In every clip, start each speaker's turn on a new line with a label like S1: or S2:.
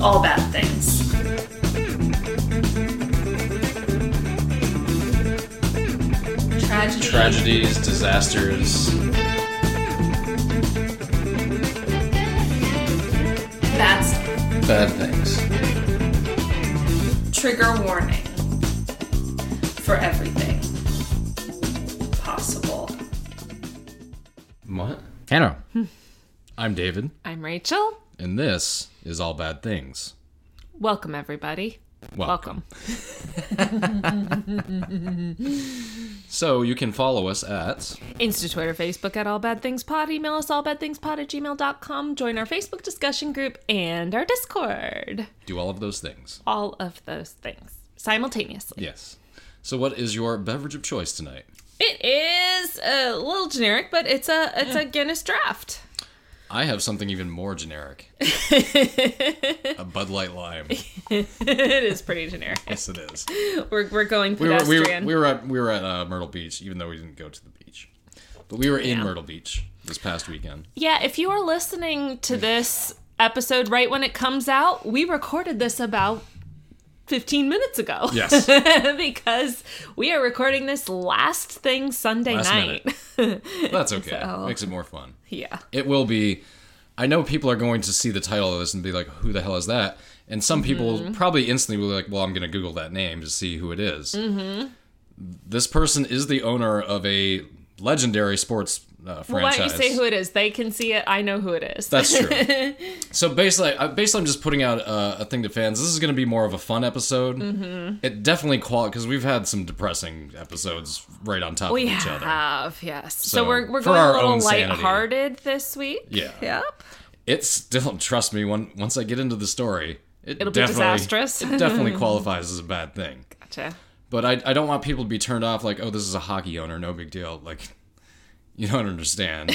S1: all bad things. Tragedy.
S2: Tragedies, disasters,
S1: That's
S2: bad things.
S1: trigger warning for everything possible.
S2: What? Hannah. I'm David,
S3: I'm Rachel.
S2: and this is All Bad Things.
S3: Welcome, everybody. Welcome.
S2: So you can follow us at
S3: Insta, Twitter, Facebook at All Bad Things Pod. Email us allbadthingspod at gmail.com. Join our Facebook discussion group and our Discord.
S2: do all of those things.
S3: All of those things simultaneously.
S2: Yes. So what is your beverage of choice tonight?
S3: It is a little generic, but it's a it's a Guinness draft.
S2: I have something even more generic. A Bud Light Lime.
S3: it is pretty generic.
S2: Yes, it is.
S3: We're, we're going
S2: We were, we
S3: pedestrian.
S2: were, we were at, we were at uh, Myrtle Beach, even though we didn't go to the beach. But we were in Myrtle Beach this past weekend.
S3: Yeah, if you are listening to this episode right when it comes out, we recorded this about 15 minutes ago.
S2: Yes.
S3: because we are recording this last thing Sunday
S2: Last
S3: night.
S2: That's okay.
S3: So-
S2: Makes it more fun.
S3: yeah.
S2: it will be i know people are going to see the title of this and be like who the hell is that and some people
S3: Mm-hmm.
S2: probably instantly will be like well i'm going to google that name to see who it mm-hmm. this person is the owner of a legendary sports uh, franchise
S3: Why don't you say who it is? They can see it. I know who it is.
S2: that's true. so basically, I- basically, I'm just putting out uh, a thing to fans. This is going to be more of a fun episode. Mm-hmm. It definitely qual because we've had some depressing episodes right on top
S3: we
S2: of each other.
S3: have, yes. So,
S2: So,
S3: we're, we're
S2: for
S3: going
S2: our
S3: a little
S2: own sanity.
S3: lighthearted this week.
S2: Yeah.
S3: Yep.
S2: It's still trust me. When, once I get into the story, it
S3: It'll be
S2: definitely,
S3: disastrous.
S2: it definitely qualifies as a bad thing.
S3: Gotcha.
S2: But I, I don't want people to be turned off like, oh, this is a hockey owner, no big deal. Like, you don't understand.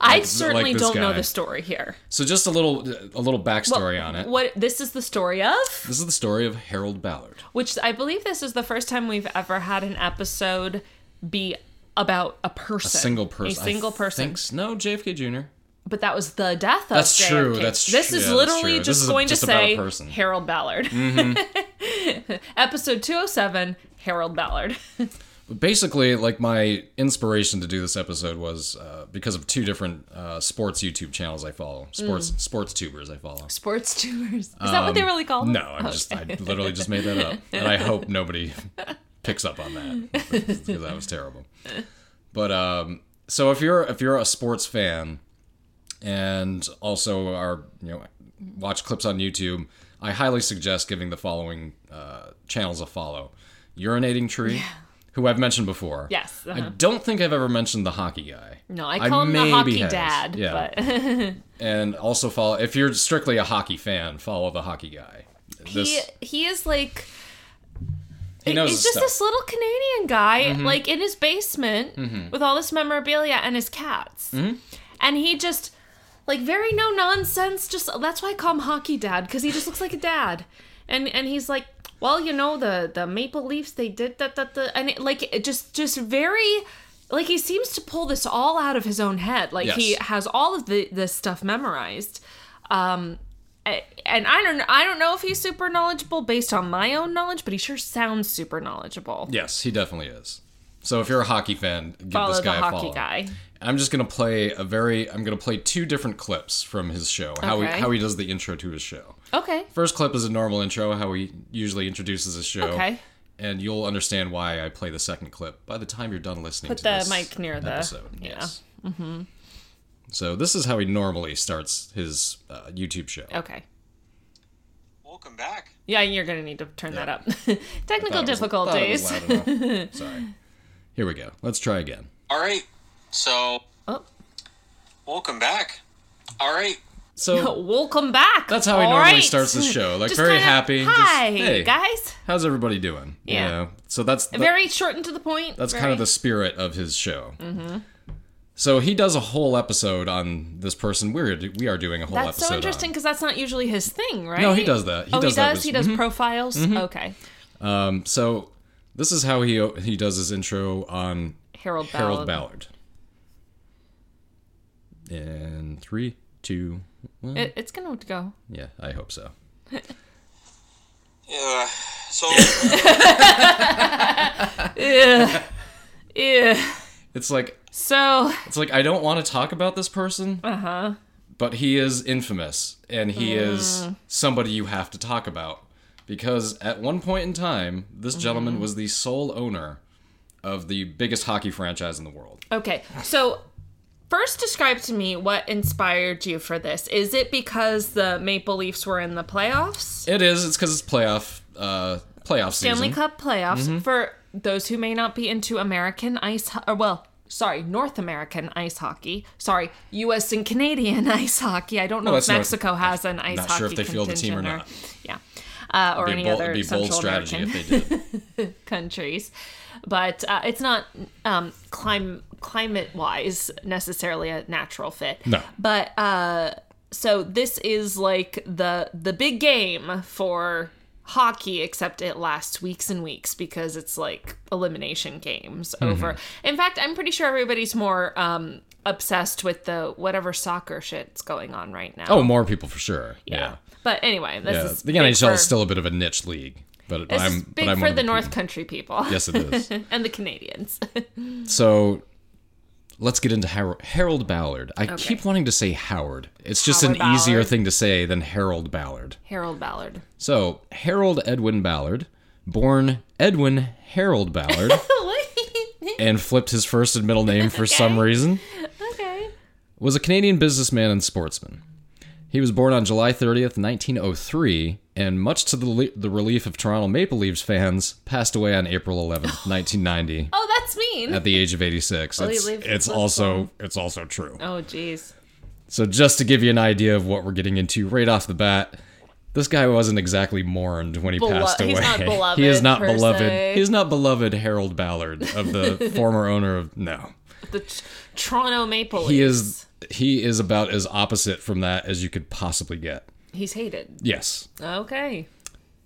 S3: I
S2: this
S3: certainly don't know
S2: guy.
S3: the story here.
S2: so just a little a little backstory on it.
S3: What this is the story of?
S2: This is the story of Harold Ballard.
S3: which I believe this is the first time we've ever had an episode be about a person,
S2: A single person.
S3: a single
S2: I
S3: person.
S2: think s- no, JFK Jr.
S3: But that was the death of.
S2: That's
S3: JFK.
S2: true, that's
S3: this
S2: true,
S3: is
S2: yeah, that's
S3: literally
S2: true. This
S3: just
S2: is
S3: going
S2: just
S3: to
S2: about a
S3: say
S2: person. Mm-hmm.
S3: Harold Ballard. episode two hundred seven. Harold Ballard.
S2: But basically, like my inspiration to do this episode was uh, because of two different uh, sports YouTube channels I follow, sports
S3: Mm.
S2: sports tubers I follow.
S3: Sports tours. Is that what they really call them?
S2: Um, No, I am just I literally just made that up, and I hope nobody picks up on that because that was terrible. But um, so if you're if you're a sports fan, and also are you know watch clips on YouTube, I highly suggest giving the following uh, channels a follow: Urinating Tree, who I've mentioned before.
S3: Yes,
S2: I
S3: uh-huh. Mm.
S2: don't think I've ever mentioned the hockey guy.
S3: No, I call him the
S2: maybe
S3: hockey
S2: has.
S3: dad.
S2: Yeah,
S3: But
S2: and also follow if you're strictly a hockey fan, follow the hockey guy.
S3: he he is like
S2: He knows
S3: He's
S2: his
S3: just this
S2: stuff. Mm-hmm.
S3: little Canadian guy, like in his basement with all this memorabilia and his cats.
S2: Mm-hmm.
S3: And he just, like, very no nonsense. Just that's why I call him Hockey Dad because he just looks like a dad. And and he's like, well, you know the the Maple Leafs they did that that that, and it, like it just just very. Like he seems to pull this all out of his own head. Like he
S2: Yes.
S3: has all of the this stuff memorized. Um, a- and I don't I don't know if he's super knowledgeable based on my own knowledge, but he sure sounds super knowledgeable.
S2: Yes, he definitely is. So if you're a hockey fan, give
S3: Follow
S2: this guy
S3: the
S2: a
S3: hockey
S2: follow.
S3: guy.
S2: I'm just gonna play a very. I'm gonna play two different clips from his show. How he
S3: Okay.
S2: how he does the intro to his show.
S3: Okay.
S2: First clip is a normal intro, how he usually introduces his show.
S3: Okay.
S2: And you'll understand why I play the second clip by the time you're done listening
S3: Put
S2: to
S3: the
S2: this
S3: mic near the-
S2: episode.
S3: yeah.
S2: Yes. Mm-hmm. So this is how he normally starts his uh, YouTube show.
S3: Okay.
S4: Welcome back.
S3: Yeah, you're gonna need to turn that up. Technical
S2: Thought it was- thought it was
S3: difficulties.
S2: loud enough. Sorry. Here we go. Let's try again.
S4: All right. So,
S3: Oh.
S4: welcome back. All right.
S2: So
S3: Oh, Welcome back.
S2: That's how he
S3: All
S2: normally
S3: right.
S2: starts the show. Like
S3: Just
S2: very
S3: kinda,
S2: happy. just,
S3: Hi,
S2: hey,
S3: guys.
S2: How's everybody doing? You
S3: Yeah.
S2: know, So that's that-
S3: Very short and to the point.
S2: that's
S3: very-
S2: kind of the spirit of his show. Mm-hmm. So he does a whole episode on this person. We're do- we are doing a whole
S3: That's
S2: episode.
S3: so interesting because that's not usually his thing, right?
S2: No, he does that. He
S3: oh,
S2: does
S3: he
S2: that
S3: does.
S2: with- Mm-hmm.
S3: he does profiles. Okay.
S2: On. Um, so this is how he he does his intro on
S3: Harold Ballard.
S2: Harold Ballard. In three, two, one. Mm-hmm.
S3: It, it's gonna go.
S2: Yeah, I hope so.
S4: Uh, so
S3: Ugh. Ugh.
S2: It's like
S3: So,
S2: it's like I don't want to talk about this person,
S3: uh huh.
S2: but he is infamous and he is
S3: Mm.
S2: somebody you have to talk about because at one point in time, this
S3: Mm-hmm.
S2: gentleman was the sole owner of the biggest hockey franchise in the world.
S3: Okay. So, first describe to me what inspired you for this. Is it because the Maple Leafs were in the playoffs?
S2: It is. It's because it's playoff uh, playoff
S3: Stanley
S2: season. Mm-hmm.
S3: Cup playoffs for those who may not be into American ice ho- or well, sorry, North American ice hockey. Sorry, US and Canadian ice hockey. I don't know if
S2: that's North-
S3: Mexico has an ice
S2: not
S3: hockey
S2: sure if they field the team or
S3: contingent Yeah.
S2: not.
S3: Uh, or
S2: It'd
S3: any
S2: be a bold,
S3: other
S2: it'd be a bold
S3: Central
S2: strategy
S3: American
S2: if they did.
S3: countries, but uh, it's not um, clim- climate wise necessarily a natural fit.
S2: No.
S3: But uh, so this is like the the big game for hockey, except it lasts weeks and weeks because it's like elimination games
S2: Mm-hmm.
S3: over. In fact, I'm pretty sure everybody's more um, obsessed with the whatever soccer shit's going on right now.
S2: Oh, more people for sure. Yeah.
S3: But anyway, this
S2: Yeah.
S3: is
S2: The
S3: big
S2: NHL
S3: for-
S2: is still a bit of a niche league, but
S3: This
S2: I'm
S3: is
S2: but
S3: big
S2: I'm
S3: for
S2: one
S3: the
S2: of
S3: North
S2: people.
S3: Country people.
S2: Yes, it is.
S3: and the Canadians.
S2: So let's get into Har- Harold Ballard. I keep wanting to say Howard. It's just an
S3: Howard
S2: easier
S3: Ballard.
S2: thing to say than Harold Ballard.
S3: Harold Ballard.
S2: So Harold Edwin Ballard, born Edwin Harold Ballard, and flipped his first and middle name for some reason,
S3: okay.
S2: was a Canadian businessman and sportsman. He was born on July 30th, 1903, and much to the, le- the relief of Toronto Maple Leafs fans, passed away on April 11th, 1990,
S3: Oh, that's mean.
S2: at the age of 86. It's,
S3: leave-
S2: it's
S3: let's
S2: also it's also true.
S3: oh, jeez.
S2: So just to give you an idea of what we're getting into right off the bat, this guy wasn't exactly mourned when he
S3: Belo-
S2: passed away.
S3: he's not beloved,
S2: he is not
S3: per
S2: beloved.
S3: se.
S2: He is not beloved Harold Ballard of the former owner of no.
S3: The t- Toronto Maple Leafs.
S2: He is he is about as opposite from that as you could possibly get.
S3: He's hated.
S2: Yes.
S3: Okay.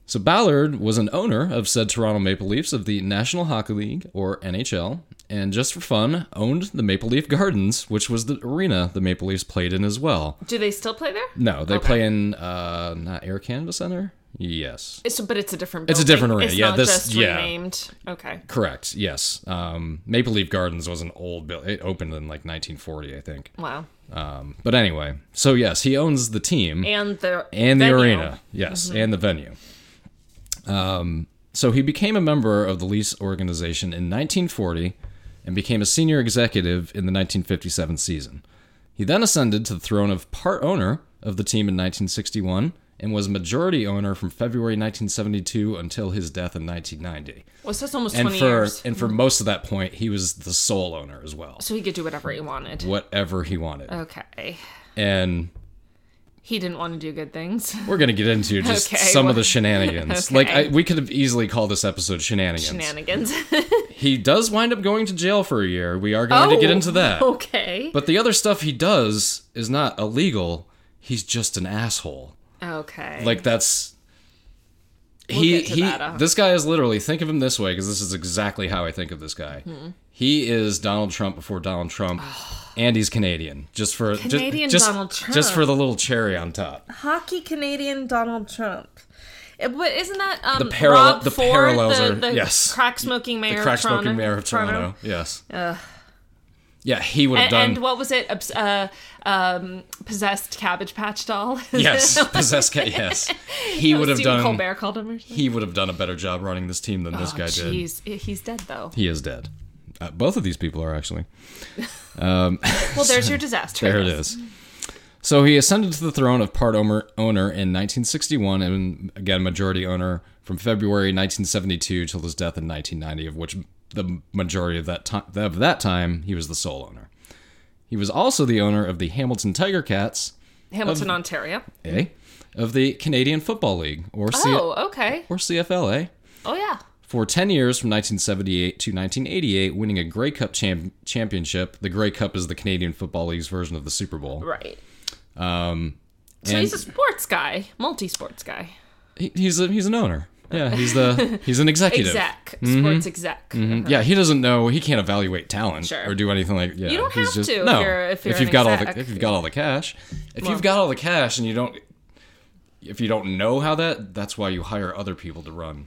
S2: So Ballard was an owner of said Toronto Maple Leafs of the National Hockey League or NHL, and just for fun owned the Maple Leaf Gardens, which was the arena the Maple Leafs played in as well.
S3: Do they still play there?
S2: No, they play in uh not Air Canada Center. Yes,
S3: It's, but it's a different.
S2: It's a
S3: building.
S2: different arena.
S3: It's
S2: Yeah,
S3: not
S2: this-
S3: just
S2: yeah.
S3: renamed. Okay.
S2: correct. Yes, um, Maple Leaf Gardens was an old build. It opened in like 1940, I think.
S3: Wow.
S2: Um, but anyway, so yes, he owns the team
S3: And
S2: and,
S3: the
S2: the
S3: venue. Mm-hmm.
S2: arena. Yes, and the venue. Um, so he became a member of the Leafs organization in 1940 and became a senior executive in the 1957 season. He then ascended to the throne of part owner of the team in 1961 and was majority owner from February 1972 until his death in 1990.
S3: Well, so that's almost
S2: and
S3: twenty
S2: for
S3: years. Mm-hmm.
S2: and for most of that point, he was the sole owner as well.
S3: so he could do whatever he wanted.
S2: Whatever he wanted,
S3: Oh. Okay.
S2: and
S3: He didn't want to do good things.
S2: we're gonna get into just
S3: Okay,
S2: some of the
S3: well-
S2: shenanigans.
S3: Okay.
S2: Like I, we could have easily called this episode shenanigans.
S3: Shenanigans.
S2: He does wind up going to jail for a year. We are going
S3: Oh.
S2: to get into that.
S3: Okay.
S2: But the other stuff he does is not illegal. He's just an asshole.
S3: okay.
S2: Like that's
S3: get to
S2: he
S3: that, uh.
S2: he. This guy is literally think of him this way because this is exactly how I think of this guy.
S3: Hmm.
S2: He is Donald Trump before Donald Trump, and he's Canadian. Just for just-
S3: Canadian
S2: just,
S3: Donald
S2: just
S3: Trump.
S2: for the little cherry on top.
S3: hockey Canadian Donald Trump. Eh, But isn't that um,
S2: The parallel-
S3: Rob
S2: the
S3: Ford,
S2: parallels
S3: the,
S2: are-
S3: the
S2: yes.
S3: crack smoking mayor,
S2: the
S3: of
S2: crack
S3: Toronto-
S2: smoking mayor of Toronto. Yes. Yeah, he would have
S3: And,
S2: done.
S3: and what was it? Obs- Uh, um, possessed Cabbage Patch doll.
S2: yes, possessed cat. Yes, he would have
S3: Stephen
S2: done.
S3: Colbert called him. Or something.
S2: He would have done a better job running this team than this guy did.
S3: Jeez, eh, he's dead though.
S2: He is dead. Uh, both of these people are actually.
S3: Well, there's your disaster.
S2: There it is. So he ascended to the throne of part owner, owner in 1961 and again majority owner from February 1972 till his death in 1990, of which the majority of that time of that time he was the sole owner. He was also the owner of the Hamilton Tiger Cats,
S3: Hamilton, Ontario.
S2: eh, of the Canadian Football League or C-
S3: Oh, okay.
S2: or CFL, eh?
S3: Oh yeah.
S2: for 10 years from 1978 to 1988, winning a Grey Cup champ- championship. The Grey Cup is the Canadian Football League's version of the Super Bowl.
S3: Right. So
S2: Um, And
S3: he's a sports guy, multi-sports guy,
S2: he- he's, a, he's an owner. Yeah, he's the he's an executive.
S3: exec,
S2: Mm-hmm.
S3: sports exec.
S2: Yeah, he doesn't know. He can't evaluate talent
S3: Sure.
S2: or do anything like. Yeah,
S3: You don't
S2: he's
S3: have
S2: just,
S3: to if
S2: no.
S3: you're- if you're
S2: you've
S3: an
S2: got all the
S3: exec.
S2: if you've got all the cash, if you've got all the cash and you don't if you don't know how that, that's why you hire other people to run.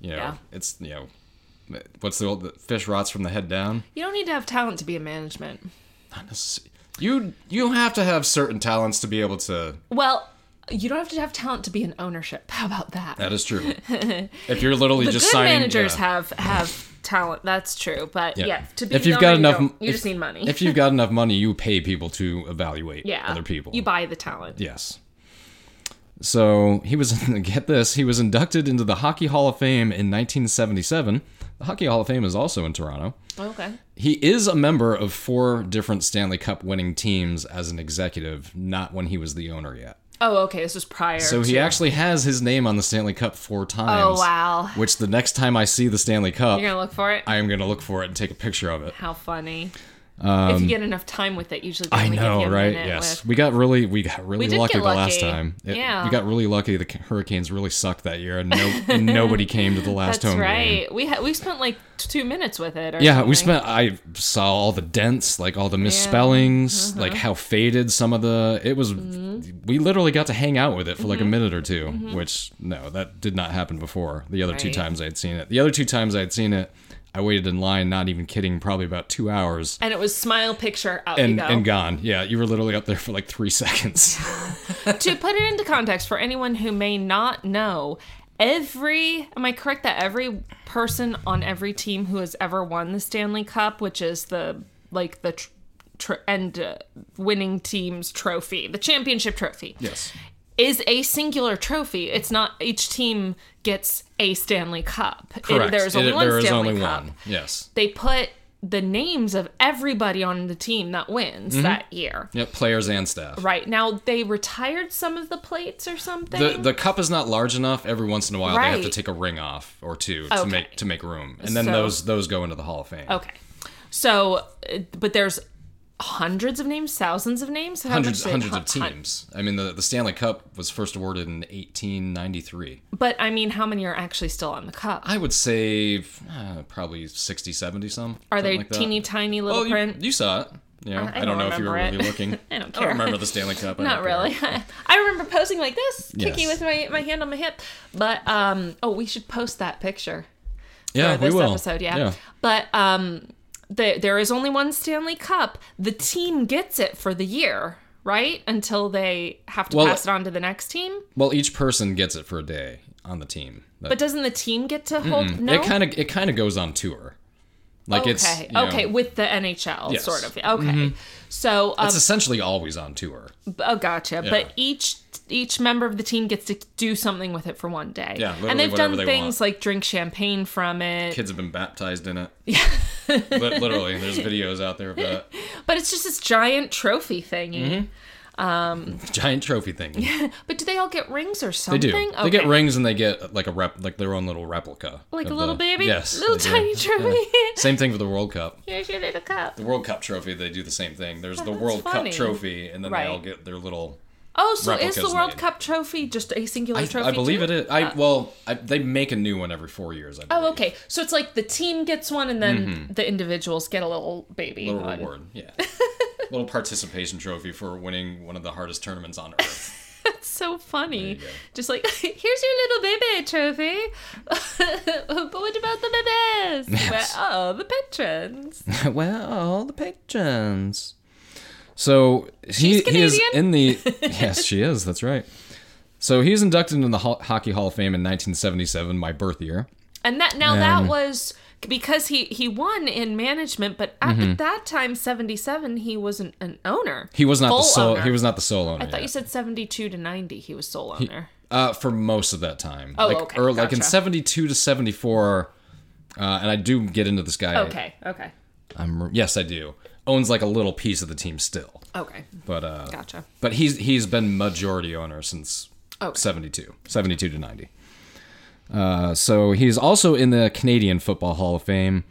S2: You know,
S3: Yeah.
S2: it's you know, what's the old the fish rots from the head down.
S3: You don't need to have talent to be in management.
S2: Not necessarily. You you have to have certain talents to be able to.
S3: Well, you don't have to have talent to be in ownership. How about that?
S2: That is true. if you're literally
S3: the
S2: just
S3: good
S2: signing,
S3: managers
S2: yeah.
S3: have have talent. That's true. But yeah, to be
S2: if you've
S3: an
S2: got
S3: owner,
S2: enough,
S3: you, don't. you
S2: if-
S3: just need money.
S2: if you've got enough money, you pay people to evaluate
S3: yeah,
S2: other people.
S3: You buy the talent.
S2: Yes. So he was get this. He was inducted into the Hockey Hall of Fame in 1977. The Hockey Hall of Fame is also in Toronto.
S3: Okay.
S2: He is a member of four different Stanley Cup winning teams as an executive, not when he was the owner yet.
S3: Oh, okay. This was prior.
S2: So he
S3: to-
S2: actually has his name on the Stanley Cup four
S3: Oh,
S2: times.
S3: wow.
S2: Which the next time I see the Stanley Cup,
S3: You're gonna look for it.
S2: I am going to look for it and take a picture of it.
S3: How funny. if you get enough time with it, usually they
S2: Um, I
S3: only
S2: know,
S3: give you a
S2: right?
S3: minute
S2: Yes,
S3: With,
S2: we got really we got really
S3: did
S2: lucky
S3: get
S2: the last
S3: lucky.
S2: time.
S3: Yeah.
S2: we got really lucky. The hurricanes really sucked that year, and, no, and nobody came to the last
S3: that's
S2: home game.
S3: right. We ha- we spent like t- two minutes with it. Or
S2: Yeah, we
S3: something.
S2: spent. I saw all the dents, like all the misspellings,
S3: Uh-huh.
S2: like how faded some of the. It was.
S3: Mm-hmm.
S2: We literally got to hang out with it for like a minute or 2 which no, that did not happen before. The other two
S3: Right.
S2: times I'd seen it, the other two times I'd seen it, I waited in line, not even kidding, probably about two hours,
S3: And it was smile picture out you
S2: and
S3: go.
S2: and gone. Yeah, you were literally up there for like three seconds.
S3: to put it into context for anyone who may not know, every am I correct that every person on every team who has ever won the Stanley Cup, which is the like the tr- tr- and uh, winning team's trophy, the championship trophy,
S2: yes.
S3: is a singular trophy. It's not each team gets a Stanley Cup. It-
S2: Correct.
S3: there's only
S2: It-
S3: one
S2: there is
S3: Stanley
S2: only
S3: Cup.
S2: one. Yes.
S3: They put the names of everybody on the team that
S2: Mm-hmm.
S3: wins that year.
S2: Yep. Players and staff.
S3: Right now, they retired some of the plates or something.
S2: The the cup is not large enough. Every once in a while, they have to
S3: Right.
S2: take a ring off or two to
S3: Okay.
S2: make to make room, and then
S3: So-
S2: those those go into the Hall of Fame.
S3: Okay. So, uh, but there's hundreds of names, thousands of names, How
S2: Hundreds
S3: much-
S2: hundreds of
S3: hun- hun-
S2: teams. I mean, the the Stanley Cup was first awarded in 1893.
S3: But I mean, how many are actually still on the cup?
S2: I would say uh, probably 60, 70 some.
S3: Are
S2: something
S3: they
S2: like that.
S3: teeny tiny little
S2: Well, you,
S3: print?
S2: you saw it. You know,
S3: I
S2: I,
S3: don't
S2: don't know if you were
S3: remember
S2: really
S3: it.
S2: looking.
S3: I don't
S2: I
S3: care.
S2: don't remember the Stanley Cup. I
S3: Not
S2: don't care.
S3: really. I remember posing like this, kicking with
S2: Yes.
S3: my, my hand on my hip. But um, oh, we should post that picture
S2: Yeah,
S3: for this
S2: we will.
S3: episode. Yeah. But um, the, there is only one Stanley Cup. The team gets it for the year, right? Until they have to
S2: Well,
S3: pass it on to the next team.
S2: Well, each person gets it for a day on the team. That-
S3: But doesn't the team get to hold? No.
S2: It kind of it kind of goes on tour. Like
S3: okay.
S2: it's you know,
S3: okay, with the NHL
S2: Yes. Mm-hmm.
S3: sort of. Okay. So um,
S2: it's essentially always on tour.
S3: oh gotcha.
S2: Yeah.
S3: But each each member of the team gets to do something with it for one day.
S2: Yeah, literally
S3: and they've
S2: whatever
S3: done
S2: they
S3: things like drink champagne from it.
S2: Kids have been baptized in it. Yeah. literally, there's videos out there of that
S3: But it's just this giant trophy thingy.
S2: Mm-hmm. giant trophy thing.
S3: But do they all get rings or
S2: They
S3: something?
S2: do. They get
S3: Okay.
S2: rings and they get like a rep, like their own little replica.
S3: Like a
S2: of
S3: little
S2: the-
S3: baby?
S2: Yes.
S3: Little
S2: they do.
S3: tiny trophy.
S2: Same thing for the World Cup.
S3: Here's your little cup.
S2: The World Cup trophy, they do the same thing. There's the
S3: that's
S2: World
S3: funny.
S2: Cup trophy, and then
S3: Right.
S2: they all get their little.
S3: Oh, so is
S2: Replicas
S3: the World
S2: made.
S3: Cup trophy just a singular
S2: I,
S3: trophy?
S2: I believe
S3: too? Uh.
S2: it is. I well, I, they make a new one every four years. I believe.
S3: Oh, okay. So it's like the team gets one, and then the individuals get a little baby
S2: Mm-hmm. Little
S3: one.
S2: reward, yeah. little participation trophy for winning one of the hardest tournaments on earth.
S3: so funny.
S2: There you go.
S3: Just like, here's your little baby trophy. but what about the babies?
S2: Yes.
S3: Where are the patrons?
S2: well, all the patrons. So he,
S3: She's
S2: he is
S3: Canadian?
S2: in the yes, she is. That's right. So he was inducted into the Ho- Hockey Hall of Fame in 1977, my birth year.
S3: And that
S2: Um,
S3: now that was because he he won in management, but at, at that time, seventy seven, he was an, an owner.
S2: Mm-hmm. He was not
S3: Full
S2: the sole.
S3: owner.
S2: He was not the sole owner.
S3: I thought
S2: yet.
S3: you said seventy two to ninety. He was sole owner.
S2: Uh, for most of that time.
S3: Oh,
S2: like,
S3: okay,
S2: Or like in
S3: gotcha.
S2: 72 to 74, uh, and I do get into this guy.
S3: okay, okay,
S2: I'm, yes, I do. Owns like a little piece of the team still,
S3: okay.
S2: but uh,
S3: Gotcha.
S2: but he's he's been majority owner since
S3: Okay.
S2: 72 72 to 90 uh, so he's also in the canadian football hall of fame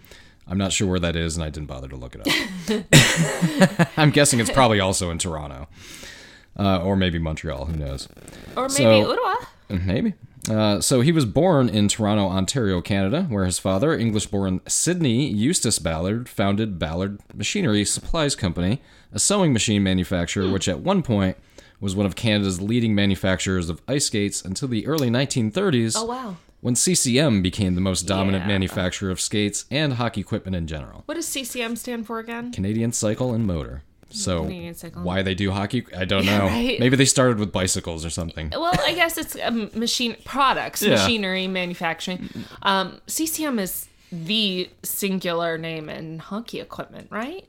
S2: i'm not sure where that is and i didn't bother to look it up i'm guessing it's probably also in toronto uh, or maybe montreal who knows
S3: Or maybe
S2: So-
S3: Ottawa.
S2: Maybe. Uh, so he was born in Toronto, Ontario, Canada, where his father, English born Sidney Eustace Ballard,
S3: Hmm.
S2: founded Ballard Machinery Supplies Company, a sewing machine manufacturer, which at one point was one of Canada's leading manufacturers of ice skates until the early 1930s
S3: Oh wow.
S2: when CCM became the most dominant
S3: Yeah.
S2: manufacturer of skates and hockey equipment in general.
S3: What does CCM stand for again?
S2: Canadian Cycle and Motor. So
S3: Canadian Cycle.
S2: why they do hockey, I don't
S3: Yeah,
S2: know.
S3: right?
S2: Maybe they started with bicycles or something.
S3: Well, I guess it's um, machine products,
S2: Yeah.
S3: machinery, manufacturing. Um, CCM is the singular name in hockey equipment, right?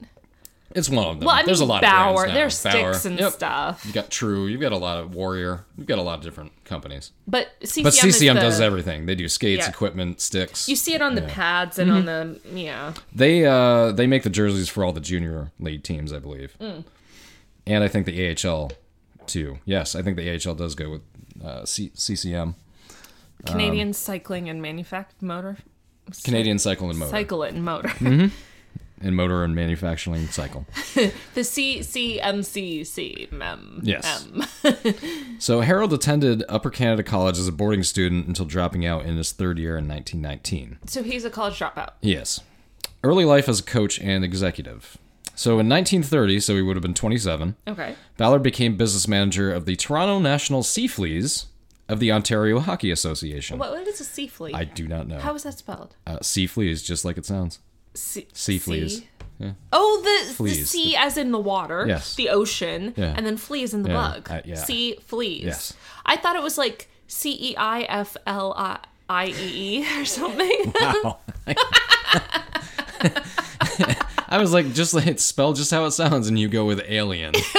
S2: It's one of them.
S3: Well, I
S2: There's
S3: mean,
S2: a lot of
S3: Bauer.
S2: brands now.
S3: There's
S2: Bauer.
S3: sticks and
S2: Yep.
S3: stuff,
S2: You've got True. You've got a lot of Warrior. You've got a lot of different companies.
S3: but CCM,
S2: But CCM
S3: is the-
S2: does everything. They do skates,
S3: Yeah.
S2: equipment, sticks.
S3: You see it on the pads and on the
S2: Mm-hmm.
S3: yeah.
S2: They uh they make the jerseys for all the junior league teams, I believe,
S3: Mm.
S2: and I think the AHL too. Yes, I think the AHL does go with uh, C- CCM,
S3: Canadian cycling and manufact motor,
S2: Canadian Cycle and Motor,
S3: cycle it and motor.
S2: Mm-hmm. and Motor and Manufacturing Cycle.
S3: the C C M C C M.
S2: Yes.
S3: M. Um.
S2: So Harold attended Upper Canada College as a boarding student until dropping out in his third year in 1919.
S3: So he's a college dropout.
S2: Yes. Early life as a coach and executive. So in 1930, so he would have been 27,
S3: Okay.
S2: Ballard became business manager of the Toronto National Sea Fleas of the Ontario Hockey Association.
S3: What, what is a sea flea?
S2: I do not know.
S3: How is that spelled?
S2: uh, sea fleas, just like it sounds.
S3: Sea,
S2: Sea fleas.
S3: Oh, the, the
S2: Fleas.
S3: sea as in the water,
S2: Yes.
S3: the ocean,
S2: Yeah.
S3: and then fleas in the
S2: Yeah,
S3: bug.
S2: I- yeah.
S3: Sea fleas.
S2: Yes.
S3: I thought it was like C E I F L I I E E or something.
S2: Wow. I was like, just like it's spelled just how it sounds, and you go with alien.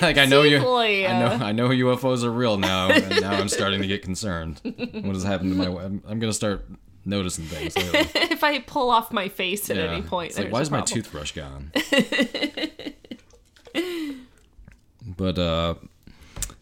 S2: like I know you,
S3: Sea
S2: I know, I know UFOs are real now, and now I'm starting to get concerned. What has happened to my? I'm, I'm gonna start noticing things. Lately.
S3: if I pull off my face at
S2: Yeah.
S3: any point,
S2: It's like,
S3: there's a
S2: why is my
S3: problem.
S2: toothbrush gone? but uh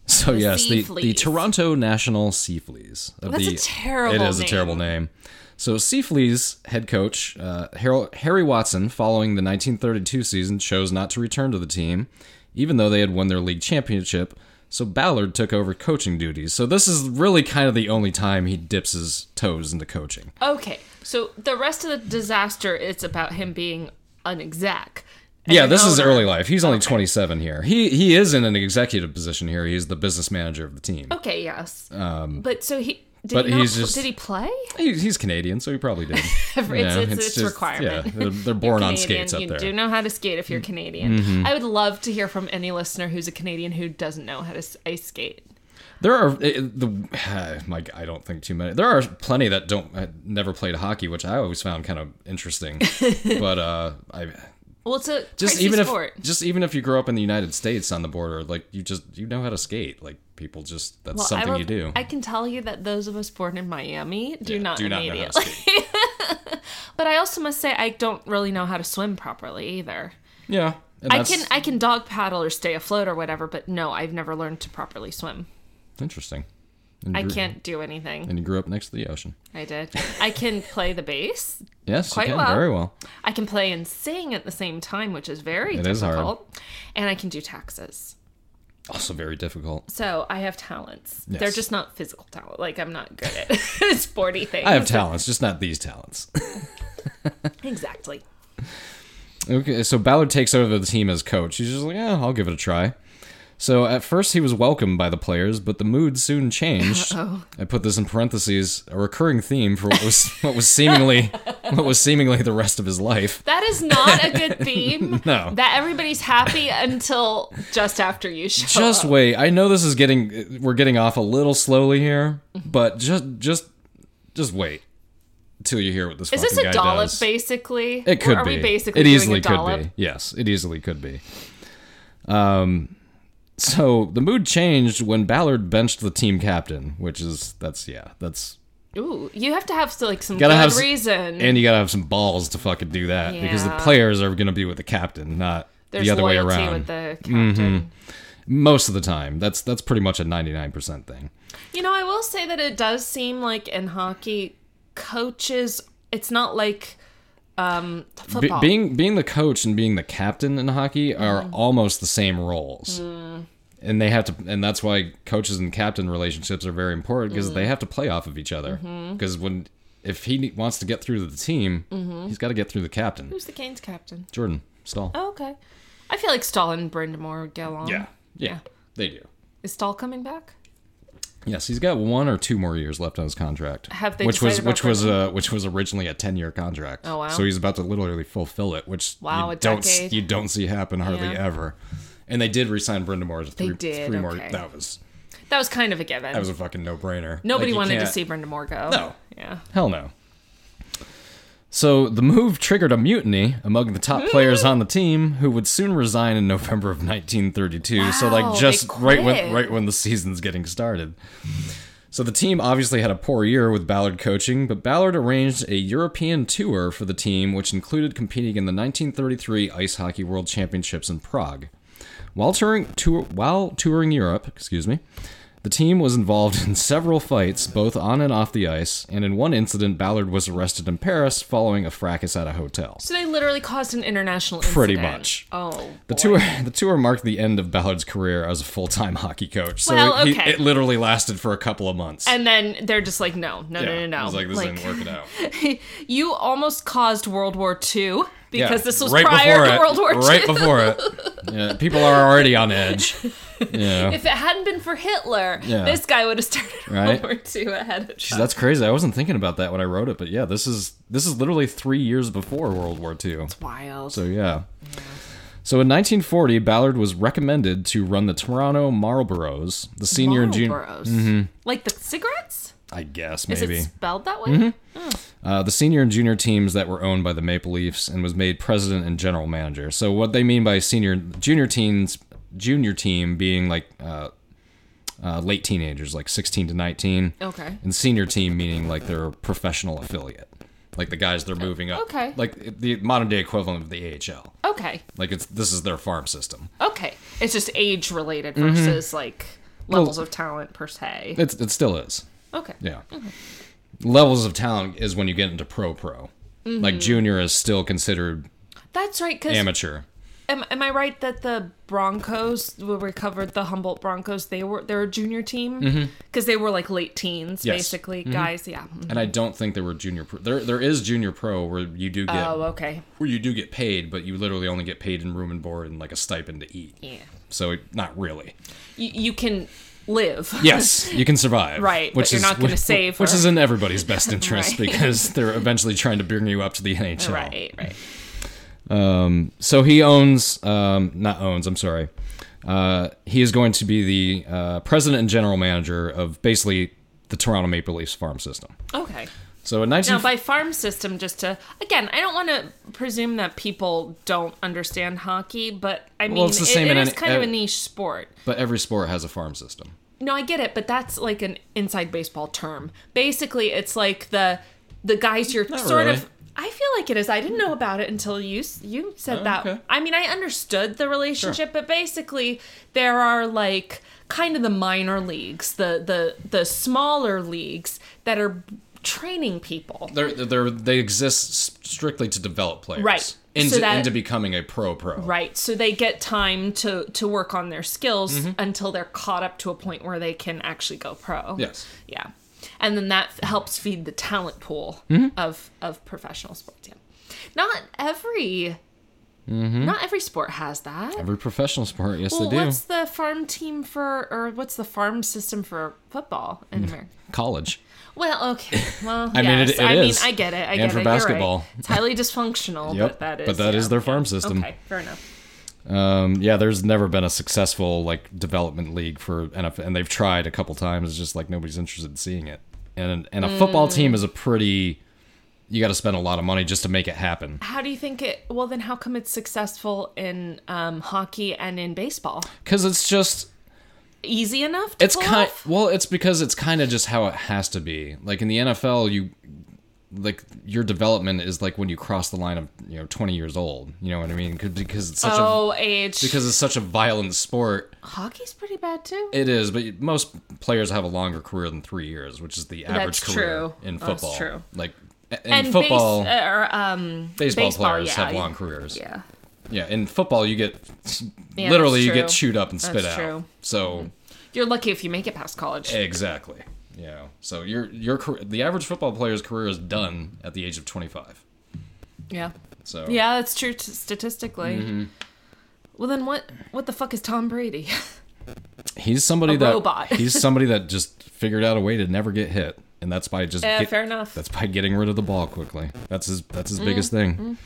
S2: so yes,
S3: sea
S2: the, the
S3: fleas.
S2: Toronto National Sea Fleas. of
S3: That's a
S2: the-
S3: terrible
S2: It is a
S3: name.
S2: terrible name. So Sea Fleas head coach uh, Harold, Harry Watson, following the 1932 season, chose not to return to the team, even though they had won their league championship. So Ballard took over coaching duties. So this is really kind of the only time he dips his toes into coaching.
S3: Okay, so the rest of the disaster is about him being an exec. and
S2: Yeah,
S3: an
S2: this is
S3: owner.
S2: early life. He's only 27 here. He he is in an executive position here. He's the business manager of the team.
S3: Okay, yes. Um, but so he did.
S2: but
S3: he not
S2: he's
S3: pl-
S2: just-
S3: did he play?
S2: He, he's Canadian, so he probably did.
S3: It's
S2: Yeah,
S3: it's, it's,
S2: just-
S3: requirement.
S2: Yeah, they're, they're born on
S3: Canadian,
S2: skates up
S3: you
S2: there. Mm-hmm.
S3: do know how to skate if you're Canadian. I would love to hear from any listener who's a Canadian who doesn't know how to s- ice skate.
S2: There are eh, the uh, my I don't think too many. There are plenty that don't uh, never played hockey, which I always found kind of interesting. but uh, I
S3: Well, it's a
S2: just
S3: pricey
S2: even
S3: sport.
S2: if just even if you grow up in the United States on the border, like you just you know how to skate. Like people just that's
S3: Well, I
S2: something
S3: will-
S2: you do.
S3: I can tell you that those of us born in Miami do
S2: Yeah,
S3: not
S2: do not know how to
S3: immediately. but I also must say I don't really know how to swim properly either.
S2: yeah, and
S3: I
S2: that's
S3: can I can dog paddle or stay afloat or whatever, but no, I've never learned to properly swim.
S2: interesting. And
S3: I
S2: gr-
S3: can't do anything.
S2: and you grew up next to the ocean.
S3: I did. I can play the bass.
S2: Yes,
S3: Quite
S2: you can
S3: well.
S2: very well.
S3: I can play and sing at the same time, which is very
S2: It
S3: difficult.
S2: is hard.
S3: And I can do taxes.
S2: Also very difficult.
S3: So I have talents.
S2: Yes.
S3: They're just not physical talent. Like I'm not good at sporty things.
S2: I have talents, just not these talents.
S3: Exactly.
S2: okay, so Ballard takes over the team as coach. He's just like, yeah, I'll give it a try. So at first he was welcomed by the players, but the mood soon changed.
S3: Oh.
S2: I put this in parentheses, a recurring theme for what was what was seemingly what was seemingly the rest of his life.
S3: That is not a good theme.
S2: No.
S3: That everybody's happy until just after you show
S2: Just
S3: up.
S2: wait. I know this is getting we're getting off a little slowly here,
S3: Mm-hmm.
S2: but just just just wait till you hear what this
S3: Is this
S2: fucking
S3: a
S2: guy
S3: dollop
S2: does.
S3: basically?
S2: It could
S3: Are
S2: be.
S3: we basically
S2: it easily
S3: doing a dollop?
S2: could be. Yes, it easily could be. Um, so the mood changed when Ballard benched the team captain, which is that's yeah, that's
S3: Ooh, you have to have so, like some
S2: Gotta
S3: good
S2: have s-
S3: reason.
S2: and you gotta have some balls to fucking do that because the
S3: Mm. Yeah.
S2: players are gonna be with the captain, not
S3: There's
S2: the other way
S3: loyalty
S2: around. Mm-hmm.
S3: with the captain.
S2: Most of the time, that's that's pretty much a ninety nine percent thing.
S3: You know, I will say that it does seem like in hockey, coaches. It's not like um,
S2: Be-
S3: football. Mm.
S2: being being the coach and being the captain in hockey are almost the same roles. And they have to, and that's why coaches and captain relationships are very important because
S3: Mm.
S2: they have to play off of each other.
S3: Mm-hmm.
S2: Because when, if he ne- wants to get through to the team, he's got to get through the captain.
S3: Who's the Canes captain?
S2: Jordan Stahl.
S3: Mm-hmm. Oh, okay. I feel like Stahl and Brindamore would get along.
S2: Yeah. Yeah.
S3: Yeah.
S2: They do.
S3: Is Stahl coming back?
S2: Yes, he's got one or two more years left on his contract.
S3: Have they
S2: which was
S3: decided about
S2: which was uh, which was originally a ten year contract.
S3: Oh, wow.
S2: So he's about to literally fulfill it, which
S3: Wow,
S2: you
S3: a
S2: don't s-
S3: decade.
S2: you don't see happen hardly
S3: Yeah.
S2: ever. And they did resign Brenda Moore to three,
S3: did,
S2: three more.
S3: okay.
S2: That was
S3: That was kind of a given.
S2: that was a fucking no brainer.
S3: Nobody wanted to see Brenda Moore go.
S2: No.
S3: Yeah.
S2: Hell no. So the move triggered a mutiny among the top players on the team, who would soon resign in November of 1932. so
S3: Wow,
S2: like
S3: they
S2: just right when
S3: quit.
S2: right when the season's getting started. So the team obviously had a poor year with Ballard coaching, but Ballard arranged a European tour for the team, which included competing in the 1933 Ice Hockey World Championships in Prague. While touring, tour, while touring Europe, excuse me, the team was involved in several fights, both on and off the ice, and in one incident, Ballard was arrested in Paris following a fracas at a hotel.
S3: So they literally caused an international incident.
S2: Pretty much.
S3: Oh.
S2: The
S3: boy.
S2: tour, the tour marked the end of Ballard's career as a full-time hockey coach. So
S3: Well,
S2: he-
S3: okay.
S2: it literally lasted for a couple of months.
S3: And then they're just like, no, no,
S2: Yeah,
S3: no, no,
S2: I
S3: no.
S2: was like, this didn't work it out.
S3: you almost caused World War II because
S2: Yeah,
S3: this was prior
S2: before
S3: to
S2: it,
S3: World War II.
S2: Right before it. Yeah, people are already on edge. Yeah.
S3: if it hadn't been for Hitler,
S2: Yeah.
S3: this guy would have started
S2: Right.
S3: World War II ahead of
S2: Jeez, that's crazy. I wasn't thinking about that when I wrote it, but yeah, this is this is literally three years before World War II.
S3: Wild.
S2: So yeah. So in 1940, Ballard was recommended to run the Toronto Marlboros, the senior and junior,
S3: Marlboros. Oh, Like the cigarettes?
S2: I
S3: Is
S2: guess maybe Mm-hmm.
S3: it spelled that way?
S2: uh, the senior and junior teams that were owned by the Maple Leafs, and was made president and general manager. So what they mean by senior junior teams, junior team being like uh, uh, late teenagers, like 16 to 19.
S3: Okay.
S2: and senior team meaning like their professional affiliate like the guys they're moving up
S3: Okay.
S2: like the modern day equivalent of the ahl
S3: Okay.
S2: like it's this is their farm system
S3: Okay. It's just age related versus like levels of talent per se.
S2: it's, Mm-hmm. it still is
S3: Okay.
S2: yeah levels of talent is when you get into pro pro
S3: Mm-hmm.
S2: like junior is still considered
S3: That's right. Because am,
S2: amateur
S3: am I right that the Broncos, when we covered the Humboldt Broncos, they were they're a junior team because they were like late teens,
S2: Mm-hmm. Yes. Mm-hmm.
S3: basically guys. Yeah.
S2: and i don't think there were junior pro there, there is junior pro where you do get
S3: Oh, okay.
S2: where you do get paid but you literally only get paid in room and board and like a stipend to eat
S3: Yeah.
S2: so not really
S3: You, you can live.
S2: Yes, you can survive.
S3: Right, but you're not gonna
S2: whi-
S3: save
S2: Which
S3: her.
S2: is in everybody's best interest
S3: Right.
S2: because they're eventually trying to bring you up to the NHL.
S3: Right. Right.
S2: Um, So he owns, um, not owns, I'm sorry. Uh, he is going to be the uh, president and general manager of basically the Toronto Maple Leafs farm system.
S3: Okay.
S2: So in
S3: Now,
S2: 19...
S3: by farm system, just to again, I don't want to presume that people don't understand hockey, but I mean,
S2: it's the
S3: it-
S2: same
S3: it
S2: in
S3: is
S2: any- uh,
S3: kind of a
S2: ev-
S3: niche sport.
S2: but every sport has a farm system.
S3: No, I get it, but that's like an inside baseball term. Basically, it's like the the guys you're sort
S2: really.
S3: of. I feel like it is. I didn't know about it until you s- you said that.
S2: Oh, okay.
S3: I mean, I understood the relationship, but basically, there are like kind of the minor leagues, the the the smaller leagues that are training people.
S2: They're, they're, they exist s- strictly to develop players.
S3: Right.
S2: Into,
S3: So that-
S2: into becoming a pro-pro.
S3: Right. So they get time to to work on their skills
S2: Mm-hmm.
S3: until they're caught up to a point where they can actually go pro.
S2: Yes.
S3: Yeah. And then that f- helps feed the talent pool
S2: Mm-hmm.
S3: of of professional sports. Yeah. Not every not every sport has that.
S2: Mm-hmm. Every professional sport, yes
S3: well,
S2: they do.
S3: what's the farm team for or what's the farm system for football in America?
S2: College.
S3: Well, okay. Well,
S2: Mm. I mean, it-
S3: yes.
S2: it
S3: I
S2: is.
S3: mean, I get it. I
S2: And
S3: get
S2: for
S3: it. You're right.
S2: basketball.
S3: It's highly dysfunctional,
S2: Yep.
S3: but that is
S2: but that is
S3: yeah.
S2: their farm system.
S3: Okay, fair enough.
S2: Um, yeah, there's never been a successful like development league for NFL, and they've tried a couple times. It's just like nobody's interested in seeing it. And and a football team is a pretty you got to spend a lot of money just to make it happen.
S3: How do you think it? Well, then how come it's successful in um, hockey and in baseball?
S2: Because it's just
S3: Easy enough. To
S2: it's
S3: pull
S2: kind
S3: off?
S2: well, it's because it's kind of just how it has to be. Like in the NFL, you like your development is like when you cross the line of you know 20 years old. You know what I mean? 'Cause- Because it's such a
S3: Oh, age.
S2: because it's such a violent sport.
S3: hockey's pretty bad too.
S2: It is, but most players have a longer career than three years, which is the average
S3: That's
S2: career
S3: true.
S2: in
S3: That's
S2: football.
S3: true.
S2: Like in
S3: and
S2: football,
S3: base, or um,
S2: baseball,
S3: baseball,
S2: players
S3: yeah,
S2: have
S3: yeah.
S2: long careers. Yeah.
S3: yeah.
S2: in football you get
S3: Yeah,
S2: literally
S3: that's
S2: you get
S3: true.
S2: chewed up and spit
S3: That's
S2: out.
S3: true.
S2: So
S3: You're lucky if you make it past college.
S2: exactly, yeah. So your your car- the average football player's career is done at the age of twenty five.
S3: yeah.
S2: So Mm-hmm.
S3: Yeah, that's true t- statistically. Well, then what? What the fuck is Tom Brady?
S2: He's somebody that
S3: robot.
S2: he's somebody that just figured out a way to never get hit, and that's by just
S3: Yeah,
S2: get-
S3: fair enough.
S2: That's by getting rid of the ball quickly. That's his that's
S3: Mm.
S2: his biggest thing.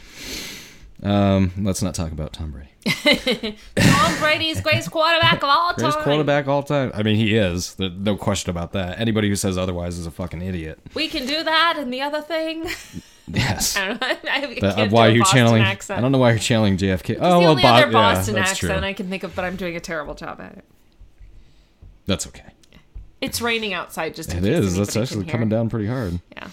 S2: Um, let's not talk about Tom Brady.
S3: Tom Brady's greatest quarterback of all time.
S2: Greatest quarterback all time. I mean, he is. There- No question about that. Anybody who says otherwise is a fucking idiot.
S3: We can do that and the other thing.
S2: Yes.
S3: I don't know. I
S2: That-
S3: can't
S2: why
S3: do a
S2: are you
S3: Uh, Boston
S2: channeling?
S3: Accent.
S2: I don't know why you're channeling JFK. Oh,
S3: It's the
S2: well,
S3: only
S2: Bo-
S3: other
S2: yeah,
S3: Boston
S2: that's
S3: accent
S2: True.
S3: I can think of, but I'm doing a terrible job at it.
S2: That's okay.
S3: It's raining outside. Just in
S2: It
S3: case
S2: is.
S3: anybody
S2: That's
S3: can
S2: actually
S3: hear.
S2: coming down pretty hard.
S3: Yeah.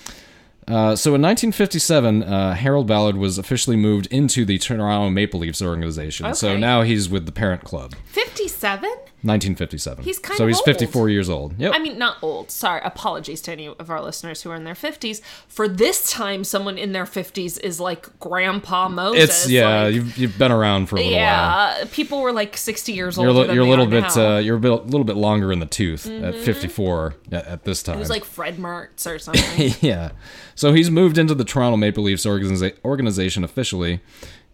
S2: Uh, so in 1957, uh, Harold Ballard was officially moved into the Toronto Maple Leafs organization. So
S3: Okay.
S2: now he's with the parent club.
S3: 57?
S2: 1957.
S3: He's kind
S2: so
S3: of
S2: he's
S3: old.
S2: 54 years old. Yep.
S3: I mean, not old. Sorry. Apologies to any of our listeners who are in their 50s. For this time, someone in their 50s is like Grandpa Moses.
S2: it's yeah.
S3: like-
S2: you've, you've been around for a little while.
S3: yeah. People were like 60 years old.
S2: You're, li-
S3: than
S2: you're a
S3: they
S2: little
S3: are
S2: bit
S3: now. Mm-hmm.
S2: uh, you're a bit, little bit longer in the tooth at 54 at, at this time.
S3: it was like Fred Mertz or something.
S2: yeah. So he's moved into the Toronto Maple Leafs organiza- organization officially,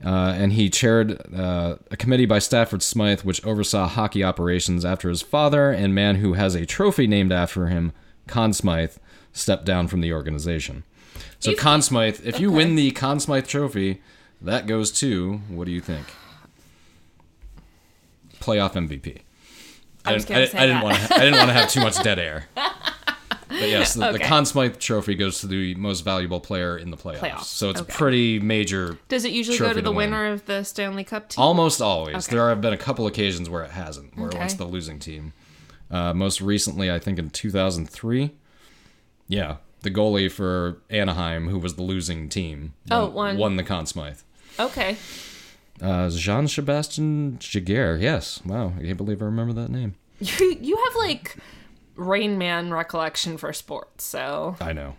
S2: uh, and he chaired uh, a committee by Stafford Smythe, which oversaw hockey operations after his father and man who has a trophy named after him, Conn Smythe, stepped down from the organization. So Conn Smythe, if you win the Conn Smythe Trophy, that goes to what do you think? Playoff MVP. I,
S3: was
S2: didn't,
S3: gonna
S2: I,
S3: say
S2: I didn't
S3: that.
S2: want to. I didn't want to have too much dead air. But yes, the, the
S3: Okay.
S2: Conn Smythe Trophy goes to the most valuable player in the playoffs.
S3: Playoffs,
S2: So it's
S3: okay.
S2: pretty major.
S3: Does it usually
S2: Trophy
S3: go to
S2: to
S3: the
S2: win.
S3: winner of the Stanley Cup team?
S2: Almost always.
S3: Okay.
S2: There have been a couple occasions where it hasn't, where it went
S3: Okay.
S2: to the losing team. Uh, most recently, I think in 2003. Yeah, the goalie for Anaheim, who was the losing team,
S3: Oh,
S2: won,
S3: won.
S2: won the Conn Smythe.
S3: okay.
S2: Uh, Jean Sebastian Jaguar. Yes. Wow. I can't believe I remember that name.
S3: You, you have like Rain Man recollection for sports, so.
S2: I know.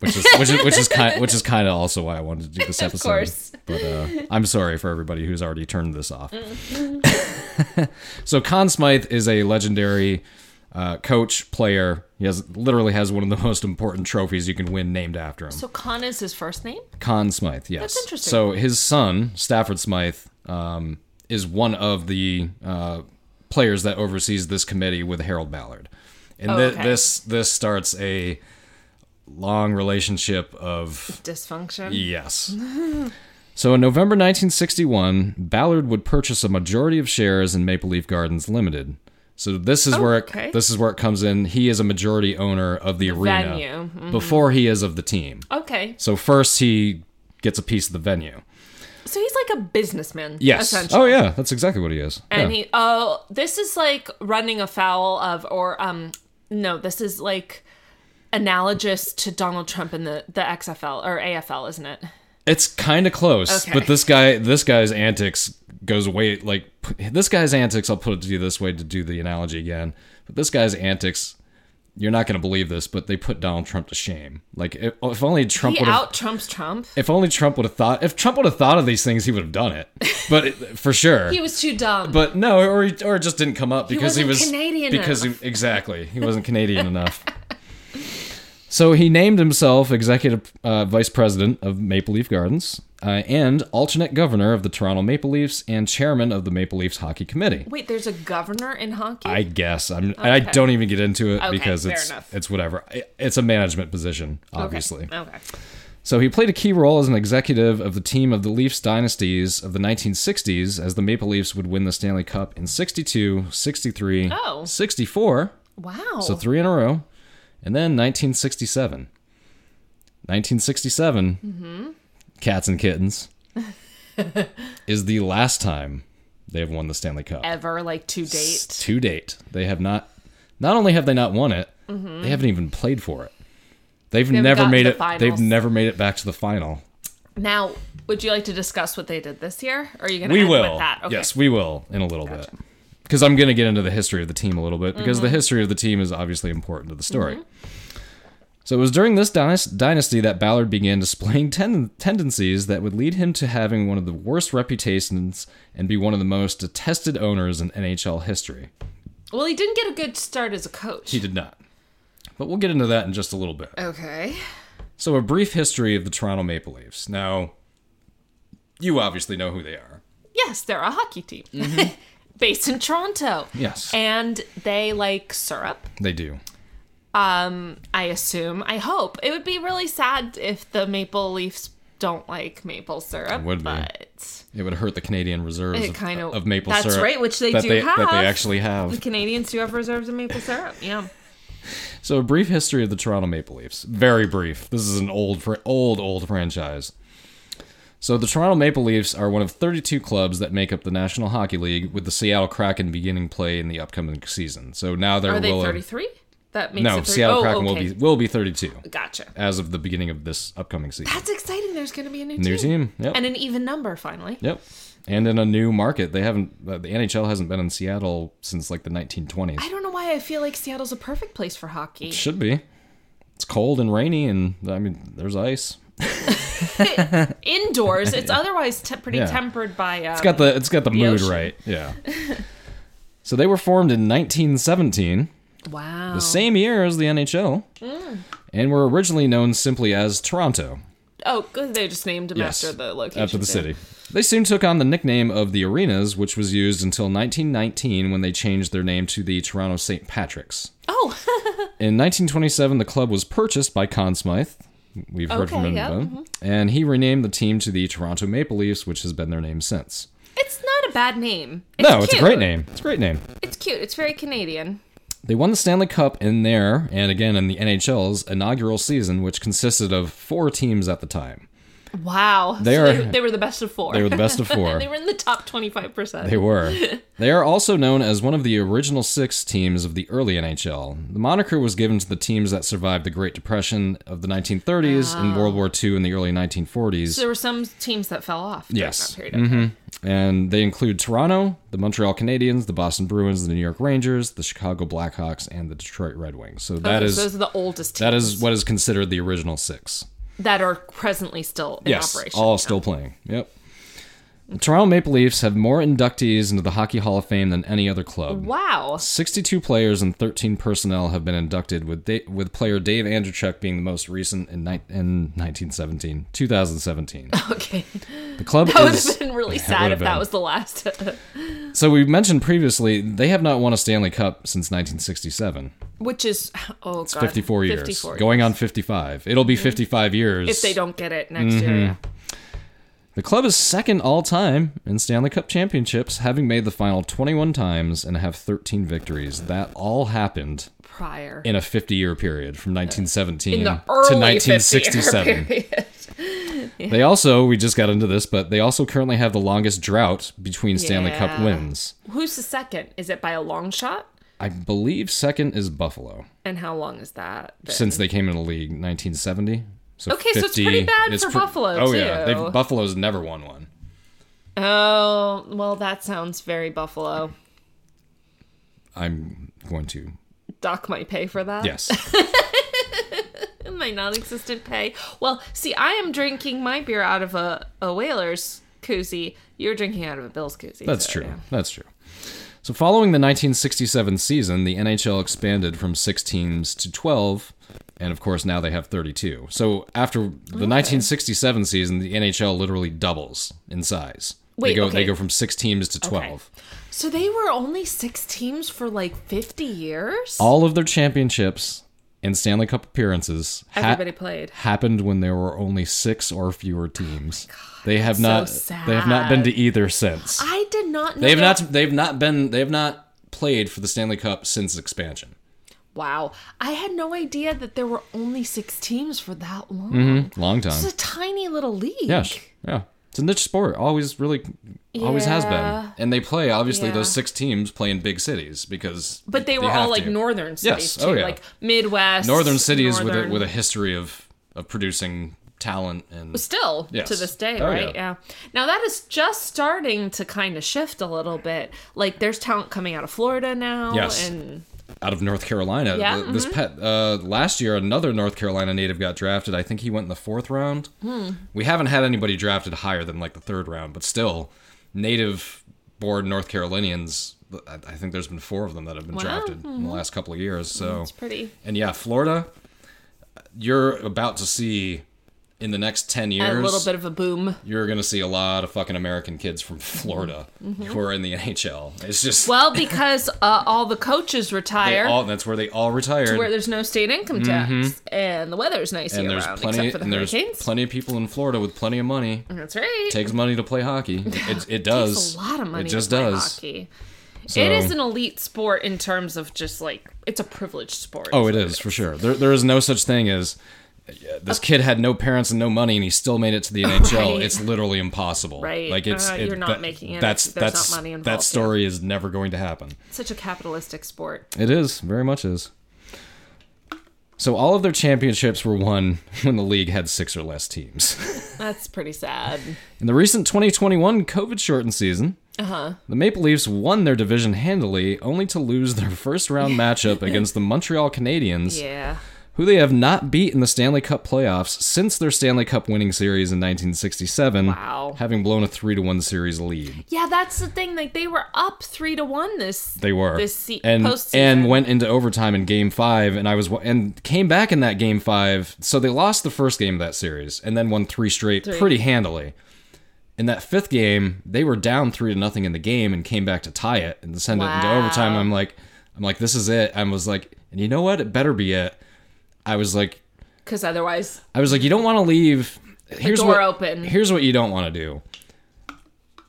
S2: Which is which is which is kind which is kind of also why I wanted to do this episode.
S3: course.
S2: But uh, I'm sorry for everybody who's already turned this off.
S3: Mm.
S2: so Conn Smythe is a legendary uh, coach player. He has literally has one of the most important trophies you can win named after him.
S3: So Con is his first name?
S2: Conn Smythe, yes.
S3: That's interesting.
S2: So his son, Stafford Smythe, um, is one of the uh, players that oversees this committee with Harold Ballard. And
S3: Oh,
S2: thi-
S3: okay.
S2: this this starts a long relationship of
S3: Dysfunction?
S2: Yes. so in November 1961, Ballard would purchase a majority of shares in Maple Leaf Gardens Limited. So this is where it,
S3: Oh, okay.
S2: this is where it comes in. He is a majority owner of the, arena
S3: venue, Mm-hmm.
S2: before he is of the team.
S3: Okay.
S2: So first he gets a piece of the venue.
S3: So he's like a businessman.
S2: Yes.
S3: Essentially.
S2: Oh yeah, that's exactly what he is.
S3: And
S2: yeah.
S3: he, oh, this is like running afoul of, or, um, no, this is like analogous to Donald Trump in the, the XFL or AFL, isn't it?
S2: it's kind of close,
S3: Okay.
S2: but this guy this guy's antics goes away like p- this guy's antics, I'll put it to you this way to do the analogy again. But this guy's antics you're not going to believe this, but they put Donald Trump to shame. Like if, if only Trump
S3: He
S2: would have
S3: out Trumps Trump.
S2: if only Trump would have thought if Trump would have thought of these things, he would have done it. But it, for sure.
S3: He was too dumb.
S2: But no, or he, or it just didn't come up because he,
S3: wasn't
S2: was
S3: Canadian
S2: because he, exactly he wasn't Canadian enough. So he named himself executive uh, vice president of Maple Leaf Gardens uh, and alternate governor of the Toronto Maple Leafs and chairman of the Maple Leafs hockey committee.
S3: Wait, there's a governor in hockey?
S2: I guess I'm. I don't even get into it
S3: Okay,
S2: because
S3: fair
S2: it's
S3: enough.
S2: it's whatever. I- It's a management position, obviously.
S3: Okay. okay.
S2: So he played a key role as an executive of the team of the Leafs dynasties of the 1960s as the Maple Leafs would win the Stanley Cup in 62, 63,
S3: Oh.
S2: 64,
S3: Wow.
S2: so three in a row, and then 1967. 1967,
S3: Mm-hmm.
S2: Cats and Kittens, is the last time they have won the Stanley Cup.
S3: Ever, like, to date.
S2: To date, they have not. Not only have they not won it, they haven't even played for it. They've
S3: Mm-hmm. haven't
S2: never
S3: gotten
S2: made
S3: to
S2: it.
S3: finals.
S2: They've never made it back to the final.
S3: Now, would you like to discuss what they did this year? Or are you going to
S2: We
S3: end
S2: will.
S3: with that? Okay.
S2: Yes, we will in a little bit. Because I'm going to get into the history of the team a little bit because the
S3: Mm-hmm.
S2: history of the team is obviously important to the story. So it was during this dynas- dynasty that Ballard began displaying ten- tendencies that would lead him to having one of the worst reputations and be one of the most detested owners in NHL history.
S3: Well, he didn't get a good start as a coach.
S2: He did not. But we'll get into that in just a little bit.
S3: Okay.
S2: So, a brief history of the Toronto Maple Leafs. Now, you obviously know who they are.
S3: yes, they're a hockey team
S2: Mm-hmm.
S3: based in Toronto.
S2: Yes.
S3: And they like syrup.
S2: They do.
S3: Um, I assume. I hope. It would be really sad if the Maple Leafs don't like maple syrup.
S2: It would be.
S3: But
S2: It would hurt the Canadian reserves
S3: It
S2: of,
S3: kinda-
S2: of maple
S3: that's
S2: syrup.
S3: right, which they
S2: that
S3: do
S2: they, That
S3: have.
S2: they actually have.
S3: the Canadians do have reserves of maple syrup. Yeah.
S2: So, a brief history of the Toronto Maple Leafs. Very brief. This is an old, fr- old, old franchise. So, the Toronto Maple Leafs are one of 32 clubs that make up the National Hockey League, with the Seattle Kraken beginning play in the upcoming season. So now they're
S3: Are they
S2: will
S3: 33? That makes
S2: uh, no
S3: it 30.
S2: Seattle
S3: oh,
S2: Kraken
S3: okay.
S2: will be will be 32
S3: Gotcha.
S2: as of the beginning of this upcoming season.
S3: That's exciting. There's going to be a new,
S2: New team. Yep.
S3: and an even number finally.
S2: Yep. And in a new market, they haven't. Uh, the NHL hasn't been in Seattle since like the 1920s.
S3: I don't know why I feel like Seattle's a perfect place for hockey.
S2: Should be. It's cold and rainy, and I mean, there's ice.
S3: Indoors, it's otherwise te- pretty
S2: Yeah.
S3: tempered by. Um,
S2: It's got the it's got the, mood
S3: ocean.
S2: right. Yeah. so they were formed in 1917,
S3: wow.
S2: the same year as the NHL,
S3: Mm.
S2: and were originally known simply as Toronto.
S3: Oh, good. They just named him
S2: Yes,
S3: after the location.
S2: after the
S3: there.
S2: city. They soon took on the nickname of the arenas, which was used until 1919 when they changed their name to the Toronto St. Patrick's.
S3: Oh,
S2: In 1927, the club was purchased by Conn Smythe. We've heard
S3: Okay,
S2: from him,
S3: yeah, mm-hmm.
S2: about him. and he renamed the team to the Toronto Maple Leafs, which has been their name since.
S3: it's not a bad name.
S2: no, it's a
S3: cute.
S2: great name. It's a great name.
S3: It's cute. It's very Canadian.
S2: They won the Stanley Cup in their and again in the NHL's inaugural season, which consisted of four teams at the time.
S3: Wow. So They,
S2: are-
S3: they were the best of four.
S2: They were the best of four.
S3: They were in the top twenty-five percent.
S2: They were. They are also known as one of the original six teams of the early NHL. The moniker was given to the teams that survived the Great Depression of the 1930s
S3: Oh.
S2: and World War II in the early 1940s.
S3: There were some teams that fell off. during
S2: Yes. Mm-hmm.
S3: That period of time.
S2: And they include Toronto, the Montreal Canadiens, the Boston Bruins, the New York Rangers, the Chicago Blackhawks, and the Detroit Red Wings. So that
S3: Okay,
S2: is
S3: so those are the oldest teams
S2: that is what is considered the original six.
S3: that are presently still in
S2: yes,
S3: operation.
S2: all still playing. Yep. The Toronto Maple Leafs have more inductees into the Hockey Hall of Fame than any other club.
S3: Wow.
S2: 62 players and 13 personnel have been inducted, with da- with player Dave Andrzejczyk being the most recent in, ni- in 1917, 2017.
S3: Okay.
S2: The club
S3: That would
S2: is-
S3: have been really
S2: Yeah, it
S3: sad
S2: would
S3: if
S2: have
S3: that
S2: been.
S3: was the last.
S2: So we mentioned previously they have not won a Stanley Cup since 1967.
S3: Which is oh god,
S2: 54 years.
S3: 54
S2: Going on 55. It'll be 55 years.
S3: Mm-hmm. If they don't get it next
S2: Mm-hmm.
S3: year, yeah.
S2: The club is second all time in Stanley Cup championships, having made the final 21 times and have 13 victories. That all happened
S3: prior
S2: in a 50 year period from 1917
S3: Uh, in
S2: to
S3: the early
S2: 1967.
S3: 50 year period.
S2: They also, we just got into this, but they also currently have the longest drought between Stanley Cup
S3: Yeah.
S2: wins.
S3: Who's the second? Is it by a long shot?
S2: I believe second is Buffalo.
S3: And how long is that? been?
S2: since they came into the league 1970 so
S3: Okay, so it's pretty bad for Buffalo,
S2: oh yeah
S3: too.
S2: they've, buffalo's never won one
S3: oh well, that sounds very Buffalo.
S2: i'm going to
S3: Oh. Doc might pay for that.
S2: yes
S3: my non-existent pay. Well, see, I am drinking my beer out of a, a Whalers koozie. You're drinking out of a Bills koozie.
S2: that's
S3: so,
S2: true
S3: yeah.
S2: that's true so following the 1967 season the nhl expanded from six teams to 12 and of course now they have 32 so after the 1967 season the nhl literally doubles in size
S3: Wait,
S2: they go
S3: okay.
S2: they go from six teams to 12
S3: So they were only six teams for like 50 years.
S2: all of their championships and stanley cup appearances ha-
S3: Everybody played.
S2: happened when there were only six or fewer teams.
S3: Oh
S2: they have not.
S3: sad.
S2: They have not been to either since.
S3: I did not. know
S2: they have
S3: that-
S2: not. They've not been. They have not played for the Stanley Cup since expansion.
S3: Wow, I had no idea that there were only six teams for that long.
S2: Long time.
S3: It's a tiny little league.
S2: Yes. Mm-hmm. Yeah. It's a niche sport. Always really. Always has
S3: Yeah.
S2: been. And they play. Obviously,
S3: Yeah.
S2: those six teams play in big cities because.
S3: But they were
S2: have
S3: all like
S2: to.
S3: northern cities
S2: Oh,
S3: too,
S2: yeah.
S3: like Midwest,
S2: northern cities with
S3: northern-
S2: a, with a history of of producing talent and
S3: still
S2: Yes.
S3: to this day,
S2: Oh,
S3: right? Yeah.
S2: yeah.
S3: Now that is just starting to kind of shift a little bit. Like there's talent coming out of Florida now,
S2: Yes.
S3: and
S2: out of North Carolina.
S3: Yeah, mm-hmm.
S2: Th- This pet uh, last year, another North Carolina native got drafted. I think he went in the fourth round.
S3: Hmm.
S2: We haven't had anybody drafted higher than like the third round, but still, native-born North Carolinians. th- I I think there's been four of them that have been drafted
S3: mm-hmm.
S2: in the last couple of years. So
S3: it's pretty.
S2: and yeah, Florida, you're about to see in the next 10 years
S3: a little bit of a boom.
S2: you're going to see a lot of fucking American kids from Florida who are in the NHL. It's just
S3: Mm-hmm. Well, because uh, all the coaches
S2: they
S3: retire,
S2: all that's where they all retired.
S3: where there's no state income tax, and the weather's nice
S2: and
S3: year
S2: there's
S3: round,
S2: plenty
S3: except for the
S2: and there's
S3: hurricanes.
S2: plenty of people in Florida with plenty of money.
S3: That's right.
S2: Takes money to play hockey. It it does.
S3: It's a lot of money.
S2: It just
S3: to play
S2: does.
S3: Hockey.
S2: So-
S3: It is an elite sport in terms of just like it's a privileged sport.
S2: Oh, it is for sure. There, there is no such thing as yeah, this kid had no parents and no money, and he still made it to the NHL.
S3: Right.
S2: It's literally impossible.
S3: Right.
S2: Like it's
S3: Uh,
S2: it-
S3: you're not
S2: that-
S3: making it if
S2: That's
S3: there's
S2: that's
S3: not money involved, yeah.
S2: that story is never going to happen.
S3: such a capitalistic sport.
S2: It is very much is. So all of their championships were won when the league had six or less teams.
S3: That's pretty sad.
S2: In the recent 2021 COVID shortened season,
S3: Uh-huh.
S2: the Maple Leafs won their division handily, only to lose their first round matchup against the Montreal Canadiens,
S3: Yeah.
S2: who they have not beat in the Stanley Cup playoffs since their Stanley Cup winning series in 1967,
S3: Wow.
S2: having blown a 3 1 series lead.
S3: Yeah, that's the thing. Like they were up three to one this.
S2: They were
S3: This se-
S2: and
S3: postseason.
S2: and went into overtime in Game Five, and I was and came back in that Game Five. So they lost the first game of that series, and then won three straight, pretty handily. In that fifth game, they were down three to nothing in the game, and came back to tie it and send it into
S3: Wow.
S2: overtime. I'm like, I'm like, this is it. I was like, and you know what? It better be it. I was like,
S3: Because otherwise,
S2: I was like, you don't want to leave. Here's
S3: door
S2: what,
S3: open.
S2: Here's what you don't want to do,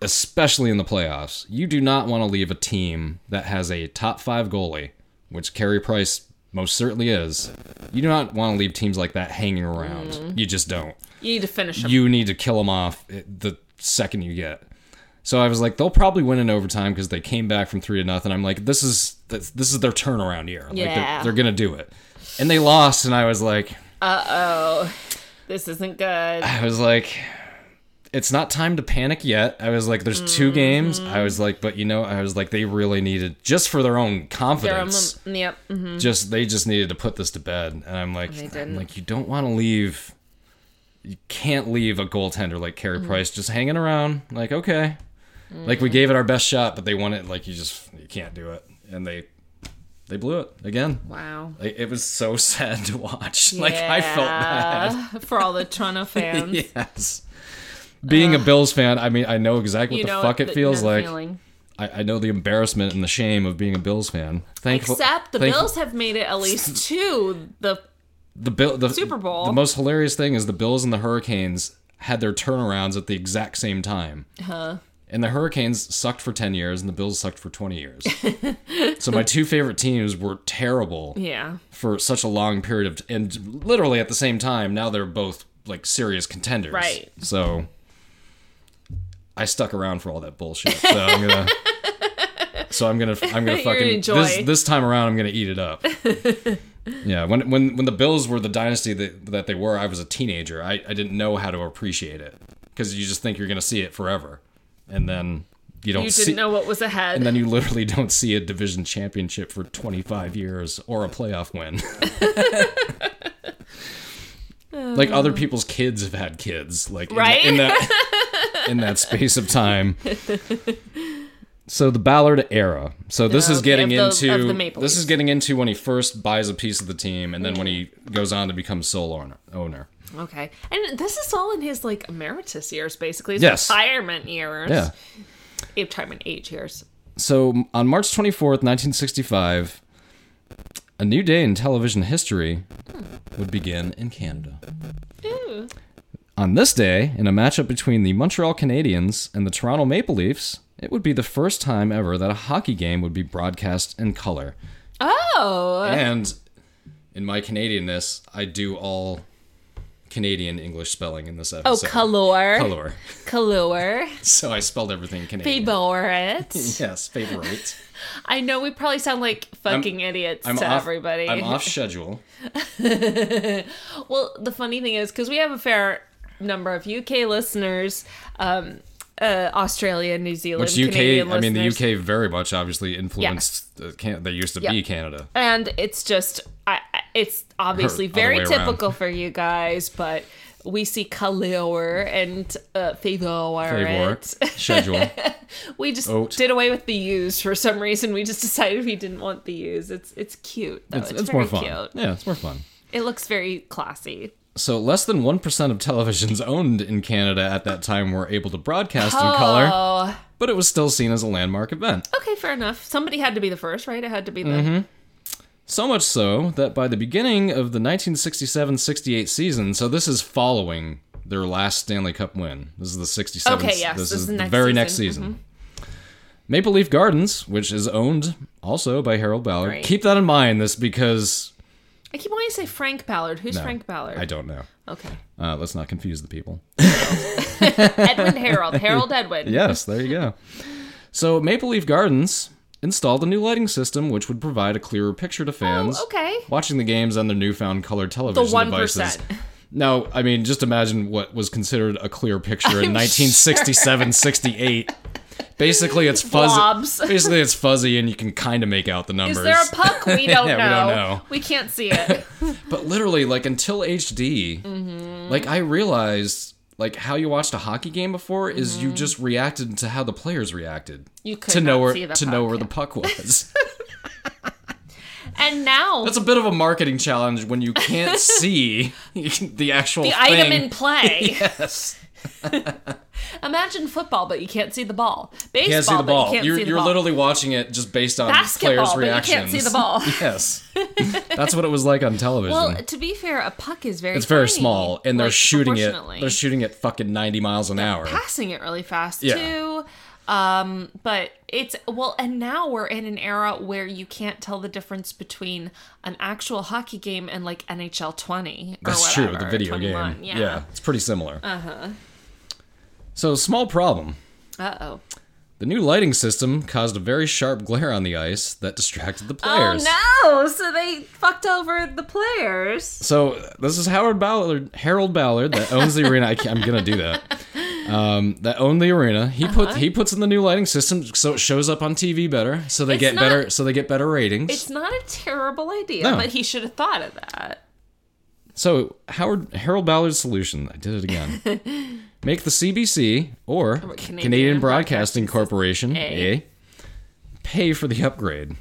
S2: especially in the playoffs. You do not want to leave a team that has a top five goalie, which Carey Price most certainly is. You do not want to leave teams like that hanging around.
S3: Mm-hmm.
S2: You just don't.
S3: you need to finish them.
S2: You need to kill them off eh, the second you get. So I was like, they'll probably win in overtime because they came back from three to nothing. I'm like, this is this, this is their turnaround year. Like
S3: Yeah.
S2: they're, they're gonna do it, and they lost. And I was like,
S3: this isn't good.
S2: I was like, it's not time to panic yet. I was like, there's two games. I was like, but you know, I was like, they really needed just for their own
S3: They're a
S2: confidence.
S3: mom- yep. mhm.
S2: Just they just needed to put this to bed. And I'm like,
S3: they
S2: I'm
S3: didn't.
S2: like, you don't want to leave. You can't leave a goaltender like Carey
S3: Mm-hmm.
S2: Price just hanging around. Like, okay, like we gave it our best shot, but they won it. Like you just you can't do it, and they they blew it again.
S3: Wow.
S2: Like, it was so sad to watch. Like I felt bad.
S3: bad for all the Toronto fans.
S2: Yes. Being a Bills fan, I mean, I know exactly
S3: You
S2: what the
S3: know
S2: fuck it
S3: the-
S2: feels
S3: the
S2: like.
S3: feeling.
S2: I, I know the embarrassment and the shame of being a Bills fan. Thankful,
S3: Except the
S2: thankful-
S3: Bills have made it at least to the
S2: the Bill, the
S3: Super Bowl.
S2: The most hilarious thing is the Bills and the Hurricanes had their turnarounds at the exact same time. Huh.
S3: Uh-huh.
S2: And the Hurricanes sucked for ten years, and the Bills sucked for twenty years. so my two favorite teams were terrible
S3: yeah.
S2: for such a long period of, and literally at the same time. Now they're both like serious contenders,
S3: Right.
S2: So I stuck around for all that bullshit. So I'm gonna, so I'm gonna, I'm gonna
S3: You're gonna
S2: fucking
S3: enjoy.
S2: this this time around. I'm gonna eat it up. yeah, when when when the Bills were the dynasty that, that they were, I was a teenager. I I didn't know how to appreciate it because you just think you're gonna see it forever, and then you don't
S3: You
S2: see.
S3: didn't know what was ahead.
S2: And then you literally don't see a division championship for 25 years or a playoff win. like other people's kids have had kids, like in-
S3: Oh. Right?
S2: in, that in that space of time. So the Ballard era. So this is
S3: Okay,
S2: getting
S3: of Oh, the-
S2: into
S3: of the Maple
S2: this is
S3: Leafs.
S2: getting into when he first buys a piece of the team, and then when he goes on to become sole owner. owner.
S3: Okay. And this is all in his like emeritus years, basically. His
S2: Yes.
S3: retirement years.
S2: Yeah.
S3: Retirement age years.
S2: So m- on March 24th, 1965, a new day in television history would begin in Canada.
S3: Ooh.
S2: On this day, in a matchup between the Montreal Canadiens and the Toronto Maple Leafs, it would be the first time ever that a hockey game would be broadcast in color.
S3: Oh.
S2: And in my Canadianness, I do all Canadian English spelling in this
S3: Oh,
S2: episode.
S3: color.
S2: Color.
S3: Color.
S2: So I spelled everything Canadian.
S3: Favorite.
S2: Yes, favorite.
S3: I know we probably sound like fucking idiots
S2: I'm
S3: to
S2: off,
S3: everybody.
S2: I'm off schedule.
S3: Well, the funny thing is, because we have a fair number of UK listeners, um, uh, Australia, New Zealand,
S2: Which UK,
S3: Canadian
S2: I mean, the
S3: listeners.
S2: UK very much obviously influenced. Uh, can, they used to be
S3: Yep.
S2: Canada.
S3: and it's just I, I- it's obviously
S2: Other way
S3: very
S2: around.
S3: typical for you guys but we see Kalor and uh,
S2: Favor,
S3: Favorit.
S2: schedule.
S3: We just
S2: Oat.
S3: did away with the U's for some reason. We just decided we didn't want the U's. It's it's cute though. It's,
S2: It's, it's
S3: very
S2: more fun.
S3: cute.
S2: Yeah, it's more fun.
S3: It looks very classy.
S2: So less than one percent of televisions owned in Canada at that time were able to broadcast in color,
S3: Oh,
S2: but it was still seen as a landmark event.
S3: okay, fair enough. Somebody had to be the first, right? It had to be the.
S2: Mm-hmm. So much so that by the beginning of the 1967-68 season, so this is following their last Stanley Cup win. This is the 67.
S3: Okay, yes,
S2: this,
S3: this
S2: is
S3: is
S2: the
S3: next
S2: very
S3: season. Mm-hmm.
S2: next season. Maple Leaf Gardens, which is owned also by Harold Ballard.
S3: Right.
S2: Keep that in mind, this because
S3: I keep wanting to say Frank Ballard. Who's
S2: No,
S3: Frank Ballard?
S2: I don't know.
S3: Okay.
S2: Uh, let's not confuse the people.
S3: Edwin Harold. Harold Edwin.
S2: Yes, there you go. So Maple Leaf Gardens installed a new lighting system which would provide a clearer picture to fans
S3: Oh, okay.
S2: watching the games on their newfound color
S3: The
S2: television
S3: one
S2: devices.
S3: percent.
S2: Now, I mean, just imagine what was considered a clear picture in
S3: I'm
S2: 1967 68. Basically, it's fuzzy.
S3: Blobs.
S2: Basically, it's fuzzy, and you can kind of make out the numbers.
S3: Is there a puck? We don't
S2: Yeah, we
S3: know.
S2: don't know.
S3: We can't see it.
S2: But literally, like until HD,
S3: Mm-hmm.
S2: like I realized, like how you watched a hockey game before is you just reacted to how the players reacted
S3: Mm-hmm. You could
S2: to know
S3: not
S2: where
S3: see
S2: to
S3: the
S2: know
S3: puck.
S2: where the puck was.
S3: And now
S2: That's a bit of a marketing challenge when you can't see the actual
S3: the
S2: thing.
S3: item in play.
S2: yes.
S3: Imagine football, but you can't see the ball. Baseball,
S2: can't see the ball.
S3: but you can't
S2: you're
S3: see the
S2: you're
S3: ball.
S2: literally watching it just based on
S3: Basketball,
S2: players'
S3: but you can't
S2: reactions.
S3: see the ball.
S2: Yes, that's what it was like on television.
S3: well, to be fair, a puck is very
S2: it's very
S3: tiny,
S2: small, and they're
S3: like,
S2: shooting it.
S3: proportionally.
S2: They're shooting it fucking ninety miles an hour.
S3: passing it really fast
S2: Yeah.
S3: too. Um, but it's well, and now we're in an era where you can't tell the difference between an actual hockey game and like NHL 20. Or
S2: That's
S3: whatever,
S2: true. The video
S3: 21,
S2: game.
S3: Yeah. Uh-huh.
S2: it's pretty similar. Uh huh. So small problem.
S3: Uh oh.
S2: The new lighting system caused a very sharp glare on the ice that distracted the players.
S3: Oh no! So they fucked over the players.
S2: So this is Howard Ballard, Harold Ballard, that owns the arena. I can't, I'm gonna do that. Um, that owned the arena. He
S3: Uh-huh.
S2: put he puts in the new lighting system, so it shows up on TV better. So they
S3: It's
S2: get
S3: not-
S2: better. So they get better ratings.
S3: It's not a terrible idea,
S2: No.
S3: but he should have thought of that.
S2: So Howard Harold Ballard's solution, I did it again. Make the CBC or Canadian,
S3: Canadian
S2: Broadcasting Corporation
S3: A.
S2: eh, pay for the upgrade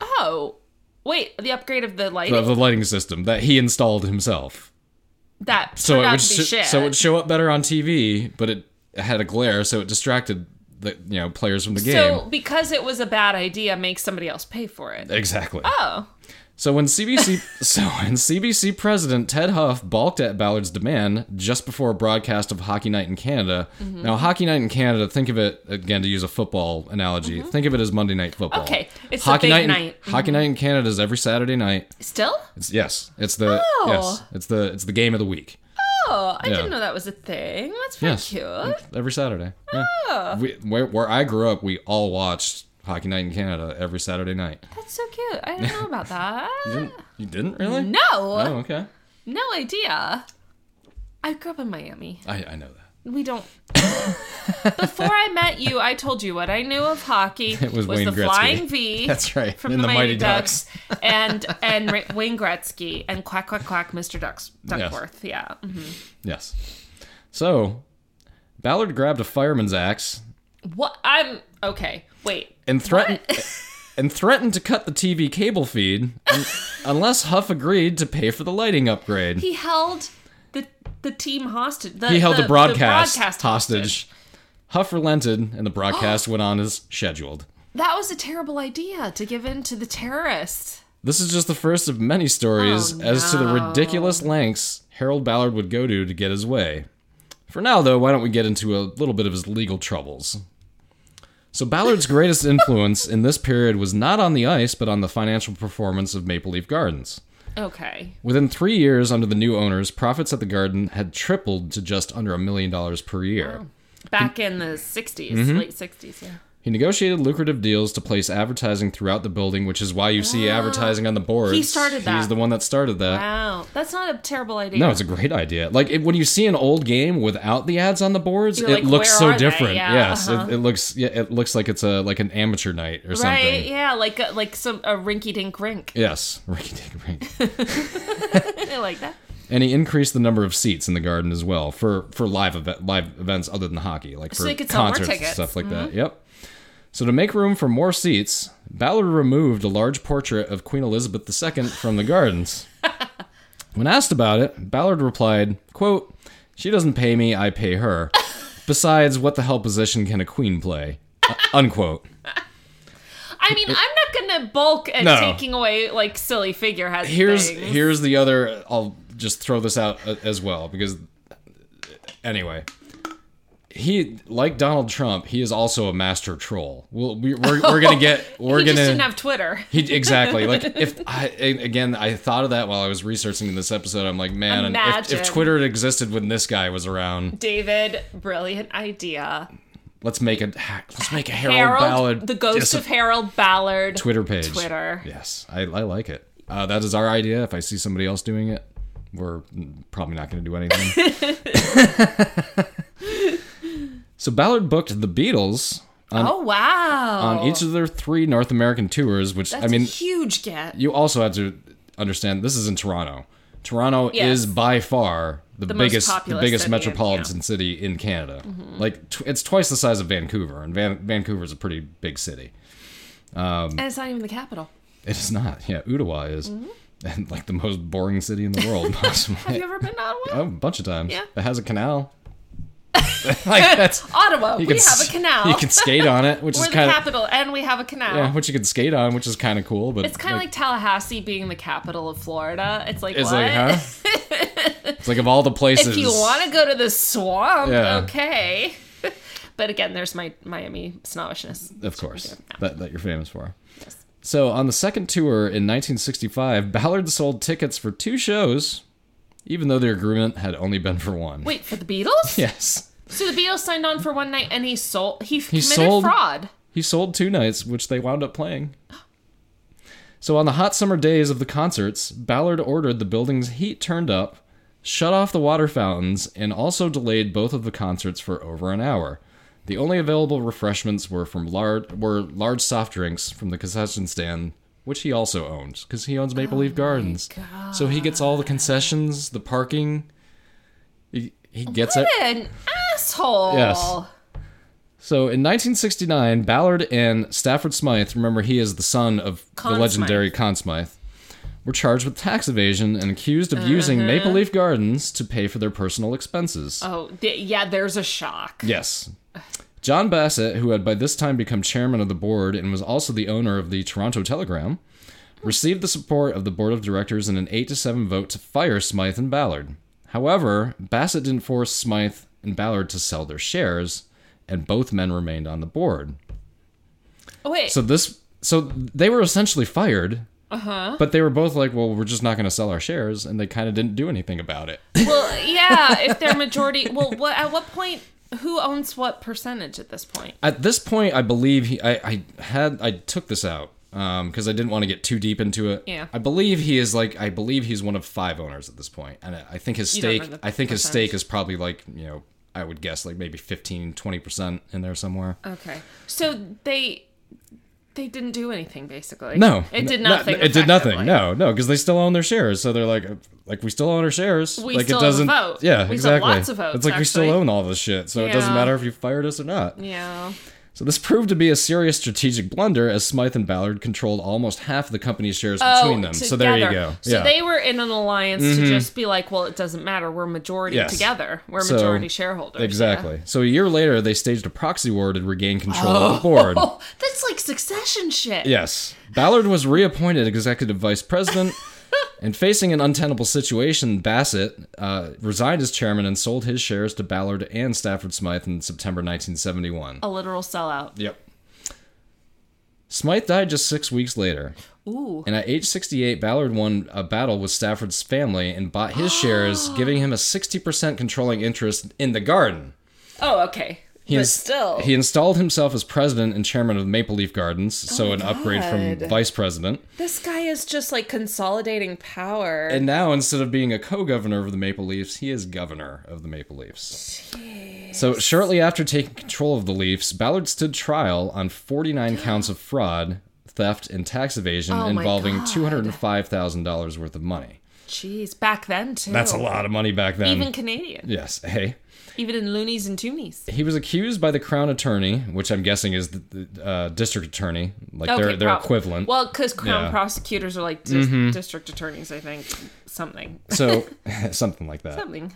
S3: Oh, wait, the upgrade of the lighting
S2: of the lighting system that he installed himself.
S3: that
S2: So
S3: turned
S2: it
S3: out
S2: would
S3: to be
S2: sh-
S3: shit.
S2: so it would show up better on TV, but it had a glare, so it distracted the you know players from the game.
S3: So because it was a bad idea, make somebody else pay for it.
S2: Exactly.
S3: Oh,
S2: So when CBC so when CBC president Ted Huff balked at Ballard's demand just before a broadcast of Hockey Night in Canada.
S3: Mm-hmm.
S2: Now Hockey Night in Canada, think of it again to use a football analogy. Think of it as Monday Night Football.
S3: Mm-hmm. Okay, it's a
S2: Hockey
S3: big
S2: night. in-
S3: night. Mm-hmm.
S2: Hockey Night in Canada is every Saturday night.
S3: still?
S2: It's yes, it's the
S3: Oh.
S2: yes, it's the it's the game of the week.
S3: Oh, I
S2: Yeah.
S3: didn't know that was a thing. That's pretty
S2: Yes.
S3: cute.
S2: Every Saturday. Yeah.
S3: Oh.
S2: We, where, where I grew up, we all watched Hockey Night in Canada every Saturday night.
S3: That's so cute. I didn't know about that.
S2: You didn't, you didn't really?
S3: No,
S2: Oh, okay.
S3: no idea. I grew up in Miami.
S2: I, I know that.
S3: We don't. Before I met you, I told you what I knew of hockey
S2: It was Wayne
S3: the
S2: Gretzky.
S3: flying V.
S2: That's right,
S3: From
S2: and
S3: the,
S2: the
S3: Mighty,
S2: Mighty Ducks.
S3: Ducks, and and Ra- Wayne Gretzky and quack quack quack Mr. Ducks Duckworth. Yeah. mhm.
S2: Yes. So, Ballard grabbed a fireman's axe
S3: What I'm okay. Wait.
S2: and threatened and threatened to cut the TV cable feed un- unless Huff agreed to pay for the lighting upgrade. He,
S3: He held the the team hostage. The,
S2: held the, broadcast,
S3: broadcast
S2: hostage. Huff relented, and the broadcast went on as scheduled.
S3: That was a terrible idea to give in to the terrorists.
S2: This is just the first of many stories
S3: Oh,
S2: as to the ridiculous lengths Harold Ballard would go to to get his way. For now, though, why don't we get into a little bit of his legal troubles? So, Ballard's greatest influence in this period was not on the ice, but on the financial performance of Maple Leaf Gardens.
S3: Okay.
S2: Within three years under the new owners, profits at the garden had tripled to just under a million dollars per year.
S3: Back in the 60s,
S2: Mm-hmm.
S3: late 60s, yeah.
S2: He negotiated lucrative deals to place advertising throughout the building, which is why you see advertising on the boards.
S3: Ah. He started
S2: He's
S3: that.
S2: the one that started that.
S3: Wow. That's not a terrible idea.
S2: No, it's a great idea. Like it, when you see an old game without the ads on the boards,
S3: You're
S2: it
S3: like,
S2: looks
S3: "Where
S2: so
S3: are they?"
S2: different.
S3: Yeah,
S2: yes,
S3: uh-huh.
S2: it, it looks. Yeah, it looks like it's a like an amateur night or
S3: right?
S2: something.
S3: Yeah, like a, like some a rinky dink rink.
S2: Yes, Ricky Dick Rink.
S3: I like that.
S2: and he increased the number of seats in the garden as well for for live ev- live events other than hockey, like for
S3: So you could sell more
S2: concerts and
S3: tickets. Mm-hmm.
S2: stuff like that. Yep. So to make room for more seats, Ballard removed a large portrait of Queen Elizabeth II from the gardens. When asked about it, Ballard replied, quote, She doesn't pay me, I pay her. Besides, what the hell position can a queen play? Uh, unquote.
S3: I mean, I'm not gonna bulk at
S2: No.
S3: taking away like silly figurehead
S2: Here's
S3: things.
S2: here's the other. I'll just throw this out a- as well because anyway, he like Donald Trump, he is also a master troll. We'll, we, we're we're gonna get we're
S3: he
S2: gonna
S3: just didn't have Twitter.
S2: He, exactly. Like if I a- again, I thought of that while I was researching this episode. I'm like, man, and if, if
S3: Imagine.
S2: Twitter had existed when this guy was around,
S3: David, brilliant idea.
S2: let's make a ha- let's make a Harold,
S3: Harold,
S2: Ballard,
S3: the ghost
S2: dis-
S3: of Harold Ballard.
S2: Twitter page.
S3: Twitter.
S2: Yes, I, I like it. Uh, that is our idea. If I see somebody else doing it, we're probably not going to do anything. so Ballard booked the Beatles on,
S3: Oh wow!
S2: on each of their three North American tours, which
S3: Oh. That's
S2: I mean,
S3: a huge get.
S2: you also have to understand this is in Toronto. Toronto
S3: Yes.
S2: is by far the,
S3: most
S2: biggest the
S3: populous
S2: biggest
S3: city in- Mm-hmm.
S2: metropolitan city in Canada. Like tw- it's twice the size of Vancouver, and Van- Vancouver's a pretty big city.
S3: and it's not even the capital.
S2: It is not. Yeah, Ottawa is,
S3: Mm-hmm.
S2: and like the most boring city in the world, possibly.
S3: Have you ever been to Ottawa?
S2: Oh, a bunch of times.
S3: Yeah.
S2: It has a canal. like that's
S3: Ottawa, we
S2: you can
S3: have a
S2: s-
S3: canal.
S2: You can skate on it, which
S3: We're
S2: is
S3: the
S2: kind of
S3: capital, and we have a canal.
S2: yeah, which you can skate on, which is kind of cool. But
S3: It's kind of like, Tallahassee being the capital of Florida. It's like
S2: it's
S3: what?
S2: like huh? it's like of all the places.
S3: If you want to go to the swamp,
S2: Yeah.
S3: okay. but again, there's my Miami snobbishness.
S2: Of course, that, that you're famous for. So on the second tour in 1965, Ballard sold tickets for two shows, even though their agreement had only been for one.
S3: Wait for the Beatles?
S2: Yes.
S3: So the Beatles signed on for one night, and he sold. He, committed
S2: sold-
S3: fraud.
S2: He sold two nights, which they wound up playing. So on the hot summer days of the concerts, Ballard ordered the building's heat turned up, shut off the water fountains, and also delayed both of the concerts for over an hour. The only available refreshments were from large were large soft drinks from the concession stand, which he also owns because he owns Maple Leaf Gardens. So he gets all the concessions, the parking. He, he gets it.
S3: An asshole.
S2: Yes. So in 1969, Ballard and Stafford Smythe, remember he is the son of
S3: Con
S2: the legendary Con Smythe, were charged with tax evasion and accused of using Maple Leaf Gardens to pay for their personal expenses.
S3: Oh th- yeah, there's a shock.
S2: Yes. John Bassett, who had by this time become chairman of the board and was also the owner of the Toronto Telegram, received the support of the board of directors in an 8 to 7 vote to fire Smythe and Ballard. However, Bassett didn't force Smythe and Ballard to sell their shares, and both men remained on the board.
S3: Oh, wait.
S2: So this so they were essentially fired. Uh-huh. But they were both like, well, we're just not going to sell our shares, and they kind of didn't do anything about it.
S3: well, yeah. If they're majority, well, what at what point? Who owns what percentage at this point?
S2: At this point, I believe he, I, I had, I took this out because I didn't want to get too deep into it.
S3: Yeah.
S2: I believe he is like, I believe he's one of five owners at this point, and I I think his
S3: You don't
S2: stake,
S3: know the
S2: I think his
S3: percentage.
S2: stake is probably like, you know, I would guess like maybe 15, 20 percent in there somewhere.
S3: Okay. So they they didn't do anything basically.
S2: No,
S3: It did
S2: no-
S3: nothing.
S2: it did nothing.
S3: effectively.
S2: No, no, because they still own their shares, so they're like, like we still own our shares.
S3: We
S2: like
S3: still
S2: it
S3: own the
S2: doesn't.
S3: vote.
S2: Yeah,
S3: We still have
S2: exactly.
S3: lots of votes,
S2: It's like we still
S3: actually.
S2: own all this shit, so it doesn't
S3: Yeah.
S2: matter if you fired us or not.
S3: Yeah.
S2: So this proved to be a serious strategic blunder, as Smythe and Ballard controlled almost half the company's shares between them. Um, So there you
S3: Oh, together.
S2: go.
S3: So
S2: yeah. Mm-hmm.
S3: they were in an alliance to just be like, well, it doesn't matter. We're majority
S2: Yes.
S3: together. We're
S2: So-
S3: majority shareholders. yeah.
S2: Exactly. So a year later, they staged a proxy war to regain control of the board.
S3: Oh, that's like succession shit.
S2: Yes. Ballard was reappointed executive vice president. And facing an untenable situation, Bassett uh, resigned as chairman and sold his shares to Ballard and Stafford Smythe in September 1971.
S3: A literal sellout.
S2: Yep. Smythe died just six weeks later.
S3: Ooh.
S2: And at age 68, Ballard won a battle with Stafford's family and bought his shares, giving him a 60% controlling interest in the garden.
S3: Oh, okay.
S2: He
S3: but
S2: ins-
S3: still.
S2: He installed himself as president and chairman of Maple Leaf Gardens, so an upgrade from
S3: Oh God.
S2: vice president.
S3: this guy is just like consolidating power.
S2: And now, instead of being a co governor of the Maple Leafs, he is governor of the Maple Leafs. So, shortly after taking control of the Leafs, Ballard stood trial on 49 counts of fraud, theft, and tax evasion
S3: Oh my
S2: involving
S3: God.
S2: $205,000 worth of money.
S3: Jeez, back then too.
S2: That's a lot of money back then.
S3: Even Canadian,
S2: yes. Hey.
S3: even in loonies and toonies.
S2: He was accused by the crown attorney, which I'm guessing is the, the uh, district attorney, like their, their
S3: prob-
S2: equivalent.
S3: Well, because crown
S2: Yeah. Mm-hmm.
S3: prosecutors are like dis- district attorneys, I think. Something,
S2: so something like that.
S3: something.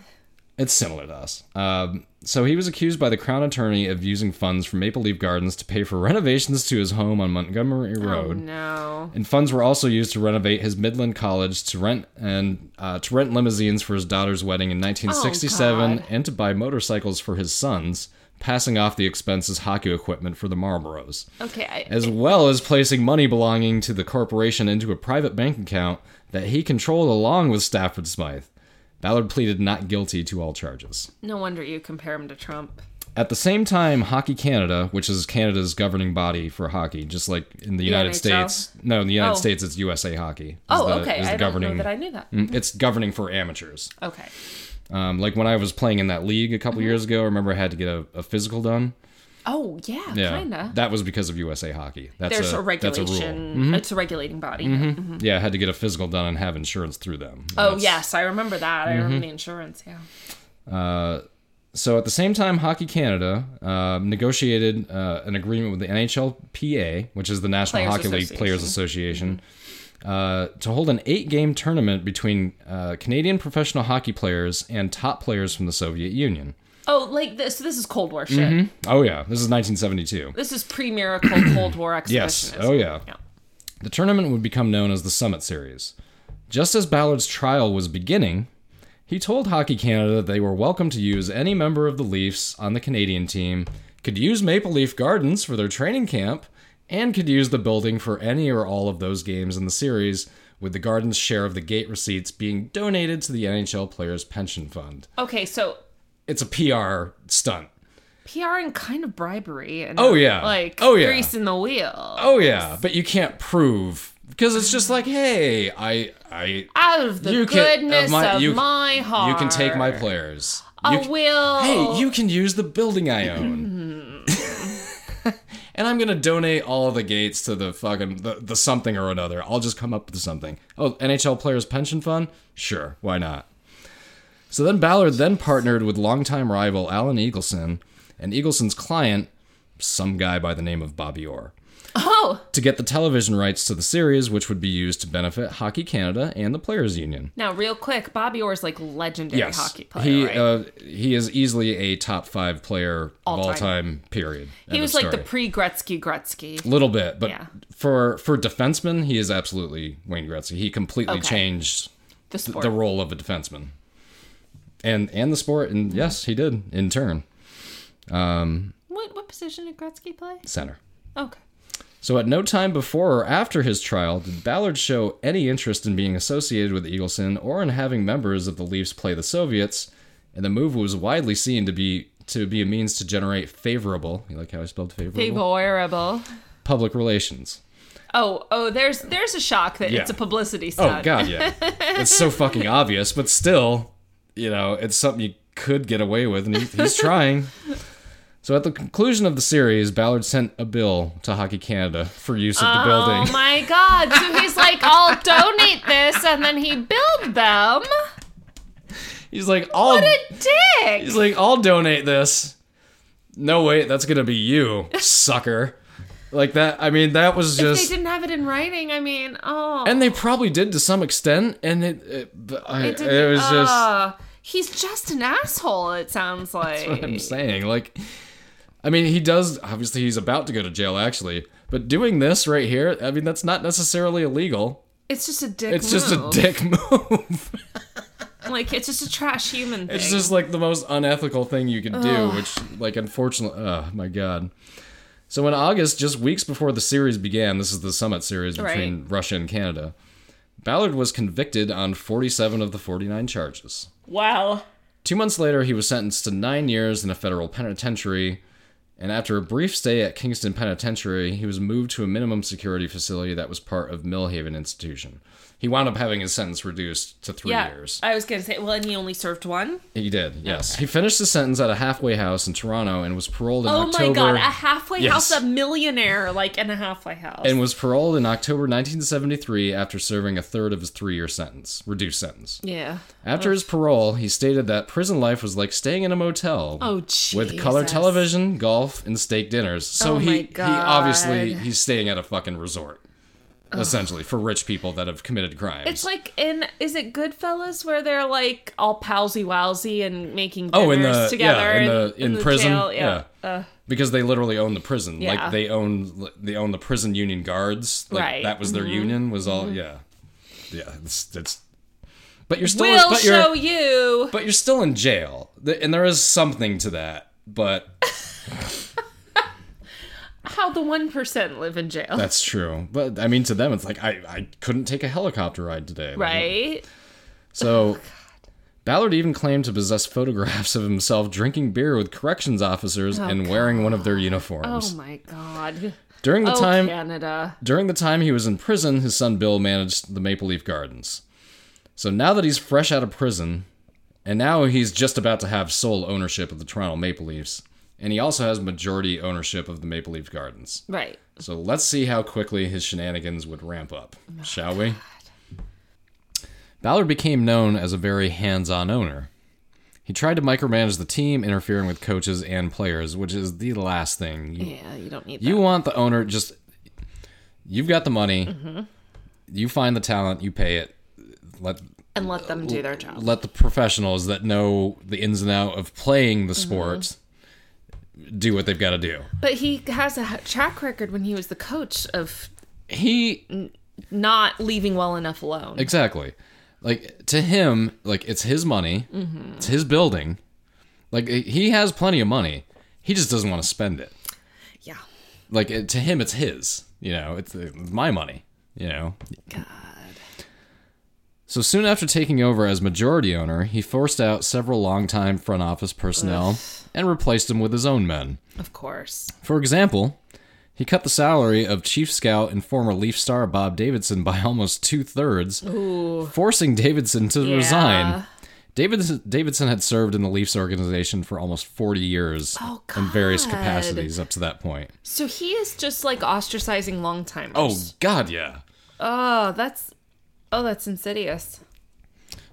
S2: It's similar to us. Um, so he was accused by the crown attorney of using funds from Maple Leaf Gardens to pay for renovations to his home on Montgomery
S3: Oh
S2: Road.
S3: no.
S2: And funds were also used to renovate his Midland College to rent and uh, to rent limousines for his daughter's wedding
S3: Oh,
S2: in 1967,
S3: God.
S2: and to buy motorcycles for his sons, passing off the expense as hockey equipment for the Marlboros,
S3: Okay, I,
S2: as well as placing money belonging to the corporation into a private bank account that he controlled along with Stafford Smythe. Ballard pleaded not guilty to all charges.
S3: no wonder you compare him to Trump.
S2: At the same time, Hockey Canada, which is Canada's governing body for hockey, just like in the United
S3: NHL?
S2: States, no, in the United
S3: Oh.
S2: States, it's USA Hockey. is
S3: Oh,
S2: the-
S3: okay.
S2: is the
S3: I don't know
S2: governing-
S3: that I knew that.
S2: Mm, It's governing for amateurs.
S3: Okay.
S2: Um, like when I was playing in that league a
S3: Mm-hmm.
S2: couple years ago, I remember I had to get a, a physical done.
S3: Oh yeah,
S2: Yeah,
S3: kinda.
S2: that was because of USA Hockey. That's
S3: There's a,
S2: That's a
S3: regulation. Mm-hmm.
S2: rule. Mm-hmm.
S3: It's a regulating body.
S2: Yeah, I had to get a physical done and have insurance through them.
S3: Oh
S2: That's- Mm-hmm.
S3: yes, I remember that. I remember the insurance. Yeah.
S2: So at the same time, Hockey Canada um, negotiated uh, an agreement with the NHLPA, which is the National
S3: Players
S2: Hockey League Players Association, uh, to hold an eight-game tournament between uh, Canadian professional hockey players and top players from the Soviet Union.
S3: Oh, like this. This is Cold War shit.
S2: Oh yeah, this is 1972.
S3: This is pre-miracle Cold War exhibitionism.
S2: Yes. Oh yeah.
S3: Yeah.
S2: The tournament would become known as the Summit Series. Just as Ballard's trial was beginning, he told Hockey Canada they were welcome to use any member of the Leafs on the Canadian team, could use Maple Leaf Gardens for their training camp, and could use the building for any or all of those games in the series, with the Gardens' share of the gate receipts being donated to the NHL Players Pension Fund.
S3: Okay, so
S2: It's a PR stunt.
S3: PR and kind of bribery. And
S2: Oh, yeah.
S3: Like
S2: Oh, yeah.
S3: grease in the wheel.
S2: Oh yeah, but you can't prove because it's just like, hey, I I
S3: Out of the
S2: You can-
S3: goodness
S2: of
S3: of
S2: my-
S3: my,
S2: you-
S3: heart.
S2: You can take my players.
S3: I
S2: You can-
S3: will.
S2: Hey, you can use the building I own. and I'm gonna donate all the gates to the fucking the, the something or another. I'll just come up with something. Oh, NHL players pension fund? Sure, why not? So then Ballard then partnered with longtime rival Alan Eagleson and Eagleson's client, some guy by the name of Bobby Orr
S3: Oh,
S2: to get the television rights to the series, which would be used to benefit Hockey Canada and the Players Union.
S3: now real quick, Bobby Orr's like legendary hockey player.
S2: he
S3: right?
S2: uh, he is easily a top five player of all
S3: All-time.
S2: time. Period.
S3: he
S2: End
S3: was
S2: of
S3: like the
S2: story.
S3: pre Gretzky Gretzky.
S2: little bit, but
S3: Yeah.
S2: for for defenseman, he is absolutely Wayne Gretzky. He completely
S3: Okay.
S2: changed
S3: The sport.
S2: the role of a defenseman, and and the sport. And yes, he did in turn
S3: what what position did Gretzky play?
S2: center.
S3: Okay.
S2: So at no time before or after his trial did Ballard show any interest in being associated with Eagleson or in having members of the Leafs play the Soviets, and the move was widely seen to be to be a means to generate favorable, you like how I spelled favorable?
S3: Favorable.
S2: Public relations.
S3: Oh, oh, there's there's a shock that
S2: Yeah.
S3: it's a publicity
S2: Oh
S3: stunt.
S2: god, yeah. it's so fucking obvious, but still, you know, it's something you could get away with and he, he's trying. So at the conclusion of the series, Ballard sent a bill to Hockey Canada for use of the building.
S3: Oh my god. So he's like, I'll donate this and then he billed them.
S2: He's like, all
S3: What a dick.
S2: He's like, I'll donate this. No, wait, that's gonna be you, sucker. Like that. I mean, that was
S3: they
S2: just.
S3: didn't have it in writing. I mean, oh.
S2: and they probably did to some extent, and it. It, but I, it,
S3: didn't-
S2: was just.
S3: uh, He's just an asshole, it sounds like.
S2: what I'm saying. Like, I mean, he does. Obviously, he's about to go to jail, actually. But doing this right here, I mean, that's not necessarily illegal.
S3: It's just a dick.
S2: It's just a
S3: move.
S2: dick move.
S3: Like, it's just a trash human thing.
S2: It's just like the most unethical thing you could do, which, like, unfortunately, oh my god. So in August, just weeks before the series began, this is the summit series between Russia and Canada. Ballard was convicted on 47 of the 49 charges.
S3: wow.
S2: Two months later, he was sentenced to nine years in a federal penitentiary, And after a brief stay at Kingston Penitentiary, he was moved to a minimum security facility that was part of Millhaven Institution. He wound up having his sentence reduced to three
S3: yeah.
S2: years.
S3: I was gonna say. Well, and he only served one.
S2: He did, yes. He finished his sentence at a halfway house in Toronto and was paroled in
S3: oh
S2: October.
S3: my god, a halfway
S2: Yes.
S3: house, a millionaire, like in a halfway house.
S2: and was paroled in October 1973 after serving a third of his three-year sentence, reduced sentence.
S3: yeah.
S2: After his parole, he stated that prison life was like staying in a motel
S3: Oh,
S2: with color
S3: Jesus.
S2: television, golf, and steak dinners. So
S3: Oh my
S2: he he
S3: God.
S2: obviously he's staying at a fucking resort, essentially for rich people that have committed crimes.
S3: It's like in is it Goodfellas where they're like all palsy wowsy and making dinners
S2: Oh, in the-
S3: together
S2: yeah, in the- in prison,
S3: jail, yeah. Uh,
S2: because they literally own the prison.
S3: Yeah.
S2: Like they own they own the prison union guards. Like
S3: Right. Mm-hmm.
S2: that was their union was all yeah. Yeah, it's, it's But you're still
S3: we'll
S2: but you're
S3: show you.
S2: but you're still in jail. Th- And there is something to that, but
S3: how the one percent live in jail,
S2: that's true. But I mean to them it's like I I couldn't take a helicopter ride today. Like,
S3: right?
S2: So Ballard even claimed to possess photographs of himself drinking beer with corrections officers and wearing one of their
S3: Oh
S2: uniforms.
S3: my god!
S2: During the
S3: Oh
S2: time
S3: Canada,
S2: during the time he was in prison, his son Bill managed the Maple Leaf Gardens. So now that he's fresh out of prison, and now he's just about to have sole ownership of the Toronto Maple Leafs, and he also has majority ownership of the Maple Leaf Gardens.
S3: right?
S2: So let's see how quickly his shenanigans would ramp up, shall we? Ballard became known as a very hands on owner. He tried to micromanage the team, interfering with coaches and players, which is the last thing you
S3: Yeah, you don't need that.
S2: you want the owner just you've got the money you find the talent you pay it let
S3: and let them do their job.
S2: let the professionals that know the ins and out of playing the sport do what they've got to do
S3: But he has a h- track record when he was the coach of
S2: he
S3: not leaving well enough alone.
S2: Exactly. Like to him, like it's his money, it's his building. Like he has plenty of money. He just doesn't want to spend it.
S3: Yeah.
S2: Like it, to him, it's his. You know, it's, it's my money. You know.
S3: God.
S2: So soon after taking over as majority owner, he forced out several longtime front office personnel and replaced them with his own men.
S3: Of course.
S2: For example, he cut the salary of Chief Scout and former Leaf star Bob Davidson by almost two thirds, forcing Davidson to resign. Davidson, Davidson had served in the Leafs organization for almost 40 years
S3: Oh,
S2: in various
S3: God.
S2: capacities up to that point.
S3: So he is just like ostracizing long timers.
S2: Oh, God, yeah.
S3: Oh, that's oh, that's insidious.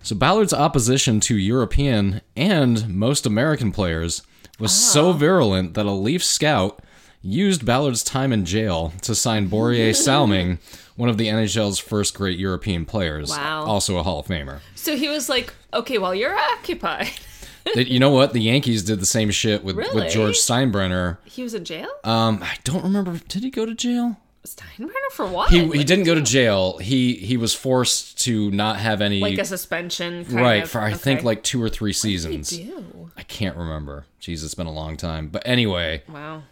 S2: So Ballard's opposition to European and most American players was
S3: Ah.
S2: so virulent that a Leaf scout used Ballard's time in jail to sign Borie Salming, one of the NHL's first great European players,
S3: Wow.
S2: also a Hall of Famer.
S3: So he was like, okay, well, you're occupied.
S2: That- you know what? The Yankees did the same shit with,
S3: Really?
S2: with George Steinbrenner.
S3: He was in jail.
S2: Um, I don't remember. Did he go to jail?
S3: Steinbrenner for what?
S2: He, he didn't go to jail. He he was forced to not have any
S3: like a suspension, kind
S2: right
S3: of.
S2: for I
S3: Okay.
S2: think like two or three seasons.
S3: Ew.
S2: I can't remember. Jeez, it's been a long time. But anyway,
S3: Wow.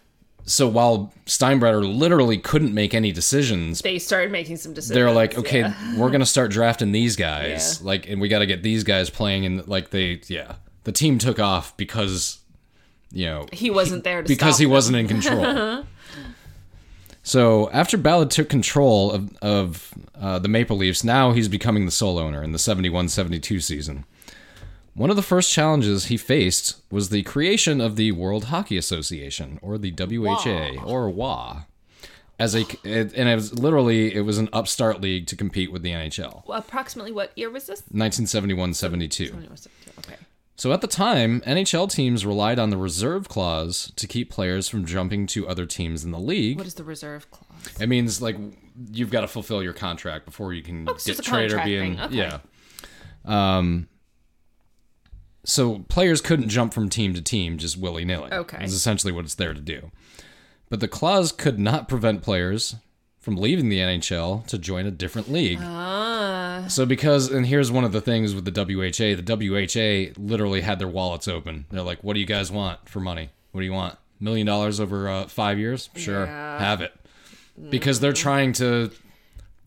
S2: so while Steinbrenner literally couldn't make any decisions,
S3: They started making some decisions.
S2: they're like, okay,
S3: yeah.
S2: we're gonna start drafting these guys,
S3: Yeah.
S2: like, and we got to get these guys playing, and like they, yeah, the team took off because, you know,
S3: he wasn't there to
S2: because
S3: stop
S2: he
S3: them.
S2: wasn't in control. so after Ballard took control of of uh, the Maple Leafs, now he's becoming the sole owner in the 71-72 season. One of the first challenges he faced was the creation of the World Hockey Association, or the WHA, or WA, as a it, and it was literally it was an upstart league to compete with the NHL.
S3: Approximately what year was this?
S2: 1971-72.
S3: Okay.
S2: So at the time, NHL teams relied on the reserve clause to keep players from jumping to other teams in the league.
S3: What is the reserve clause?
S2: it means like you've got to fulfill your contract before you can
S3: Oh, so
S2: get
S3: it's a
S2: traded or
S3: contract
S2: be in.
S3: thing. Okay.
S2: Yeah. Um. So players couldn't jump from team to team just willy nilly.
S3: Okay.
S2: is essentially what it's there to do. But the clause could not prevent players from leaving the NHL to join a different league.
S3: Ah.
S2: So because and here's one of the things with the WHA, the WHA literally had their wallets open. They're like, "What do you guys want for money? What do you want? Million dollars over uh, five years? Sure,
S3: Yeah. Mm-hmm.
S2: have it." Because they're trying to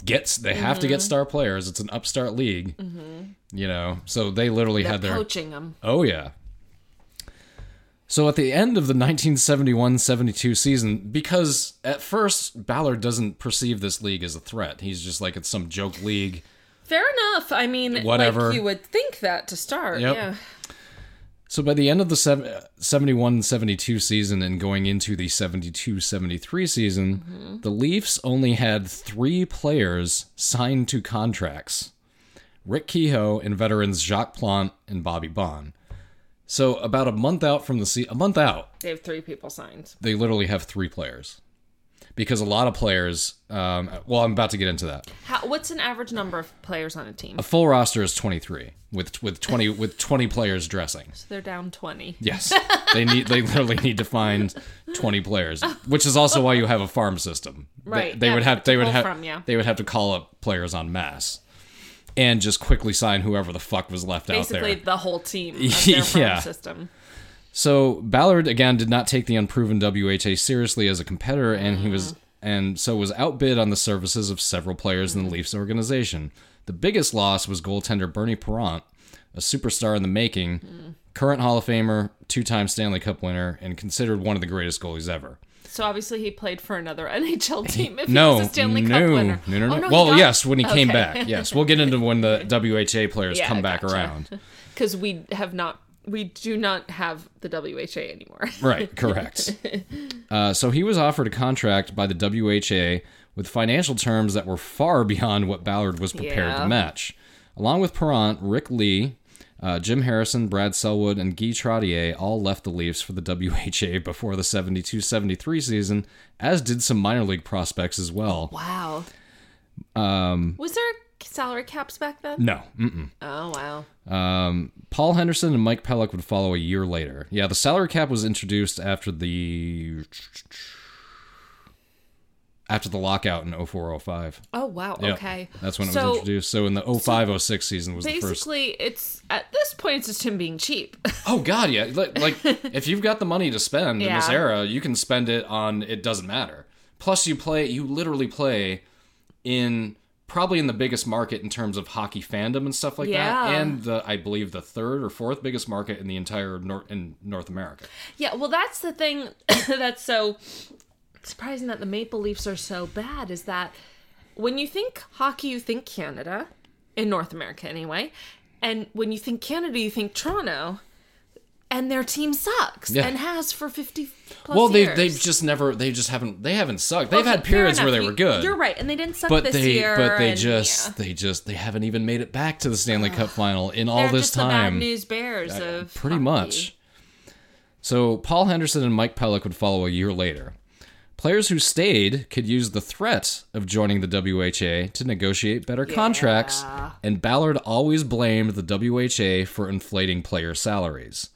S2: get, they have to get star players. It's an upstart league,
S3: Mm-hmm.
S2: you know. So they literally
S3: They're
S2: had their
S3: poaching him.
S2: Oh yeah. Oh, So at the end of the 1971-72 season, because at first Ballard doesn't perceive this league as a threat. He's just like it's some joke league.
S3: Fair enough. I mean,
S2: Whatever.
S3: like you would think that to start.
S2: Yep.
S3: Yeah.
S2: So by the end of the 71-72 season and going into the 72-73 season, the Leafs only had 3 players signed to contracts. Rick Kehoe and veterans Jacques Plant and Bobby Bond. So about a month out from the se- a month out
S3: They have three people signed.
S2: they literally have three players because a lot of players um, well i'm about to get into that
S3: How, what's an average number of players on a team?
S2: a full roster is 23 with with 20 with 20 players dressing
S3: So they're down 20.
S2: yes they need they literally need to find 20 players which is also why you have a farm system They-
S3: Right,
S2: they,
S3: yeah,
S2: would have they would
S3: pull
S2: have
S3: from, yeah.
S2: they would have to call up players on mass and just quickly sign whoever the fuck was left out
S3: Basically,
S2: there
S3: the whole team of their farm
S2: Yeah.
S3: system.
S2: So Ballard again did not take the unproven WHA seriously as a competitor, and he was and so was outbid on the services of several players in the Leafs organization. The biggest loss was goaltender Bernie Parent, a superstar in the making, current Hall of Famer, two-time Stanley Cup winner, and considered one of the greatest goalies ever.
S3: So obviously he played for another NHL team. If
S2: no,
S3: he was a Stanley
S2: no,
S3: Cup winner.
S2: no, no,
S3: Oh,
S2: no,
S3: he
S2: Well,
S3: got-
S2: yes, when he came
S3: Okay.
S2: back. Yes, we'll get into when the WHA players
S3: Yeah,
S2: come back
S3: gotcha.
S2: around.
S3: because we have not we do not have the WHA anymore.
S2: Right, correct. uh, so he was offered a contract by the WHA with financial terms that were far beyond what Ballard was prepared
S3: Yeah.
S2: to match. Along with Perrant, Rick Lee, uh, Jim Harrison, Brad Selwood, and Guy Trottier all left the Leafs for the WHA before the 72 73 season, as did some minor league prospects as well.
S3: Wow. Um was there salary caps back then?
S2: No. Mm-mm.
S3: Oh wow.
S2: Um, Paul Henderson and Mike Pellick would follow a year later. Yeah, the salary cap was introduced after the after the lockout in 0405.
S3: Oh wow.
S2: Yep.
S3: Okay.
S2: That's when it
S3: So,
S2: was introduced. So in the 0506 season was the first.
S3: Basically, it's at this point it's just him being cheap.
S2: Oh god, yeah. Like, like if you've got the money to spend in this
S3: Yeah.
S2: era, you can spend it on it doesn't matter. Plus you play you literally play in probably in the biggest market in terms of hockey fandom and stuff like that
S3: Yeah.
S2: and the I believe the third or fourth biggest market in the entire nor- in North America.
S3: yeah. Well, that's the thing that's so surprising that the Maple Leafs are so bad is that when you think hockey, you think Canada in North America anyway, and when you think Canada, you think Toronto. And their team sucks
S2: Yeah.
S3: and has for fifty plus
S2: Well, they
S3: years.
S2: they've just never they just haven't they haven't sucked. They've
S3: Okay,
S2: had
S3: fair
S2: periods where
S3: enough.
S2: they were
S3: You-
S2: good.
S3: You're right, and they didn't suck
S2: But
S3: this
S2: they
S3: year.
S2: but they
S3: and,
S2: just
S3: yeah.
S2: they just they haven't even made it back to the Stanley Cup final in all
S3: They're
S2: this
S3: just the
S2: time. uh,
S3: bad news bears of
S2: pretty
S3: hockey.
S2: much. So Paul Henderson and Mike Pellick would follow a year later. Players who stayed could use the threat of joining the WHA to negotiate better contracts, and Ballard always blamed the WHA for inflating player salaries.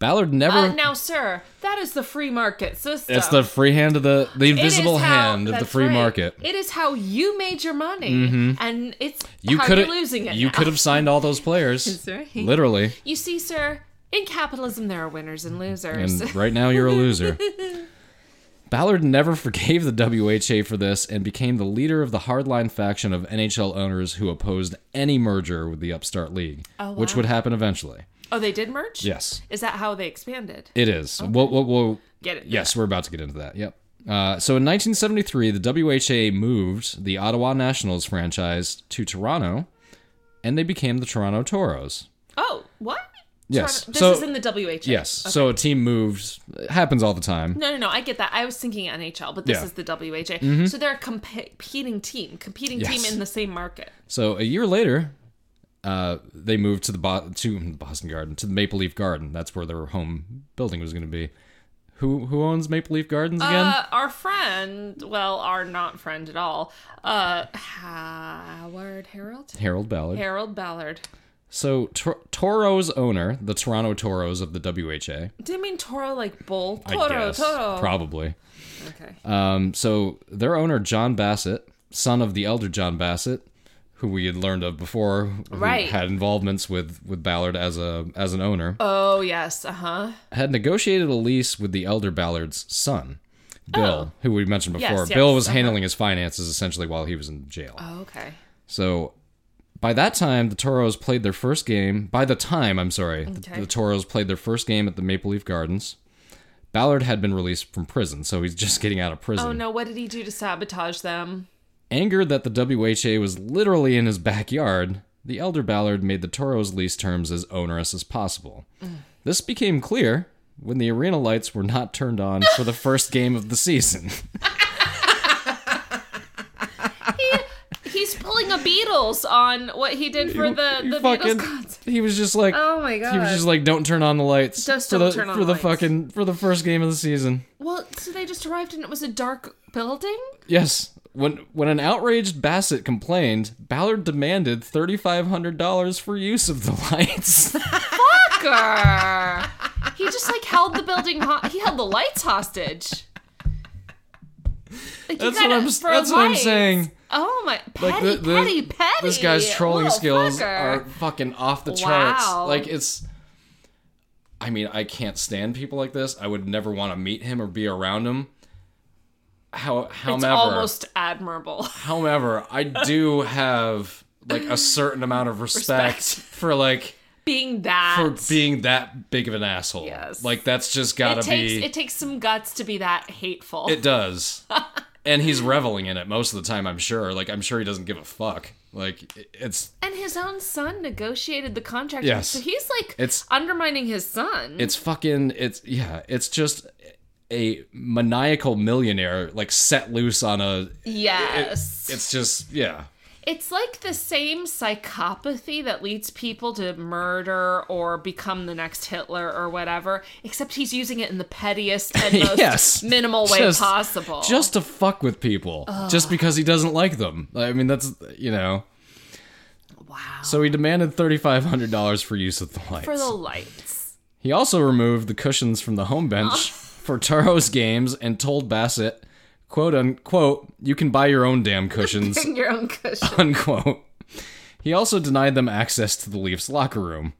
S2: Ballard never
S3: Uh, now, sir, that is the free market system.
S2: It's the free hand of the the
S3: It is
S2: invisible
S3: how-
S2: hand of the
S3: that's
S2: free
S3: right.
S2: market. Mm-hmm.
S3: It is how you made your money, and it's
S2: You
S3: how
S2: could
S3: you're
S2: have
S3: losing it.
S2: You
S3: now.
S2: could have signed all those players.
S3: That's right.
S2: Literally.
S3: You see, sir, in capitalism there are winners and losers.
S2: And right now you're a loser. Ballard never forgave the WHA for this and became the leader of the hardline faction of NHL owners who opposed any merger with the upstart league, which
S3: Oh, wow.
S2: would happen eventually.
S3: oh, they did merge.
S2: Yes.
S3: Is that how they expanded?
S2: It is. We'll, we'll, we'll-
S3: Get it.
S2: Yes, we're about to get into that. Yep. Uh, so in 1973, the WHA moved the Ottawa Nationals franchise to Toronto, and they became the Toronto Toros.
S3: Oh, what?
S2: Yes.
S3: Toronto- This
S2: So-
S3: is in the WHA.
S2: Yes. So a team moves. It happens all the time.
S3: No, no, no. I get that. I was thinking NHL, but this
S2: Yeah. Mm-hmm.
S3: is the WHA. So they're a comp- competing team, competing
S2: Yes.
S3: team in the same market.
S2: So a year later, uh, they moved to the Bo- to Boston Garden to the Maple Leaf Garden. That's where their home building was going to be. Who who owns Maple Leaf Gardens again?
S3: Uh, our friend, well, our not friend at all, uh, Howard Harold?
S2: Harold Ballard.
S3: Harold Ballard.
S2: so Tor- Toros owner, the Toronto Toros of the WHA.
S3: Didn't mean Toro like bull.
S2: I
S3: Toro,
S2: guess.
S3: Toro.
S2: Probably.
S3: okay.
S2: Um, so their owner, John Bassett, son of the elder John Bassett, who we had learned of before, who
S3: Right.
S2: had involvements with, with Ballard as a as an owner,
S3: oh, yes. Uh huh.
S2: had negotiated a lease with the elder Ballard's son, Bill, who we mentioned
S3: Oh. Yes,
S2: before.
S3: yes,
S2: Bill was
S3: uh-huh.
S2: handling his finances essentially while he was in jail.
S3: Oh, okay.
S2: So By that time, the Toros played their first game. By the time, I'm sorry, the-
S3: Okay.
S2: the, Toros played their first game at the Maple Leaf Gardens. Ballard had been released from prison, so he's just getting out of prison.
S3: Oh no, what did he do to sabotage them?
S2: Angered that the WHA was literally in his backyard, the elder Ballard made the Toros' lease terms as onerous as possible. This became clear when the arena lights were not turned on for the first game of the season.
S3: He's pulling a Beatles on what he did for the,
S2: He
S3: the
S2: fucking-
S3: Beatles concert.
S2: he was just like,
S3: Oh my
S2: he was
S3: God.
S2: just like, don't turn on the lights
S3: Just
S2: for
S3: don't
S2: the
S3: turn on
S2: for
S3: the
S2: the
S3: lights."
S2: fucking for the first game of the season.
S3: Well, so they just arrived and it was a dark building?
S2: Yes. When when an outraged Bassett complained, Ballard demanded thirty five hundred dollars for use of the lights.
S3: Grr. he just like held the building ho- he held the lights hostage. Like, you
S2: That's what
S3: gotta-
S2: I'm-
S3: for
S2: that's what I'm
S3: lights.
S2: saying.
S3: Oh my petty,
S2: Like the- the-
S3: petty, petty.
S2: This guy's trolling
S3: little
S2: skills
S3: fucker.
S2: are fucking off the charts.
S3: Wow.
S2: Like it's I mean, I can't stand people like this. I would never want to meet him or be around him. How however
S3: it's almost admirable.
S2: however, I do have like a certain amount of respect, for like
S3: Being that
S2: for being that big of an asshole.
S3: Yes.
S2: Like that's just gotta
S3: it takes
S2: be
S3: it takes some guts to be that hateful.
S2: It does. and he's reveling in it most of the time, I'm sure. Like, I'm sure he doesn't give a fuck. Like, it- it's
S3: and his own son negotiated the contract.
S2: Yes.
S3: So he's like
S2: It's-
S3: undermining his son.
S2: it's fucking it's yeah, it's just a maniacal millionaire like set loose on a.
S3: yes.
S2: It's just yeah,
S3: It's like the same psychopathy that leads people to murder or become the next Hitler or whatever, except he's using it in the pettiest and most
S2: Yes.
S3: minimal way
S2: Just-
S3: possible.
S2: just to fuck with people, just because he doesn't like them. I mean, that's you know.
S3: wow.
S2: So he demanded thirty five hundred dollars for use of the lights.
S3: For the lights.
S2: He also removed the cushions from the home bench for Taro's games and told Bassett, quote unquote, you can buy your own damn cushions,
S3: Bring your own cushion.
S2: unquote. He also denied them access to the Leafs locker room.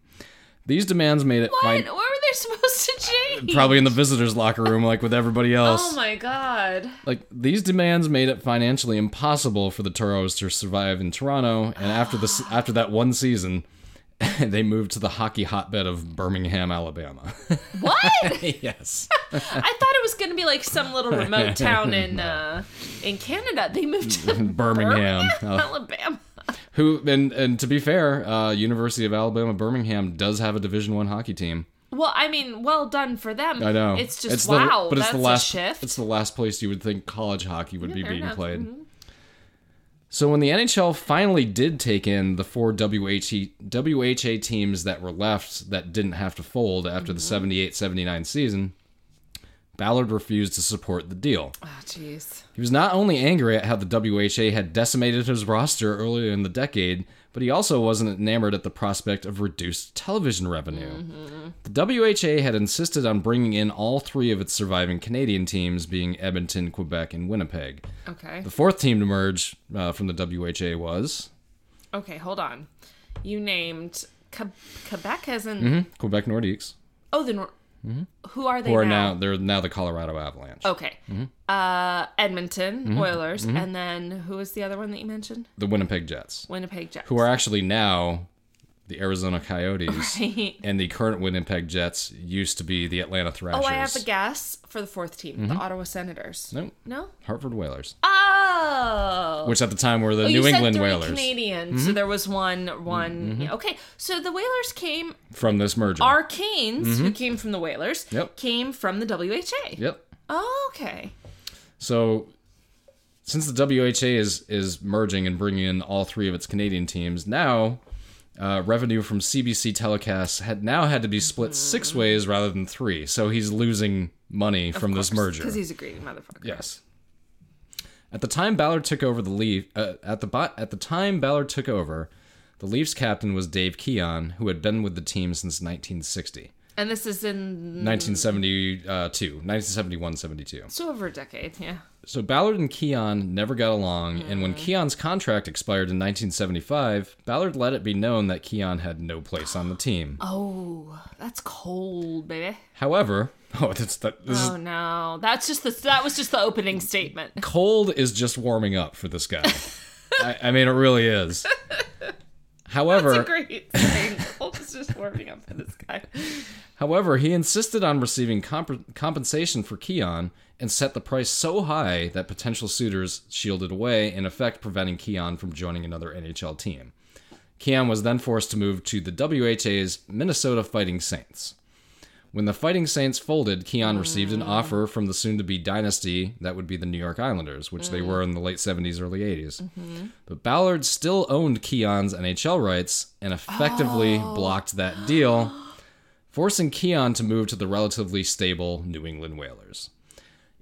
S2: These demands made it
S3: what?
S2: fin-
S3: Where were they supposed to change?
S2: Uh, probably in the visitors' locker room like with everybody else.
S3: Oh my god.
S2: Like these demands made it financially impossible for the Toros to survive in Toronto, and after the se- after that one season, they moved to the hockey hotbed of Birmingham, Alabama.
S3: What?
S2: yes.
S3: I thought it was gonna be like some little remote town in uh in Canada. They moved to
S2: Birmingham. Uh,
S3: Alabama.
S2: who and and to be fair, uh, University of Alabama Birmingham does have a Division One hockey team.
S3: Well, I mean, well done for them.
S2: I know
S3: It's just wow, that's
S2: last
S3: a shift.
S2: It's the last place you would think college hockey would be
S3: fair
S2: being
S3: enough. Mm-hmm.
S2: played. So when the NHL finally did take in the four E, WHA, WHA teams that were left that didn't have to fold after
S3: Mm-hmm.
S2: the 78-79 season, Ballard refused to support the deal.
S3: Oh, jeez.
S2: He was not only angry at how the WHA had decimated his roster earlier in the decade, but he also wasn't enamored at the prospect of reduced television revenue. The WHA had insisted on bringing in all three of its surviving Canadian teams, being Edmonton, Quebec, and Winnipeg.
S3: Okay.
S2: The fourth team to merge uh, from the WHA was
S3: Okay, hold on. You named Que- Quebec as in
S2: Quebec Nordiques,
S3: oh the Nor- who are they
S2: Mm-hmm. who are
S3: now?
S2: now they're now Mm-hmm. the Colorado Avalanche.
S3: Okay. Uh, Edmonton Oilers, and then who was the other one that you mentioned?
S2: The Winnipeg Jets,
S3: Winnipeg Jets.
S2: who are actually now the Arizona Coyotes.
S3: Right.
S2: And the current Winnipeg Jets used to be the Atlanta Thrashers.
S3: Oh, I have a guess for the fourth team,
S2: Mm-hmm.
S3: the Ottawa Senators.
S2: Nope.
S3: No.
S2: Hartford Whalers,
S3: Oh.
S2: which at the time were the
S3: Oh, you
S2: New
S3: said
S2: England
S3: three
S2: Whalers Mm-hmm.
S3: Canadian, so there was one. One. yeah, Okay, so the Whalers came.
S2: from this merger.
S3: Our Canes, who came from the Whalers,
S2: Mm-hmm. Yep.
S3: came from the WHA.
S2: yep.
S3: Oh, okay.
S2: So since the WHA is is merging and bringing in all three of its Canadian teams, now uh, revenue from CBC telecasts had now had to be split six
S3: Mm.
S2: ways rather than three. So he's losing money from this merger.
S3: Because he's a greedy motherfucker.
S2: Yes. At the time Ballard took over the Leaf, uh, at the bo- at the time Ballard took over, the Leafs captain was Dave Keon, who had been with the team since 1960.
S3: And this is in
S2: 1972, 1971, 72.
S3: so over a decade, yeah.
S2: So Ballard and Keon never got along, and
S3: Mm.
S2: when Keon's contract expired in 1975, Ballard let it be known that Keon had no place on the team.
S3: Oh, that's cold, baby.
S2: However, oh, that's that. This
S3: Oh
S2: is,
S3: no, that's just the that was just the opening statement.
S2: cold is just warming up for this guy. I, I mean, it really is. However,
S3: That's a great thing. Hulk's just warming up for this guy.
S2: However, he insisted on receiving comp- compensation for Keon and set the price so high that potential suitors shielded away, in effect preventing Keon from joining another NHL team. Keon was then forced to move to the WHA's Minnesota Fighting Saints. When the Fighting Saints folded, Keon received
S3: Mm.
S2: an offer from the soon to be dynasty that would be the New York Islanders, which
S3: Mm.
S2: they were in the late 70s, early 80s.
S3: Mm-hmm.
S2: But Ballard still owned Keon's NHL rights and effectively
S3: Oh.
S2: blocked that deal forcing Keon to move to the relatively stable New England Whalers.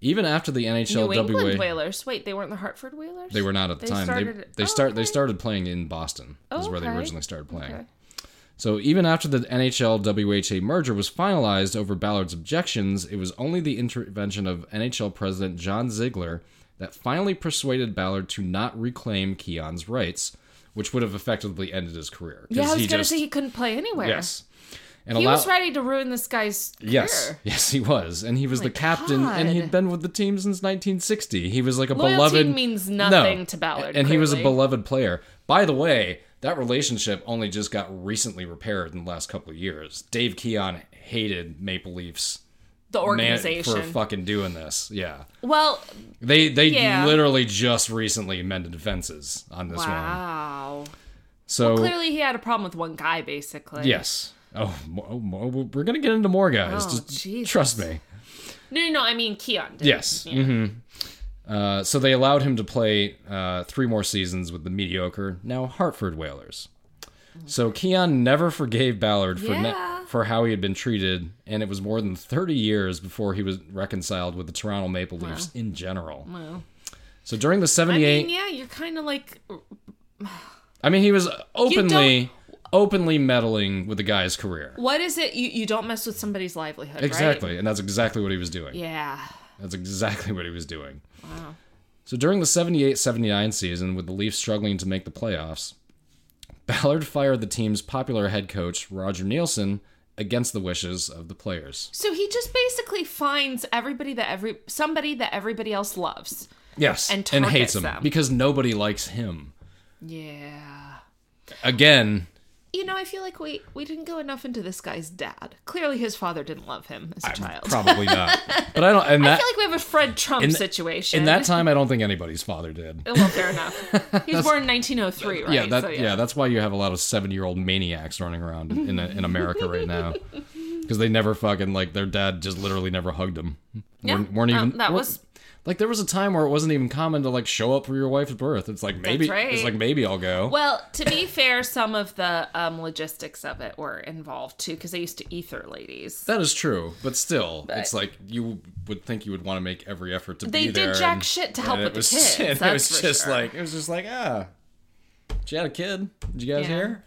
S2: Even after the
S3: New
S2: NHLWA,
S3: England Whalers. Wait, they weren't the Hartford Whalers?
S2: they were not at the
S3: They
S2: time. they
S3: started-
S2: they
S3: oh,
S2: start they
S3: okay.
S2: started playing in Boston. Is where they
S3: Okay.
S2: originally started playing.
S3: Okay.
S2: So even after the NHL WHA merger was finalized over Ballard's objections, it was only the intervention of NHL president John Ziegler that finally persuaded Ballard to not reclaim Keon's rights, which would have effectively ended his career. 'cause
S3: Yeah, I was
S2: he
S3: going to
S2: just-
S3: say he couldn't play anywhere.
S2: yes. And
S3: He
S2: allow-
S3: was ready to ruin this guy's career.
S2: Yes, yes, he was, and he was the captain, and
S3: God.
S2: he'd been with the team since 1960. He was like a
S3: Loyalty
S2: beloved.
S3: means nothing
S2: No.
S3: to Ballard,
S2: and he was a
S3: clearly.
S2: beloved player. By the way, that relationship only just got recently repaired in the last couple of years. Dave Keon hated Maple Leafs
S3: The
S2: man,
S3: organization.
S2: for fucking doing this. Yeah,
S3: well,
S2: they they
S3: Yeah.
S2: literally just recently mended fences on this one.
S3: wow.
S2: So
S3: Clearly, he had a problem with one guy, basically.
S2: yes. Oh, mo- oh, mo- we're gonna get into more guys.
S3: Oh,
S2: just
S3: Jesus.
S2: trust me.
S3: No, no, no. I mean, Keon did.
S2: Yes. hmm Uh, so they allowed him to play uh, three more seasons with the mediocre, now Hartford Whalers. So Keon never forgave Ballard for ne-
S3: Yeah.
S2: for how he had been treated, and it was more than 30 years before he was reconciled with the Toronto Maple Leafs in general.
S3: Wow.
S2: So during the
S3: I
S2: 78,
S3: mean, yeah, you're kind of like.
S2: he was openly openly meddling with the guy's career.
S3: What is it? You, you don't mess with somebody's livelihood,
S2: Exactly,
S3: right?
S2: and that's exactly what he was doing.
S3: Yeah.
S2: That's exactly what he was doing. Wow. So during the 78 79 season, with the Leafs struggling to make the playoffs, Ballard fired the team's popular head coach, Roger Nielsen, against the wishes of the players.
S3: So he just basically finds everybody that every somebody that everybody else loves.
S2: Yes.
S3: And
S2: hates
S3: targets
S2: him
S3: them.
S2: because nobody likes him.
S3: Yeah.
S2: Again,
S3: You know, I feel like we we didn't go enough into this guy's dad. Clearly, his father didn't love him as a child.
S2: probably not. But I don't. And that
S3: I feel like we have a Fred Trump
S2: In-
S3: situation.
S2: in that time, I don't think anybody's father did.
S3: well, fair enough. He was born in 1903, right?
S2: Yeah, that,
S3: So,
S2: yeah. that's why you have a lot of seven-year-old maniacs running around in, in, in America right now, because they never fucking like their dad just literally never hugged them.
S3: Yeah.
S2: weren't, weren't
S3: Um,
S2: even
S3: that
S2: weren't-
S3: was-
S2: like there was a time where it wasn't even common to like show up for your wife's birth. It's like maybe
S3: right.
S2: it's like maybe I'll go.
S3: Well, to be fair, some of the um, logistics of it were involved too, because they used to ether ladies.
S2: that is true, but still, it's like you would think you would want to make every effort to
S3: They
S2: be
S3: did
S2: there.
S3: jack
S2: and-
S3: shit to help
S2: and
S3: with
S2: it
S3: the
S2: was,
S3: kids,
S2: and it
S3: that's
S2: was
S3: for
S2: just
S3: sure.
S2: like it was just like ah, she had a kid. Did you guys
S3: Yeah.
S2: hear?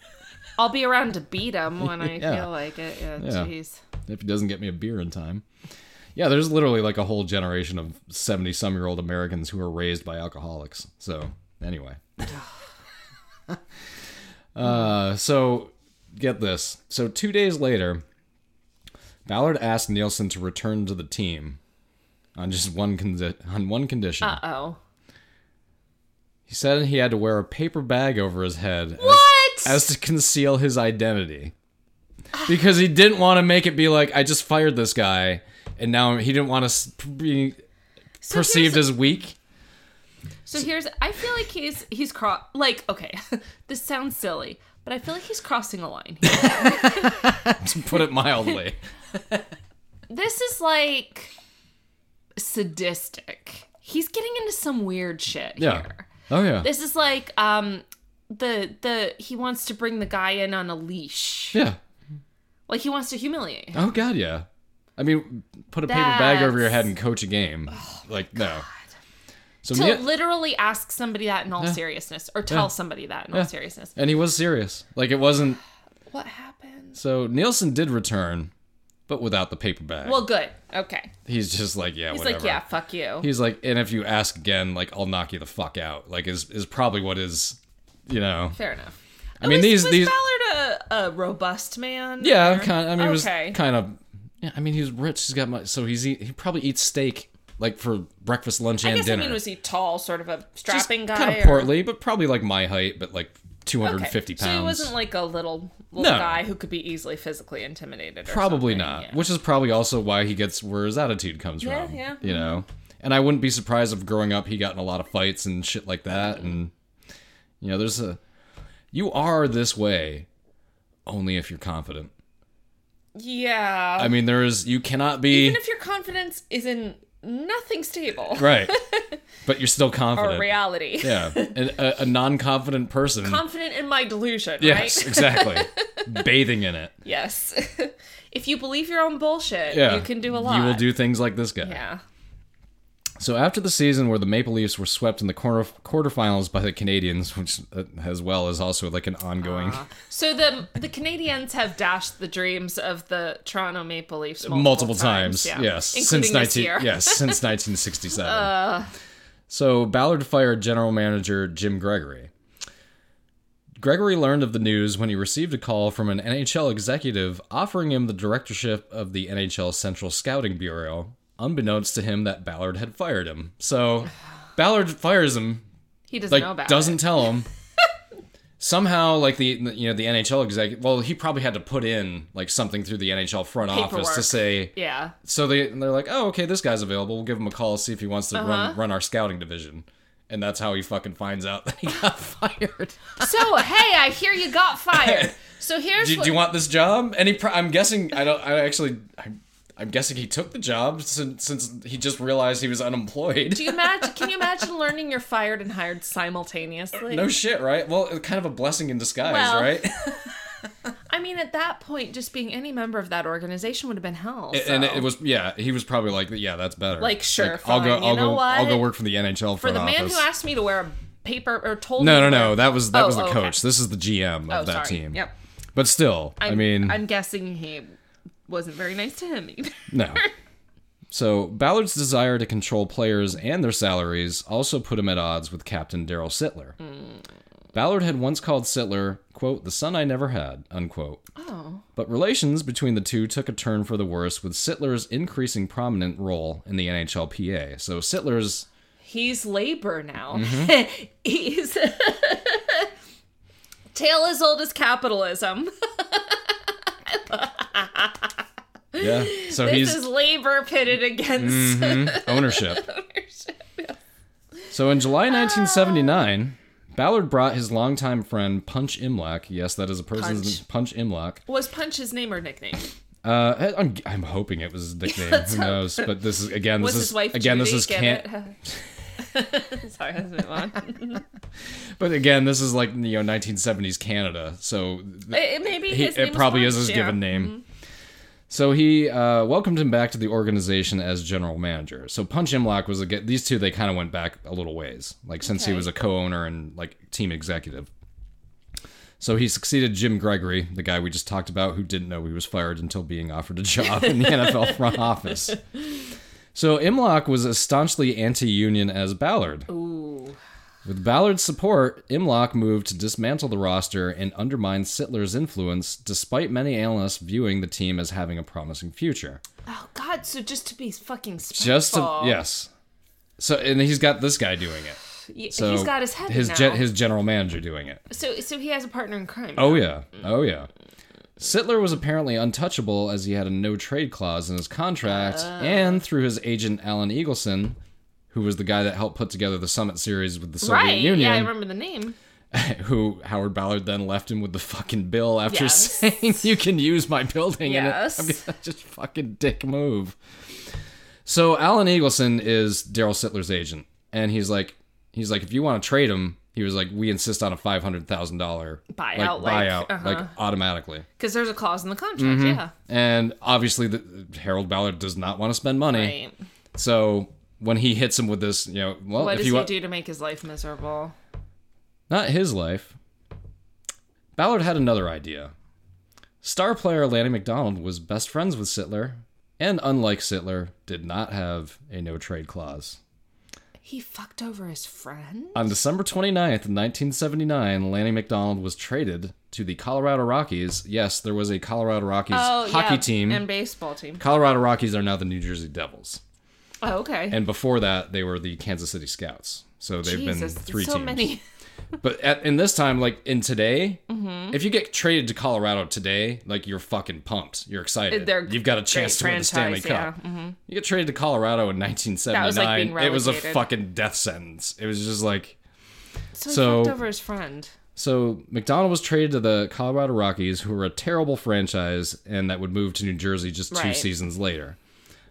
S3: I'll be around to beat them when I
S2: Yeah.
S3: feel like it. Yeah,
S2: Yeah.
S3: jeez.
S2: if he doesn't get me a beer in time. Yeah, there's literally like a whole generation of 70 some year old Americans who are raised by alcoholics. So, anyway. uh, so, get this. So, two days later, Ballard asked Nielsen to return to the team on just one, condi- on one condition.
S3: Uh oh.
S2: He said he had to wear a paper bag over his head as-
S3: What?
S2: as to conceal his identity. Because he didn't want to make it be like, I just fired this guy, and now he didn't want to be
S3: So here's
S2: perceived
S3: the-
S2: as weak.
S3: So here's I feel like he's he's cross like okay, this sounds silly, but I feel like he's crossing a line. Here.
S2: To put it mildly,
S3: this is like sadistic. He's getting into some weird shit
S2: yeah.
S3: here.
S2: Oh yeah.
S3: This is like um the the he wants to bring the guy in on a leash.
S2: yeah.
S3: Like he wants to humiliate. him.
S2: Oh god, yeah. I mean, put a paper bag over your head
S3: That's- Oh,
S2: and coach a game. like no. So
S3: To
S2: Ni-
S3: literally ask somebody that in all seriousness or tell somebody that in all seriousness.
S2: and he was serious. Like it wasn't.
S3: What happens?
S2: So Nielsen did return, but without the paper bag.
S3: Well, good. Okay.
S2: he's just like yeah.
S3: He's
S2: whatever.
S3: like, yeah, fuck you.
S2: He's like, and if you ask again, like I'll knock you the fuck out. Like is is probably what is, you know.
S3: Fair enough.
S2: I mean these
S3: was
S2: these
S3: Ballard a, a robust man?
S2: yeah.
S3: Or-
S2: Kind I mean it was
S3: Okay.
S2: kind of. Yeah, I mean he's rich. He's got money, so he's eat, he probably eats steak like for breakfast, lunch,
S3: I
S2: and
S3: guess
S2: dinner.
S3: I mean was he tall, sort of a
S2: Just
S3: strapping guy?
S2: Kind of
S3: or-
S2: portly, but probably like my height, but like 250
S3: So
S2: pounds.
S3: he wasn't like a little, little
S2: No.
S3: guy who could be easily physically intimidated. Or
S2: Probably
S3: something,
S2: not.
S3: yeah.
S2: Which is probably also why he gets where his attitude comes
S3: Yeah,
S2: from.
S3: yeah.
S2: You know? And I wouldn't be surprised if growing up he got in a lot of fights and shit like that. And, you know, there's a. You are this way only if you're confident.
S3: Yeah.
S2: I mean, there is. You cannot be.
S3: Even if your confidence is in nothing stable
S2: right. But you're still
S3: or
S2: confident.
S3: reality.
S2: yeah. And a, a non confident person.
S3: Confident in my delusion,
S2: yes,
S3: right?
S2: exactly. Bathing in it.
S3: Yes. if you believe your own bullshit,
S2: Yeah.
S3: you can do a lot.
S2: You will do things like this guy.
S3: Yeah.
S2: So after the season where the Maple Leafs were swept in the quarter quarterfinals by the Canadians, which uh, as well is also like an ongoing
S3: So the the Canadians have dashed the dreams of the Toronto Maple Leafs multiple,
S2: multiple times, yes,
S3: including
S2: since
S3: this
S2: 19
S3: year.
S2: yes, since 1967. So Ballard fired general manager Jim Gregory. Gregory learned of the news when he received a call from an NHL executive offering him the directorship of the NHL Central Scouting Bureau, unbeknownst to him that Ballard had fired him. So Ballard fires him
S3: He doesn't
S2: like
S3: know about
S2: doesn't
S3: it.
S2: tell him. Somehow, like the you know the NHL executive. Well, he probably had to put in like something through the NHL front office to
S3: Paperwork.
S2: say.
S3: Yeah.
S2: So they and they're like, oh okay, this guy's available. We'll give him a call, see if he wants to
S3: Uh-huh.
S2: run run our scouting division. And that's how he fucking finds out that he got fired.
S3: So hey, I hear you got fired. So here's
S2: do,
S3: what
S2: do you want this job? And he, pro- I'm guessing, I don't. I actually, I'm, I'm guessing he took the job since since he just realized he was unemployed.
S3: do you imagine? Can you imagine learning you're fired and hired simultaneously?
S2: no shit, right? Well, kind of a blessing in disguise,
S3: Well,
S2: right?
S3: I mean, at that point, just being any member of that organization would have been hell.
S2: A- And it,
S3: so.
S2: it was yeah. He was probably like, yeah, that's better.
S3: Like, sure,
S2: I'll go.
S3: fine, you
S2: I'll
S3: know
S2: go.
S3: what?
S2: I'll go work for the NHL
S3: for the man
S2: office.
S3: who asked me to wear a paper or told
S2: No,
S3: me
S2: no,
S3: to
S2: no.
S3: wear-
S2: That was that
S3: Oh,
S2: was the
S3: oh, okay.
S2: coach. This is the GM
S3: Oh,
S2: of that
S3: sorry.
S2: team.
S3: Yep.
S2: But still, i mean,
S3: I'm guessing he wasn't very nice to him either.
S2: no. So Ballard's desire to control players and their salaries also put him at odds with Captain Daryl Sittler.
S3: Hmm.
S2: Ballard had once called Sittler, quote, the son I never had, unquote.
S3: Oh.
S2: But relations between the two took a turn for the worse with Sittler's increasing prominent role in the NHLPA. So Sittler's
S3: He's labor now.
S2: Mm-hmm.
S3: He's tail as old as capitalism.
S2: Yeah. So
S3: This
S2: he's Mm-hmm.
S3: is labor pitted against
S2: ownership.
S3: ownership. Uh,
S2: So in July 1979, Ballard brought his longtime friend Punch Imlach. Yes, that is a person's Punch, Imlach.
S3: Was Punch his name or nickname?
S2: Uh, I- I'm, I'm hoping it was his nickname.
S3: let's
S2: Who
S3: hope.
S2: knows? But this is again.
S3: Was
S2: This
S3: his
S2: is
S3: wife
S2: again.
S3: Judy?
S2: This is
S3: Get
S2: can't.
S3: it? Sorry, let's move on. It-
S2: But again, this is like you know 1970s Canada. So th-
S3: it- maybe
S2: he,
S3: his name
S2: it
S3: was
S2: probably is
S3: Punch,
S2: his
S3: yeah.
S2: given name. So he uh, welcomed him back to the organization as general manager. So Punch Imlach was a get these two they kind of went back a little ways, like since he
S3: Okay.
S2: was a co-owner and like team executive. So he succeeded Jim Gregory, the guy we just talked about, who didn't know he was fired until being offered a job in the NFL front office. So Imlach was as staunchly anti-union as Ballard.
S3: Ooh.
S2: With Ballard's support, Imlock moved to dismantle the roster and undermine Sittler's influence, despite many analysts viewing the team as having a promising future.
S3: Oh God! So just to be fucking spiteful.
S2: Just to, yes. So and he's got this guy doing it.
S3: Y-
S2: So
S3: he's got his head
S2: His
S3: now.
S2: gen- his general manager doing it.
S3: so so he has a partner in crime.
S2: Oh yeah. Oh yeah. Sittler was apparently untouchable as he had a no trade clause in his contract,
S3: Uh.
S2: and through his agent Alan Eagleson, who was the guy that helped put together the Summit series with the Soviet
S3: right?
S2: Union.
S3: Yeah, I remember the name.
S2: who Howard Ballard then left him with the fucking bill after
S3: Yes.
S2: saying you can use my building.
S3: Yes.
S2: And it, I mean, just fucking dick move. So Alan Eagleson is Daryl Sittler's agent, and he's like, he's like, if you want to trade him, he was like, we insist on a five hundred thousand dollar
S3: Buyout, like,
S2: buyout,
S3: uh-huh.
S2: like automatically.
S3: Because there's a clause in the contract,
S2: Mm-hmm.
S3: yeah.
S2: And obviously, the, Harold Ballard does not want to spend money,
S3: Right.
S2: so. When he hits him with this, you know, well,
S3: What
S2: if
S3: does
S2: you
S3: he
S2: want,
S3: do to make his life miserable?
S2: Not his life. Ballard had another idea. Star player Lanny McDonald was best friends with Sittler, and unlike Sittler, did not have a no trade clause.
S3: He fucked over his friend?
S2: On December 29th, 1979, Lanny McDonald was traded to the Colorado Rockies. Yes, there was a Colorado Rockies hockey
S3: Oh, yeah,
S2: team.
S3: And baseball team.
S2: Colorado Rockies are now the New Jersey Devils.
S3: Oh, okay.
S2: And before that, they were the Kansas City Scouts. So they've
S3: Jesus,
S2: been three
S3: so
S2: teams.
S3: many.
S2: But at, in this time, like in today,
S3: Mm-hmm.
S2: if you get traded to Colorado today, like you're fucking pumped. You're excited.
S3: They're
S2: You've got a chance
S3: great
S2: to win the Stanley
S3: franchise, Mm-hmm.
S2: Cup. You get traded to Colorado in 1979.
S3: was like being
S2: it was a
S3: relegated.
S2: fucking death sentence. It was just like
S3: So he
S2: So-
S3: fucked over his friend.
S2: so McDonald was traded to the Colorado Rockies, who were a terrible franchise and that would move to New Jersey just two
S3: Right.
S2: seasons later.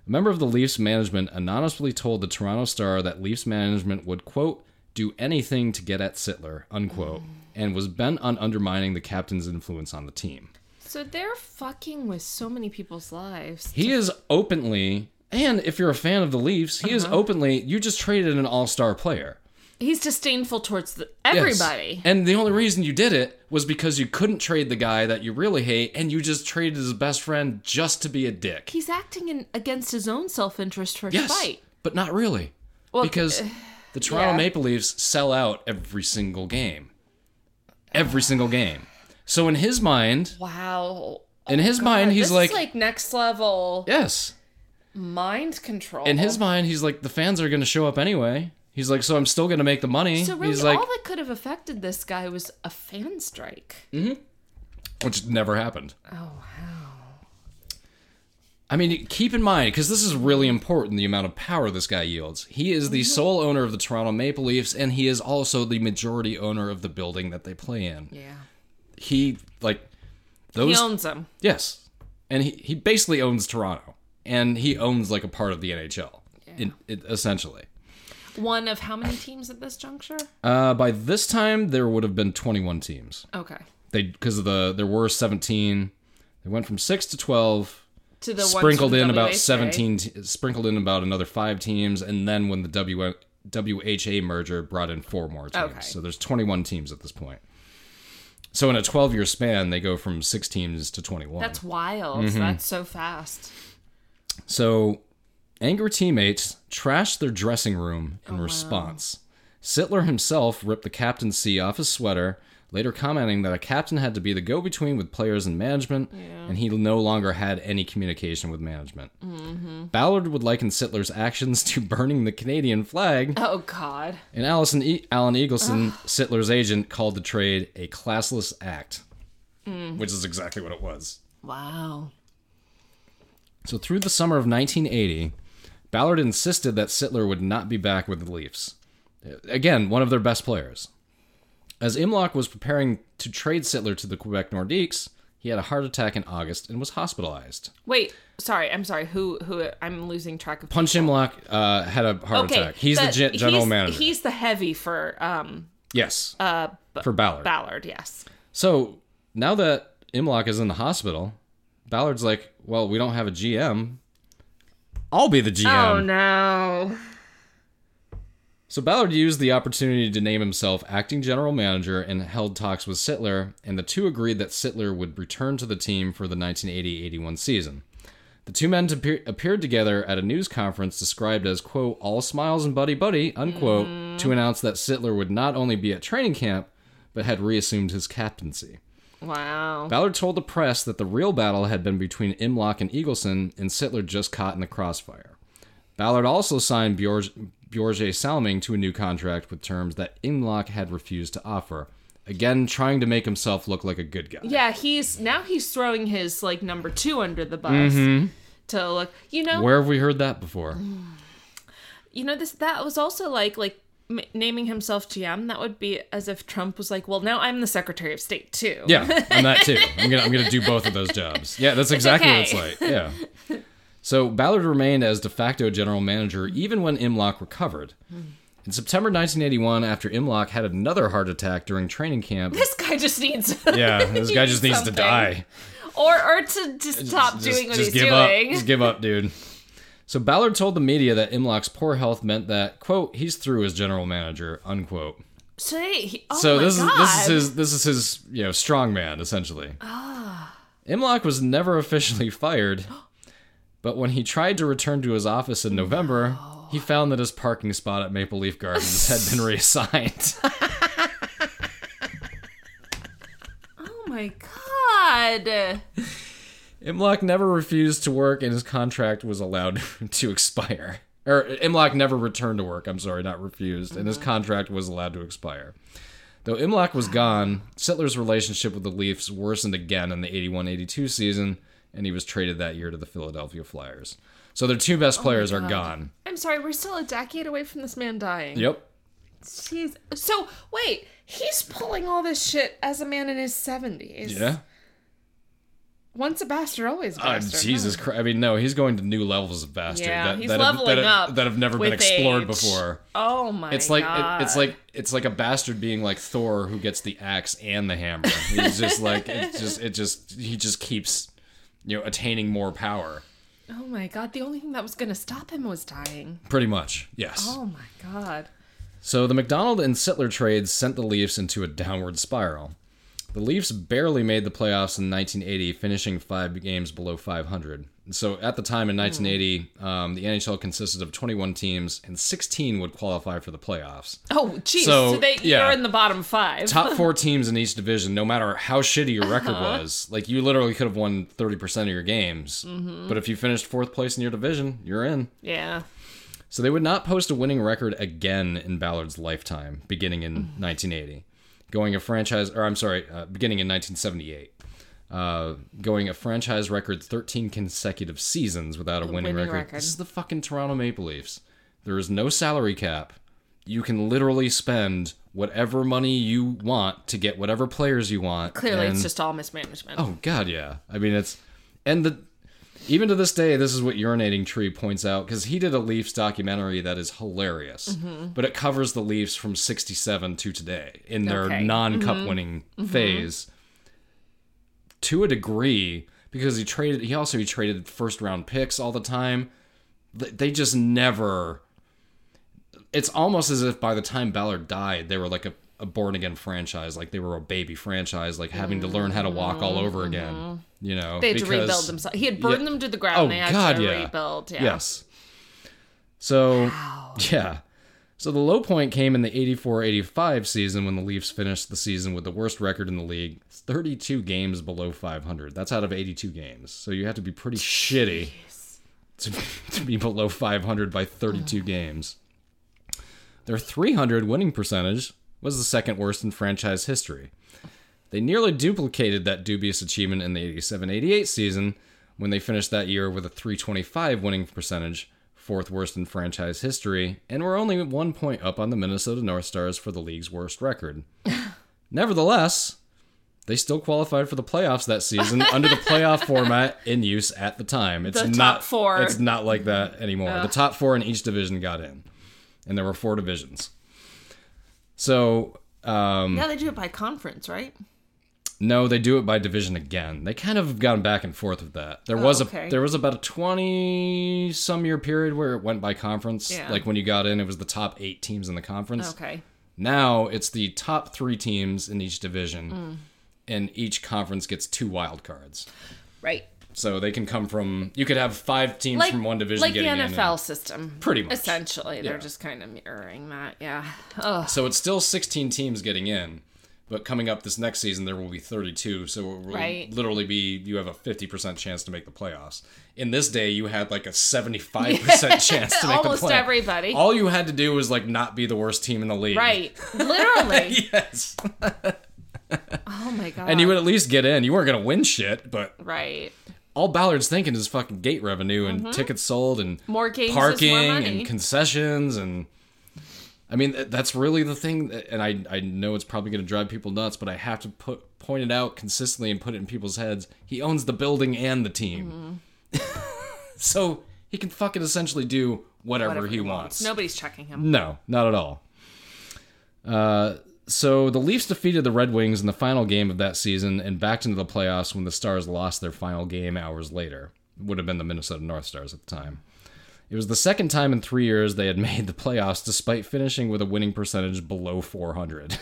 S2: A member of the Leafs management anonymously told the Toronto Star that Leafs management would, quote, do anything to get at Sittler, unquote, and was bent on undermining the captain's influence on the team.
S3: So they're fucking with so many people's lives.
S2: He is openly, and if you're a fan of the Leafs, he is openly, you just traded an all star player.
S3: He's disdainful towards the,
S2: Yes.
S3: everybody.
S2: And the only reason you did it was because you couldn't trade the guy that you really hate and you just traded his best friend just to be a dick.
S3: He's acting in, against his own self interest for
S2: yes.
S3: spite.
S2: But not really. because the Toronto
S3: uh, yeah.
S2: Maple Leafs sell out every single game. Every single game. So in his mind,
S3: Wow.
S2: in his mind
S3: Oh, God,
S2: he's
S3: this
S2: like,
S3: is like next level
S2: yes.
S3: mind control.
S2: In his mind he's like the fans are going to show up anyway. He's like so I'm still going to make the money.
S3: so really,
S2: he's like
S3: all that could have affected this guy was a fan strike.
S2: which never happened.
S3: Oh wow.
S2: I mean, keep in mind, because this is really important the amount of power this guy yields. He is
S3: Mm-hmm.
S2: the sole owner of the Toronto Maple Leafs, and he is also the majority owner of the building that they play in.
S3: Yeah.
S2: He, like, those.
S3: He owns them.
S2: yes. And he, he basically owns Toronto, and he owns, like, a part of the NHL, in, it, essentially.
S3: One of how many teams at this juncture?
S2: Uh, by this time, there would have been 21 teams.
S3: Okay.
S2: They, because of the, there were 17. They went from 6 to 12.
S3: To the ones from
S2: sprinkled in about
S3: WHA.
S2: 17 t- sprinkled in about another five teams and then when the w- wha merger brought in four more teams
S3: Okay.
S2: so there's 21 teams at this point so in a 12 year span they go from six teams to 21
S3: That's wild.
S2: Mm-hmm.
S3: That's so fast.
S2: so angry teammates trashed their dressing room in response sittler himself ripped the captaincy off his sweater later commenting that a captain had to be the go-between with players and management and he no longer had any communication with management Ballard would liken Sittler's actions to burning the Canadian flag,
S3: Oh God.
S2: and Allison e- Alan Eagleson, Sittler's agent, called the trade a classless act, which is exactly what it was.
S3: Wow.
S2: So through the summer of 1980, Ballard insisted that Sittler would not be back with the Leafs. Again, one of their best players. As Imlock was preparing to trade Sittler to the Quebec Nordiques, he had a heart attack in August and was hospitalized.
S3: Wait. Sorry. I'm sorry. Who? Who? I'm losing track of.
S2: Punch Imlock uh, had a heart
S3: Okay.
S2: attack. He's the, gen- general
S3: he's-
S2: manager.
S3: He's the heavy for um
S2: Yes. Uh, for Ballard.
S3: Ballard. Yes.
S2: so now that Imlock is in the hospital, Ballard's like, well, we don't have a GM. I'll be the GM.
S3: Oh no.
S2: So Ballard used the opportunity to name himself acting general manager and held talks with Sittler, and the two agreed that Sittler would return to the team for the 1980-81 season. The two men appear- appeared together at a news conference described as quote all smiles and buddy buddy unquote to announce that Sittler would not only be at training camp but had reassumed his captaincy.
S3: Wow.
S2: Ballard told the press that the real battle had been between Imlock and Eagleson, and Sittler just caught in the crossfire. Ballard also signed Bjorge Salming to a new contract with terms that Imlock had refused to offer, again trying to make himself look like a good guy.
S3: Yeah. He's now he's throwing his like number two under the bus. To look, you know,
S2: Mm-hmm. Where have we heard that before?
S3: you know this. That was also like like m- naming himself GM. That would be as if Trump was like, well, now I'm the Secretary of State too.
S2: Yeah, I'm that too. I'm gonna I'm gonna do both of those jobs. Yeah, that's exactly what
S3: okay.
S2: it's like. Yeah. So Ballard remained as de facto general manager even when Imlock recovered. In September 1981, after Imlock had another heart attack during training camp,
S3: This guy just needs.
S2: yeah, this guy just needs
S3: something.
S2: to die.
S3: or or to just stop
S2: Just-
S3: doing what
S2: just
S3: he's
S2: give
S3: doing.
S2: Up. Just give up, dude. So Ballard told the media that Imlock's poor health meant that quote he's through as general manager unquote.
S3: So, they- he- oh
S2: so
S3: my
S2: this
S3: God.
S2: is this is his this is his you know strongman essentially.
S3: Ah.
S2: Imlock was never officially fired, but when he tried to return to his office in November, he found that his parking spot at Maple Leaf Gardens had been reassigned.
S3: Oh my God.
S2: Imlock never refused to work, and his contract was allowed to expire.
S3: Mm-hmm.
S2: Or Imlock never returned to work. I'm sorry, not refused, and his contract was allowed to expire. Though Imlach was gone, Sittler's relationship with the Leafs worsened again in the 81 82 season, and he was traded that year to the Philadelphia Flyers. So their two
S3: Oh
S2: best players are gone.
S3: I'm sorry, we're still a decade away from this man dying.
S2: Yep.
S3: Jeez. So wait, he's pulling all this shit as a man in his seventies.
S2: Yeah.
S3: Once a bastard, always a
S2: Uh,
S3: bastard.
S2: Jesus Christ. I mean, no, he's going to new levels of bastard
S3: Yeah,
S2: that,
S3: he's
S2: that, have,
S3: leveling
S2: that, have-
S3: up
S2: that have never been
S3: with
S2: explored
S3: age.
S2: before.
S3: Oh my.
S2: It's like
S3: God.
S2: it, it's like it's like a bastard being like Thor who gets the axe and the hammer. He's just like it's just it just he just keeps you know attaining more power.
S3: Oh my God. The only thing that was gonna stop him was dying.
S2: Pretty much, yes.
S3: Oh my God.
S2: So the McDonald and Sittler trades sent the Leafs into a downward spiral. The Leafs barely made the playoffs in 1980, finishing five games below 500. So at the time
S3: Hmm.
S2: in 1980, um, the NHL consisted of 21 teams, and 16 would qualify for the playoffs.
S3: Oh jeez.
S2: So,
S3: So, they
S2: yeah.
S3: you're in the bottom five.
S2: top four teams in each division, no matter how shitty your record was, like you literally could have won 30% of your games. But if you finished fourth place in your division, you're in.
S3: yeah.
S2: So they would not post a winning record again in Ballard's lifetime, beginning in
S3: Mm.
S2: 1980, going a franchise, or I'm sorry, uh, beginning in 1978. Uh, going a franchise record 13 consecutive seasons without a winning,
S3: winning
S2: record.
S3: record.
S2: This is the fucking Toronto Maple Leafs. There is no salary cap. You can literally spend whatever money you want to get whatever players you want.
S3: Clearly,
S2: and-
S3: it's just all mismanagement.
S2: Oh God, yeah. I mean, it's and the even to this day, this is what urinating tree points out because he did a Leafs documentary that is hilarious, but it covers the Leafs from '67 to today in their
S3: Okay.
S2: non-cup winning phase to a degree because he traded. He also he traded first round picks all the time. Th- They just never. It's almost as if by the time Ballard died, they were like a, a born again franchise, like they were a baby franchise, like having to learn how to walk all over again. You know,
S3: Mm-hmm, They had to rebuild
S2: because-
S3: themselves. He had burned
S2: Yeah.
S3: them to the ground.
S2: Oh
S3: and they had
S2: God,
S3: to
S2: yeah.
S3: rebuild. Yeah.
S2: Yes. So, yeah. So the low point came in the 84-85 season when the Leafs finished the season with the worst record in the league, 32 games below 500. That's out of 82 games. So you have to be pretty shitty to, to be below 500 by 32 games. Their 300 winning percentage was the second worst in franchise history. They nearly duplicated that dubious achievement in the 87 88 season when they finished that year with a 325 winning percentage, fourth worst in franchise history, and were only one point up on the Minnesota North Stars for the league's worst record. Nevertheless, they still qualified for the playoffs that season under the playoff format in use at the time. It's
S3: The top
S2: not
S3: four.
S2: It's not like that anymore. The top four in each division got in, and there were four divisions. So um,
S3: Yeah, they do it by conference, right?
S2: no, they do it by division again. They kind of have gone back and forth with that. There was a
S3: Oh, okay.
S2: there was about a twenty some year period where it went by conference.
S3: Yeah.
S2: Like when you got in, it was the top eight teams in the conference.
S3: Okay.
S2: Now it's the top three teams in each division,
S3: Mm.
S2: and each conference gets two wild cards.
S3: Right.
S2: So they can come from. You could have five teams
S3: Like,
S2: from one division
S3: like the
S2: getting in. and-
S3: NFL system.
S2: Pretty much.
S3: Essentially,
S2: Yeah.
S3: they're just kind of mirroring that. Yeah. Ugh.
S2: So it's still 16 teams getting in, but coming up this next season there will be 32. So it will
S3: Right.
S2: literally be you have a 50% chance to make the playoffs. In this day, you had like a 75% chance to make
S3: Almost
S2: the playoffs.
S3: everybody.
S2: All you had to do was like not be the worst team in the league.
S3: Right. Literally.
S2: Yes.
S3: Oh my god.
S2: And you would at least get in. You weren't gonna win shit, but
S3: Right.
S2: all Ballard's thinking is fucking gate revenue and tickets sold and
S3: Mm-hmm. More games is more
S2: parking
S3: money.
S2: and concessions and I mean th- that's really the thing that- and I I know it's probably going to drive people nuts but I have to put point it out consistently and put it in people's heads. He owns the building and the team.
S3: Mm-hmm.
S2: so he can fucking essentially do whatever,
S3: Whatever
S2: he wants.
S3: Nobody's checking him.
S2: No, not at all. Uh, so the Leafs defeated the Red Wings in the final game of that season and backed into the playoffs when the Stars lost their final game hours later. Would have been the Minnesota North Stars at the time. It was the second time in three years they had made the playoffs despite finishing with a winning percentage below 400.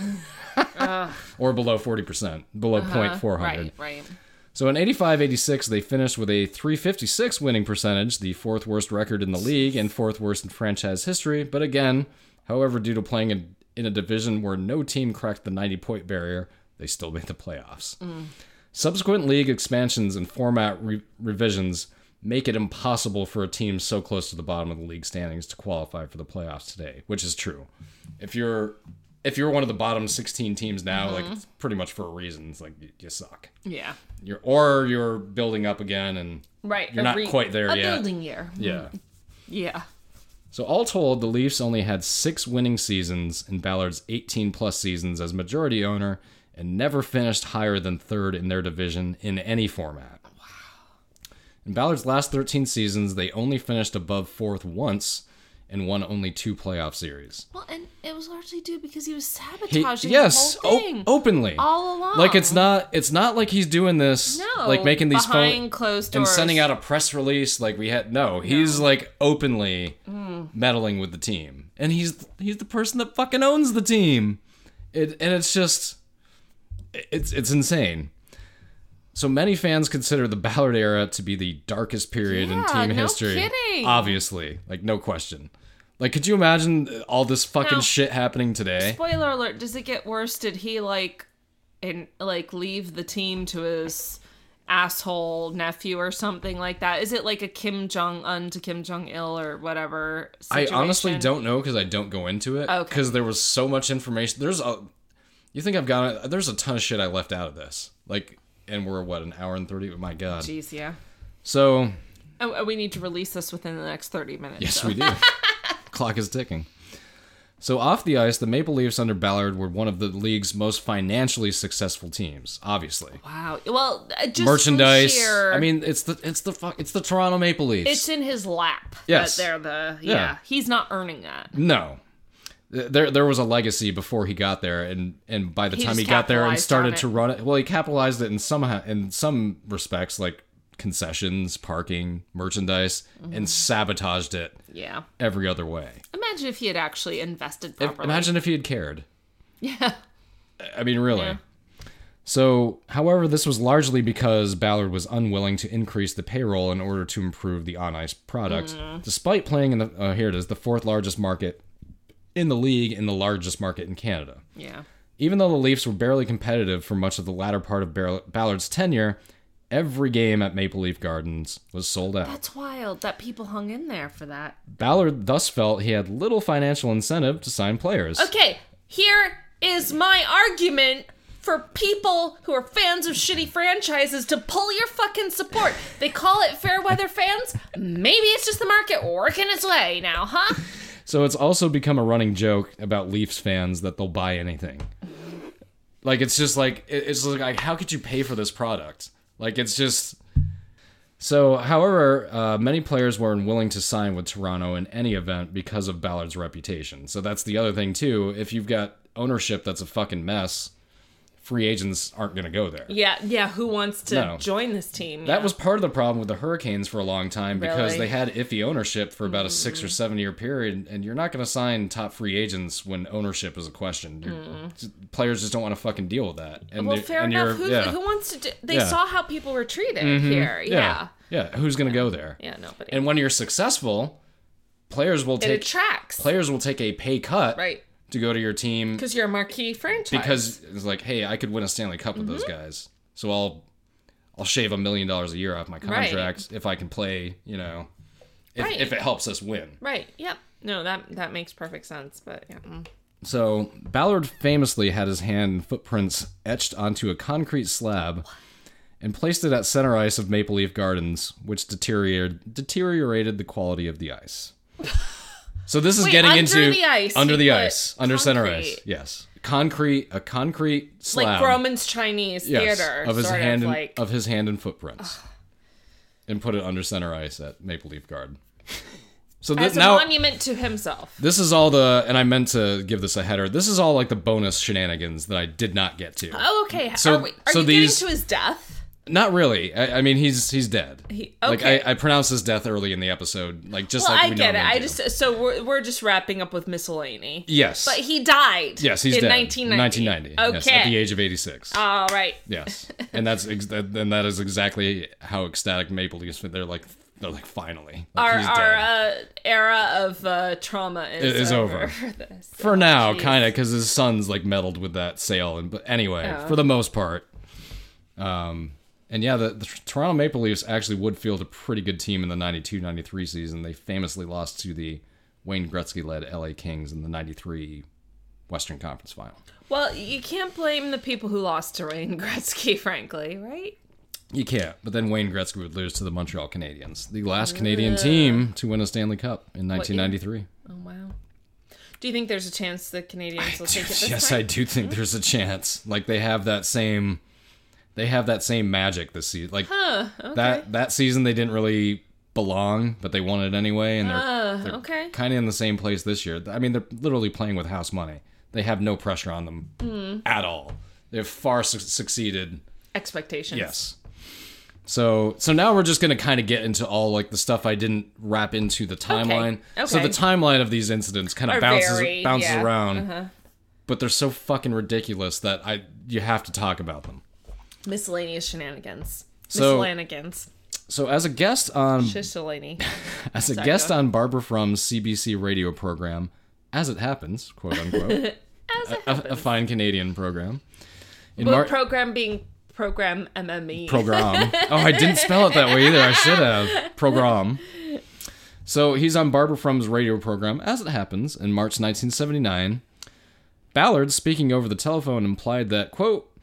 S2: or below 40%, below point four hundred.
S3: Right. Right.
S2: So in 85 86, they finished with a 356 winning percentage, the fourth worst record in the league and fourth worst in franchise history. But again, however, due to playing in, in a division where no team cracked the 90 point barrier, they still made the playoffs. Subsequent league expansions and format re- revisions make it impossible for a team so close to the bottom of the league standings to qualify for the playoffs today, which is true. If you're if you're one of the bottom 16 teams now, like it's pretty much for a reason. It's like you, you suck.
S3: Yeah.
S2: You're or you're building up again, and
S3: Right.
S2: You're
S3: a
S2: not quite there
S3: a
S2: yet.
S3: building year.
S2: yeah.
S3: Yeah.
S2: So all told, the Leafs only had six winning seasons in Ballard's 18 plus seasons as majority owner, and never finished higher than third in their division in any format. Wow. In Ballard's last 13 seasons, they only finished above fourth once, and won only two playoff series.
S3: Well, and it was largely due because he was
S2: He-
S3: sabotaging
S2: yes,
S3: the whole
S2: o-
S3: thing.
S2: openly,
S3: all along.
S2: Like it's not, it's not like he's doing this,
S3: no,
S2: like making these
S3: behind
S2: phone
S3: closed
S2: and
S3: doors
S2: sending out a press release. Like we had, no, he's like openly
S3: Mm.
S2: meddling with the team, and he's he's the person that fucking owns the team. It and it's just, it's it's insane. So many fans consider the Ballard era to be the darkest period in
S3: Yeah,
S2: team
S3: no
S2: history.
S3: kidding.
S2: Obviously, like no question. Like, could you imagine all this fucking
S3: Now-
S2: shit happening today?
S3: Spoiler alert: Does it get worse? Did he like, and like leave the team to his asshole nephew or something like that? Is it like a Kim Jong Un to Kim Jong Il or whatever? Situation?
S2: I honestly don't know because I don't go into it.
S3: Okay.
S2: Because there was so much information. There's a. You think I've got There's a ton of shit I left out of this. Like, and we're what an hour and thirty. Oh My God.
S3: Jeez, yeah.
S2: So
S3: Oh, oh, we need to release this within the next thirty minutes.
S2: yes,
S3: so.
S2: we do. Clock is ticking. So off the ice, the Maple Leafs under Ballard were one of the league's most financially successful teams. Obviously,
S3: Wow. Well, uh, just
S2: merchandise.
S3: sheer-
S2: I mean, it's the it's the fuck it's the Toronto Maple Leafs.
S3: it's in his lap.
S2: Yes.
S3: That they're the yeah.
S2: Yeah.
S3: He's not earning that.
S2: No. There, there was a legacy before he got there, and, and by the
S3: He
S2: time
S3: just
S2: he got there and
S3: capitalized on
S2: started
S3: it.
S2: to run it, well, he capitalized it in somehow in some respects, like concessions, parking, merchandise,
S3: Mm-hmm.
S2: and sabotaged it
S3: Yeah.
S2: every other way.
S3: Imagine if he had actually invested
S2: If-
S3: properly.
S2: imagine if he had cared.
S3: Yeah.
S2: I mean, really. So, however, this was largely because Ballard was unwilling to increase the payroll in order to improve the on ice product,
S3: Mm.
S2: despite playing in the oh, here it is the fourth largest market in the league and the largest market in Canada.
S3: Yeah.
S2: Even though the Leafs were barely competitive for much of the latter part of Bar- Ballard's tenure, every game at Maple Leaf Gardens was sold out.
S3: That's wild that people hung in there for that.
S2: Ballard thus felt he had little financial incentive to sign players.
S3: Okay, here is my argument for people who are fans of shitty franchises to pull your fucking support. They call it fair weather fans. Maybe it's just the market working its way now, huh?
S2: So it's also become a running joke about Leafs fans that they'll buy anything. Like it's just like it- it's like how could you pay for this product? Like it's just so. However, uh, many players were unwilling to sign with Toronto in any event because of Ballard's reputation. So that's the other thing too. If you've got ownership that's a fucking mess, free agents aren't gonna go there.
S3: Yeah, yeah, who wants to
S2: No.
S3: join this team?
S2: That was part of the problem with the Hurricanes for a long time
S3: Really?
S2: because
S3: Mm.
S2: they had iffy ownership for about a six or seven year period, and you're not going to sign top free agents when ownership is a question. You're- Players just don't want to fucking deal with that. And
S3: Mm. well,
S2: they-
S3: fair
S2: and
S3: enough.
S2: you're-
S3: Who,
S2: yeah,
S3: who wants to? Do, they
S2: Yeah. Mm-hmm.
S3: saw how people were treated here.
S2: yeah,
S3: Yeah,
S2: yeah, Who's going to go there?
S3: yeah, nobody.
S2: And when you're successful, players will
S3: it
S2: take
S3: attracts,
S2: players will take a pay cut
S3: right?
S2: to go to your team
S3: Because you're a marquee franchise.
S2: because it's like, hey, I could win a Stanley Cup with those
S3: Mm-hmm.
S2: guys, so I'll I'll shave a million dollars a year off my contract if I can play, you know, if,
S3: Right.
S2: if it helps us win.
S3: right? Yep. No, that that makes perfect sense. But yeah. mm.
S2: So Ballard famously had his hand and footprints etched onto a concrete slab. And placed it at center ice of Maple Leaf Gardens, which deteriorated deteriorated the quality of the ice. So this is
S3: Wait,
S2: getting
S3: under
S2: into
S3: the ice,
S2: under
S3: he
S2: the
S3: put
S2: ice, under center ice.
S3: concrete.
S2: Yes, concrete, a concrete slab.
S3: like Roman's Chinese
S2: yes,
S3: theater
S2: of his
S3: sort
S2: hand
S3: of
S2: and,
S3: like
S2: of his hand and footprints, and put it under center ice at Maple Leaf Garden. So
S3: as
S2: this,
S3: a
S2: now
S3: monument to himself.
S2: this is all the, and I meant to give this a header. This is all like the bonus shenanigans that I did not get to.
S3: Oh, okay.
S2: So-
S3: are we, are
S2: so
S3: you
S2: these-
S3: getting to his death?
S2: Not really. I, I mean, he's he's dead.
S3: He-
S2: Like
S3: okay.
S2: I, I pronounced his death early in the episode, like just
S3: Well,
S2: like
S3: I
S2: we
S3: get it.
S2: normally
S3: I
S2: do.
S3: just so we're, we're just wrapping up with miscellany.
S2: yes,
S3: But he died.
S2: yes, he's
S3: in
S2: dead.
S3: 1990.
S2: 1990. Yes, at
S3: Okay. Ah.
S2: the age of 86.
S3: All right.
S2: Yes, and that's ex- that- and that is exactly how ecstatic Maple Leafs. They're like they're like finally. Like,
S3: Our
S2: he's
S3: our
S2: dead.
S3: uh, era of uh, trauma is,
S2: It is over.
S3: for this.
S2: for now,
S3: jeez.
S2: kind of, because his son's like meddled with that sale. And but anyway, for the most part, um, and yeah, the, the Toronto Maple Leafs actually would field a pretty good team in the 92-93 season. They famously lost to the Wayne Gretzky led LA Kings in the 93-1 Western Conference Final.
S3: Well, you can't blame the people who lost to Wayne Gretzky, frankly, right?
S2: You can't. But then Wayne Gretzky would lose to the Montreal Canadiens, the last Canadian team to win a Stanley Cup in 1993.
S3: Oh wow. Do you think there's a chance the Canadians will take it this Mm-hmm.
S2: yes,
S3: time?
S2: I do think there's a chance. Like they have that same, they have that same magic this season. Like that that season they didn't really belong, but they won it anyway, and they're, they're
S3: Ah, okay.
S2: kind of in the same place this year. I mean, they're literally playing with house money. They have no pressure on them
S3: Hmm.
S2: at all. They've far su- succeeded
S3: Expectations.
S2: Yes. So so now we're just gonna kind of get into all like the stuff I didn't wrap into the timeline. So
S3: okay.
S2: the timeline of these incidents kind of
S3: Are
S2: bounces
S3: varied,
S2: bounces
S3: yeah. Uh-huh.
S2: around, but they're so fucking ridiculous that I you have to talk about them.
S3: Miscellaneous shenanigans.
S2: So-
S3: Miscellaneous.
S2: So as a guest on
S3: Miscellaneous.
S2: as a guest on Barbara Frum's CBC radio program, as it happens, quote unquote,
S3: As a
S2: a, a fine Canadian program. In
S3: Well,
S2: Mar-
S3: program being program E. MME.
S2: Program. Oh, I didn't spell it that way either. I should have. Program. So he's on Barbara Frum's radio program, as it happens, in March 1979. Ballard, speaking over the telephone, implied that, quote,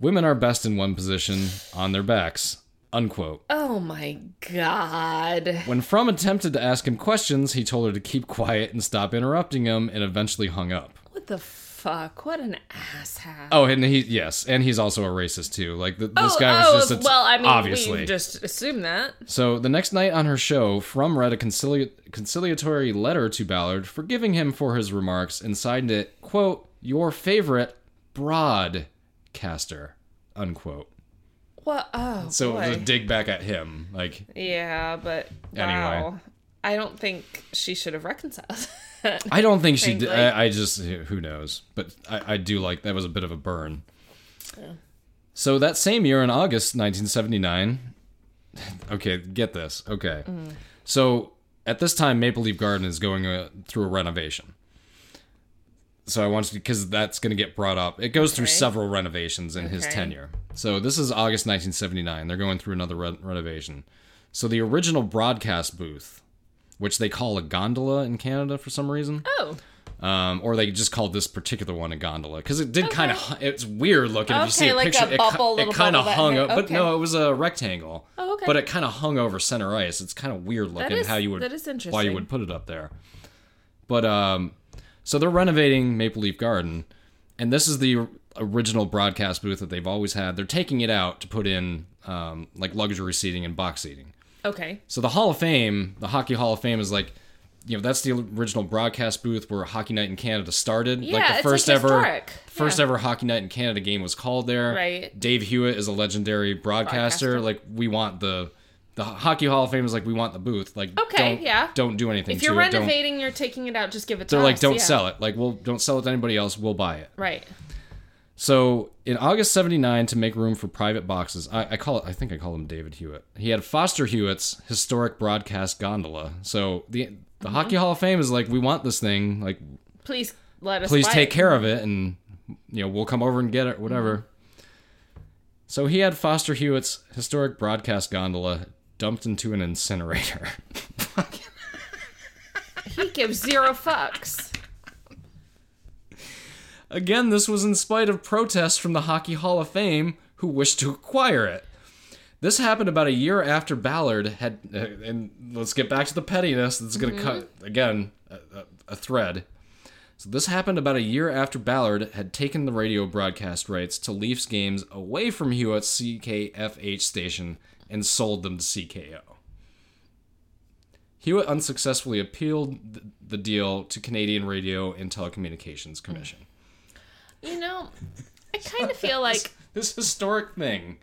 S2: women are best in one position, on their backs, unquote.
S3: oh my god.
S2: When Frum attempted to ask him questions, he told her to keep quiet and stop interrupting him and eventually hung up.
S3: What the fuck? What an asshat.
S2: Oh, and he, yes, and he's also a racist too. Like, th- this
S3: Oh,
S2: guy was
S3: oh,
S2: just, a-
S3: well, I mean,
S2: obviously.
S3: we just assume that.
S2: So the next night on her show, Frum read a concilia- conciliatory letter to Ballard, forgiving him for his remarks, and signed it, quote, your favorite broadcaster, unquote.
S3: What? Oh,
S2: So it
S3: boy.
S2: was a dig back at him. Like,
S3: yeah, but wow.
S2: Anyway.
S3: I don't think she should have reconciled.
S2: I don't think she did.
S3: Frankly.
S2: I, I just, who knows? But I, I do like that was a bit of a burn. So that same year in August 1979, okay, get this. Okay. So at this time, Maple Leaf Garden is going uh, through a renovation. So I want to, because that's going to get brought up. It goes through
S3: Okay.
S2: several renovations in his
S3: Okay.
S2: tenure. So this is August 1979. They're going through another re- renovation. So the original broadcast booth, which they call a gondola in Canada for some reason,
S3: oh,
S2: um, or they just called this particular one a gondola because it did kind of. It's weird looking if you see
S3: Okay,
S2: a
S3: like
S2: picture.
S3: a
S2: it ki-
S3: bubble,
S2: it
S3: little
S2: kind of
S3: bubble that
S2: hung,
S3: hang-
S2: o- but
S3: okay.
S2: no, it was a rectangle.
S3: Oh, okay.
S2: But it kind of hung over center ice. It's kind of weird looking
S3: is-
S2: how you would
S3: that is
S2: why you
S3: interesting.
S2: would put it up there. But um, so they're renovating Maple Leaf Garden, and this is the original broadcast booth that they've always had. They're taking it out to put in um, like luxury seating and box seating.
S3: okay.
S2: So the Hall of Fame, the Hockey Hall of Fame, is like, you know, that's the original broadcast booth where Hockey Night in Canada started.
S3: Yeah,
S2: like the
S3: it's, like,
S2: first ever,
S3: historic.
S2: first
S3: Yeah.
S2: ever Hockey Night in Canada game was called there.
S3: Right.
S2: Dave Hewitt is a legendary broadcaster.
S3: Broadcaster.
S2: Like we want the. The Hockey Hall of Fame is like we want the booth. Like
S3: Okay,
S2: don't,
S3: yeah.
S2: Don't do anything.
S3: If you're
S2: to it. Don't-
S3: renovating, you're taking it out. Just give it. to
S2: they're like
S3: us,
S2: don't
S3: yeah.
S2: sell it. Like we'll don't sell it to anybody else. We'll buy it.
S3: Right.
S2: So in August '79, to make room for private boxes, I, I call it. I think I call him David Hewitt. He had Foster Hewitt's historic broadcast gondola. So the the Hockey Hall of Fame is like, we want this thing. Like,
S3: Please let us.
S2: please
S3: buy
S2: take
S3: it.
S2: care of it, and you know we'll come over and get it, whatever. So he had Foster Hewitt's historic broadcast gondola dumped into an incinerator.
S3: He gives zero fucks.
S2: Again, this was in spite of protests from the Hockey Hall of Fame who wished to acquire it. This happened about a year after Ballard had, uh, and let's get back to the pettiness that's going to cut, again, a, a, a thread. So, this happened about a year after Ballard had taken the radio broadcast rights to Leafs games away from Hewitt's CKFH station and sold them to CKO. Hewitt unsuccessfully appealed th- the deal to Canadian Radio and Telecommunications Commission.
S3: You know, I kind of feel like
S2: this historic thing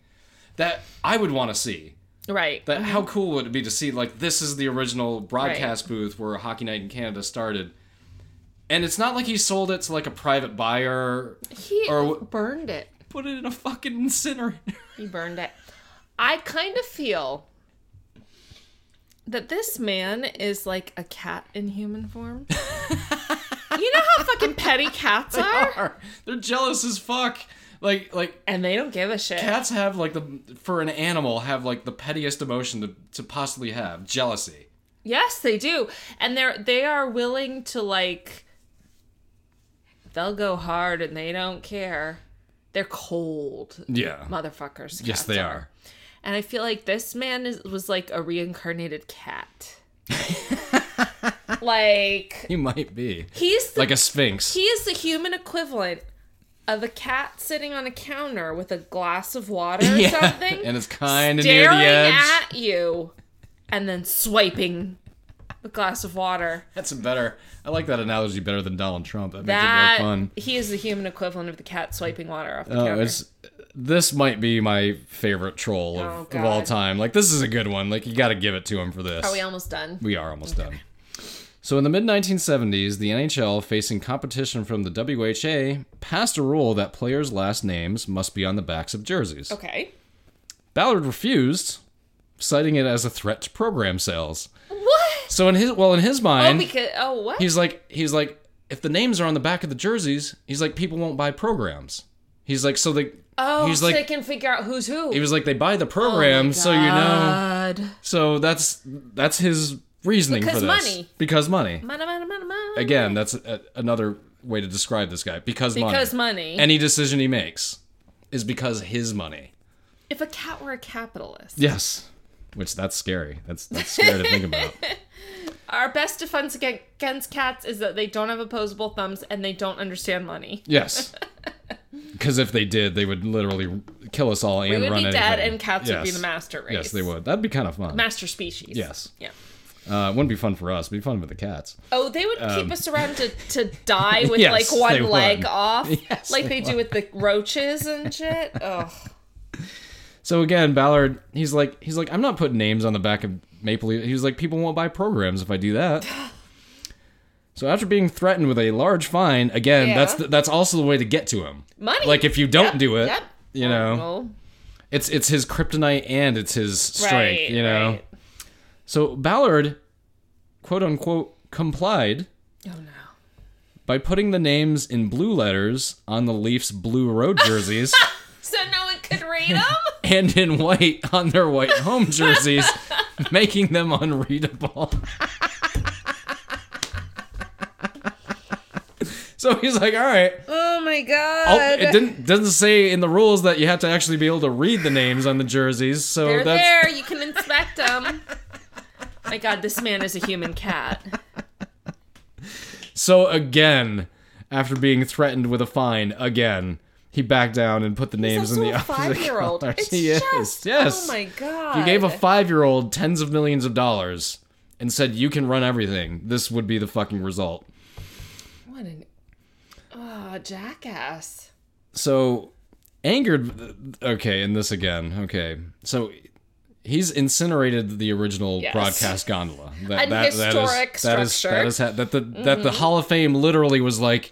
S2: that I would want to see.
S3: right.
S2: That how cool would it be to see like this is the original broadcast booth where Hockey Night in Canada started. And it's not like he sold it to like a private buyer,
S3: He
S2: or what-
S3: burned it.
S2: put it in a fucking incinerator.
S3: He burned it. I kind of feel that this man is like a cat in human form. you know how fucking petty cats
S2: Oh,
S3: are?
S2: They're jealous as fuck. Like like
S3: And they don't give a shit.
S2: cats have like the for an animal have like the pettiest emotion to, to possibly have, jealousy.
S3: Yes, they do. And they're they are willing to like They'll go hard and they don't care. They're cold
S2: Yeah.
S3: motherfuckers.
S2: yes,
S3: cats
S2: they are.
S3: And I feel like this man is, was like a reincarnated cat. like
S2: You might be
S3: he's the,
S2: like a sphinx.
S3: he is the human equivalent of a cat sitting on a counter with a glass of water or
S2: Yeah,
S3: something
S2: and it's kind of near the
S3: staring
S2: edge.
S3: at you and then swiping a glass of water.
S2: That's a better. I like that analogy better than Donald Trump. That,
S3: That
S2: makes it more fun.
S3: he is the human equivalent of the cat swiping water off the
S2: Oh,
S3: counter.
S2: it's this might be my favorite troll
S3: Oh,
S2: of,
S3: God.
S2: of all time. Like this is a good one. Like you got to give it to him for this.
S3: Are we almost done?
S2: We are almost done. So, in the mid 1970s, the NHL, facing competition from the WHA, passed a rule that players' last names must be on the backs of jerseys.
S3: Okay.
S2: Ballard refused, citing it as a threat to program sales.
S3: What?
S2: So, in his well, in his
S3: Oh,
S2: mind,
S3: because oh what?
S2: he's like, he's like, if the names are on the back of the jerseys, he's like, people won't buy programs. He's like, so they,
S3: oh,
S2: he's
S3: so
S2: like-
S3: they can figure out who's who.
S2: he was like, they buy the program, so you know.
S3: Oh God.
S2: So that's that's his reasoning
S3: Because
S2: for this
S3: money.
S2: because money.
S3: Mana, mana, mana, mana.
S2: again, that's a, another way to describe this guy because,
S3: Because
S2: money.
S3: money.
S2: Any decision he makes is because his money.
S3: if a cat were a capitalist,
S2: Yes, which that's scary. That's that's scary to think about.
S3: our best defense aga- against cats is that they don't have opposable thumbs and they don't understand money.
S2: Yes, because if they did, they would literally kill us all and
S3: We would
S2: run
S3: be dead,
S2: anything.
S3: and cats would be
S2: Yes.
S3: the master race.
S2: Yes, they would. That'd be kind of fun.
S3: Master species.
S2: Yes.
S3: Yeah.
S2: Uh, it wouldn't be fun for us. It'd be fun for the cats.
S3: Oh, they would keep us around to, to die with
S2: Um,
S3: like
S2: Yes, they
S3: one
S2: would.
S3: leg off,
S2: Yes,
S3: like
S2: they
S3: they, do with the roaches and shit. Ugh.
S2: So again, Ballard, he's like, he's like, I'm not putting names on the back of Maple Leaf. He was like, people won't buy programs if I do that. So after being threatened with a large fine, again,
S3: Yeah.
S2: that's the, that's also the way to get to him.
S3: Money.
S2: Like if you don't
S3: Yep,
S2: do it,
S3: yep. Oh,
S2: you know,
S3: Well,
S2: it's it's his kryptonite and it's his strength,
S3: right,
S2: you know.
S3: right.
S2: So Ballard, quote unquote, complied
S3: Oh no.
S2: by putting the names in blue letters on the Leafs' blue road jerseys.
S3: So no one could read them.
S2: and in white on their white home jerseys, making them unreadable. so he's like, all right.
S3: oh my
S2: I'll-
S3: god.
S2: it didn't doesn't say in the rules that you have to actually be able to read the names on the jerseys. So
S3: They're
S2: that's
S3: there. You can inspect them. My God, this man is a human cat.
S2: so again. After being threatened with a fine again, he backed down and put the names in
S3: also
S2: the
S3: a
S2: opposite
S3: five-year-old.
S2: colors.
S3: It's
S2: He
S3: just-
S2: is, yes.
S3: Oh my God.
S2: you gave a five-year-old tens of millions of dollars and said you can run everything, this would be the fucking result.
S3: what an oh jackass.
S2: So angered. Okay, and this again. Okay, so he's incinerated the original
S3: Yes.
S2: broadcast gondola. That,
S3: An
S2: that- that is-
S3: historic
S2: that is-
S3: structure. Mm-hmm.
S2: That is, ha- that the that the Hall of Fame literally was like,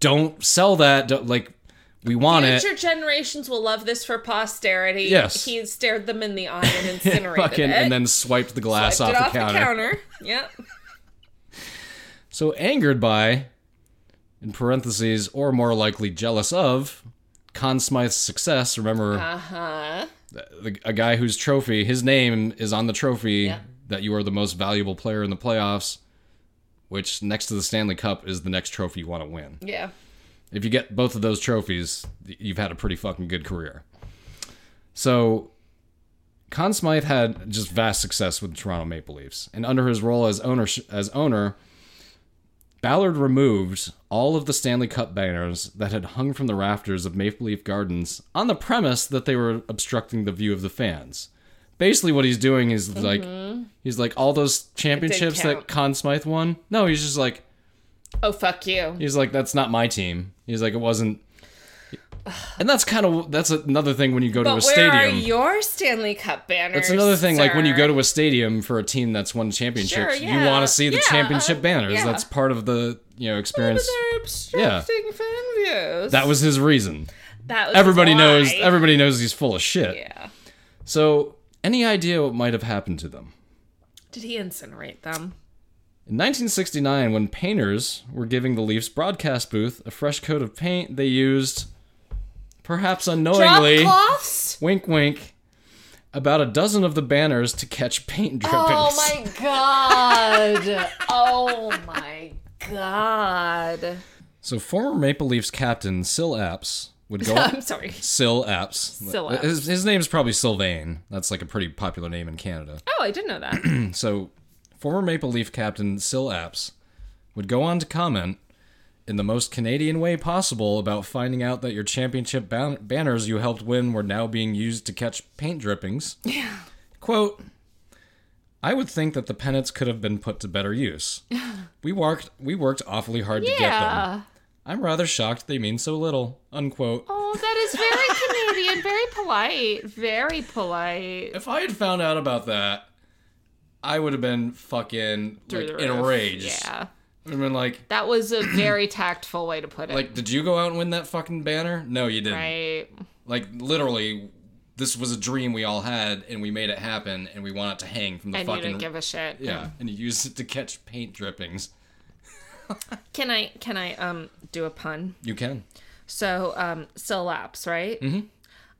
S2: don't sell that. Don't, like, we want it.
S3: Future generations will love this for posterity.
S2: Yes.
S3: He stared them in the eye and incinerated
S2: Fucking,
S3: it.
S2: and then swiped the glass
S3: Wiped it
S2: off, the, counter.
S3: Yep.
S2: So angered by, in parentheses, or more likely jealous of, Con Smythe's success. Remember,
S3: Uh huh.
S2: the, a guy whose trophy, his name is on the trophy that you are the most valuable player in the playoffs, which next to the Stanley Cup is the next trophy you want to win.
S3: Yeah.
S2: If you get both of those trophies, you've had a pretty fucking good career. So, Conn Smythe had just vast success with the Toronto Maple Leafs, and under his role as owner, as owner, Ballard removed all of the Stanley Cup banners that had hung from the rafters of Maple Leaf Gardens on the premise that they were obstructing the view of the fans. Basically, what he's doing is like he's like all those championships
S3: count.
S2: that Conn Smythe won. No, he's just like
S3: Oh fuck you.
S2: He's like, that's not my team. He's like, it wasn't. And that's kind of that's another thing when you go to a
S3: But where
S2: stadium.
S3: are your Stanley Cup banners?
S2: that's another thing, like when you
S3: sir?
S2: go to a stadium for a team that's won championships,
S3: Sure,
S2: you
S3: yeah.
S2: want to see the
S3: Yeah,
S2: championship
S3: uh,
S2: banners.
S3: yeah.
S2: That's part of the you know experience.
S3: They're obstructing fan views.
S2: That was his reason.
S3: that was
S2: Everybody
S3: why.
S2: knows. Everybody knows he's full of shit.
S3: Yeah.
S2: So any idea what might have happened to them?
S3: Did he incinerate them?
S2: In 1969, when painters were giving the Leafs broadcast booth a fresh coat of paint, they used, perhaps unknowingly,
S3: cloths?
S2: wink wink about a dozen of the banners to catch paint drippings.
S3: Oh my god. oh my god.
S2: So former Maple Leafs captain Sil Apps would go.
S3: I'm sorry.
S2: Sil Apps.
S3: Sil Apps.
S2: His, his name's probably Sylvain. That's like a pretty popular name in Canada.
S3: Oh, I didn't know that.
S2: So, former Maple Leaf captain Sil Apps would go on to comment in the most Canadian way possible about finding out that your championship ban- banners you helped win were now being used to catch paint drippings. Yeah. Quote I would think that the pennants could have been put to better use. we worked we worked awfully hard to get them.
S3: yeah.
S2: I'm rather shocked they mean so little. Unquote.
S3: Oh, that is very Canadian. Very polite. Very polite.
S2: If I had found out about that, I would have been fucking
S3: Through
S2: like,
S3: the roof.
S2: enraged.
S3: Yeah.
S2: I mean, like,
S3: That was a very tactful way to put it.
S2: like, did you go out and win that fucking banner? No, you didn't.
S3: right.
S2: Like, literally, this was a dream we all had, and we made it happen, and we want it to hang from the
S3: And you
S2: fucking.
S3: didn't give a shit.
S2: yeah, and you used it to catch paint drippings.
S3: Can I can I um do a pun?
S2: You can.
S3: So um Silaps, right? Mm-hmm.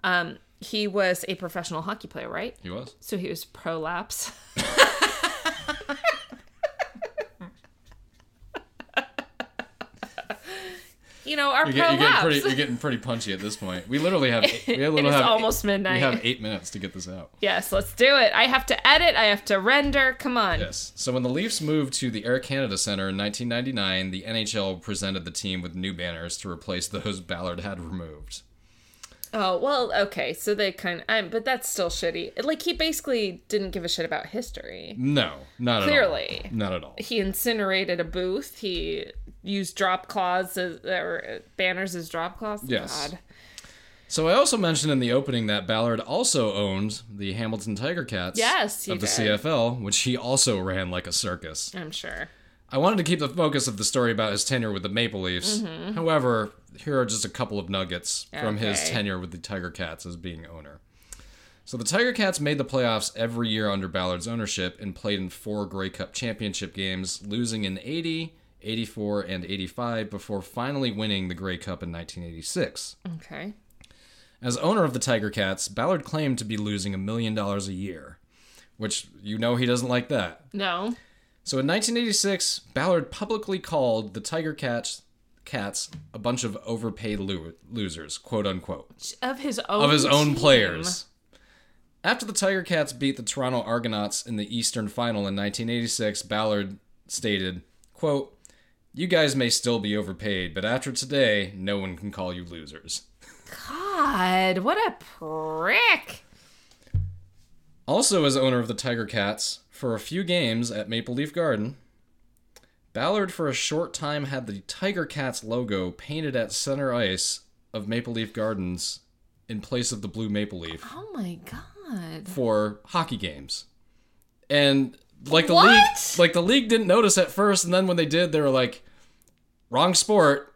S3: Um he was a professional hockey player, right?
S2: He was.
S3: So he was prolapse. you know, our
S2: You're, get,
S3: prolapse.
S2: you're getting pretty. You're getting pretty punchy at this point. We literally have. We literally
S3: it is
S2: have
S3: almost midnight.
S2: We have eight minutes to get this out.
S3: Yes, let's do it. I have to edit. I have to render. Come on.
S2: Yes. So when the Leafs moved to the Air Canada Centre in 1999, the NHL presented the team with new banners to replace those Ballard had removed.
S3: Oh well, okay. So they kind of, I'm, but that's still shitty. Like he basically didn't give a shit about history.
S2: No, not
S3: Clearly.
S2: at all. Not at all.
S3: He incinerated a booth. He used drop claws as, or uh, banners as drop claws.
S2: Yes. So I also mentioned in the opening that Ballard also owned the Hamilton Tiger Cats
S3: Yes, he
S2: of the
S3: did.
S2: CFL, which he also ran like a circus.
S3: I'm sure.
S2: I wanted to keep the focus of the story about his tenure with the Maple Leafs. However, here are just a couple of nuggets from his
S3: Mm-hmm. Okay.
S2: tenure with the Tiger Cats as being owner. So the Tiger Cats made the playoffs every year under Ballard's ownership and played in four Grey Cup championship games, losing in 80, 84, and 85 before finally winning the Grey Cup in 1986.
S3: Okay.
S2: As owner of the Tiger Cats, Ballard claimed to be losing a million dollars a year, which you know he doesn't like that.
S3: No.
S2: So in 1986, Ballard publicly called the Tiger Cats cats a bunch of overpaid lo- losers, quote unquote,
S3: Of his own.
S2: of his own
S3: team.
S2: players. After the Tiger Cats beat the Toronto Argonauts in the Eastern Final in 1986, Ballard stated, quote, "You guys may still be overpaid, but after today, no one can call you losers."
S3: God, what a prick.
S2: Also, as owner of the Tiger Cats, for a few games at Maple Leaf Garden, Ballard for a short time had the Tiger Cats logo painted at center ice of Maple Leaf Gardens in place of the blue maple leaf
S3: Oh my god.
S2: for hockey games. And like the
S3: What?
S2: league like the league didn't notice at first and then when they did they were like wrong sport.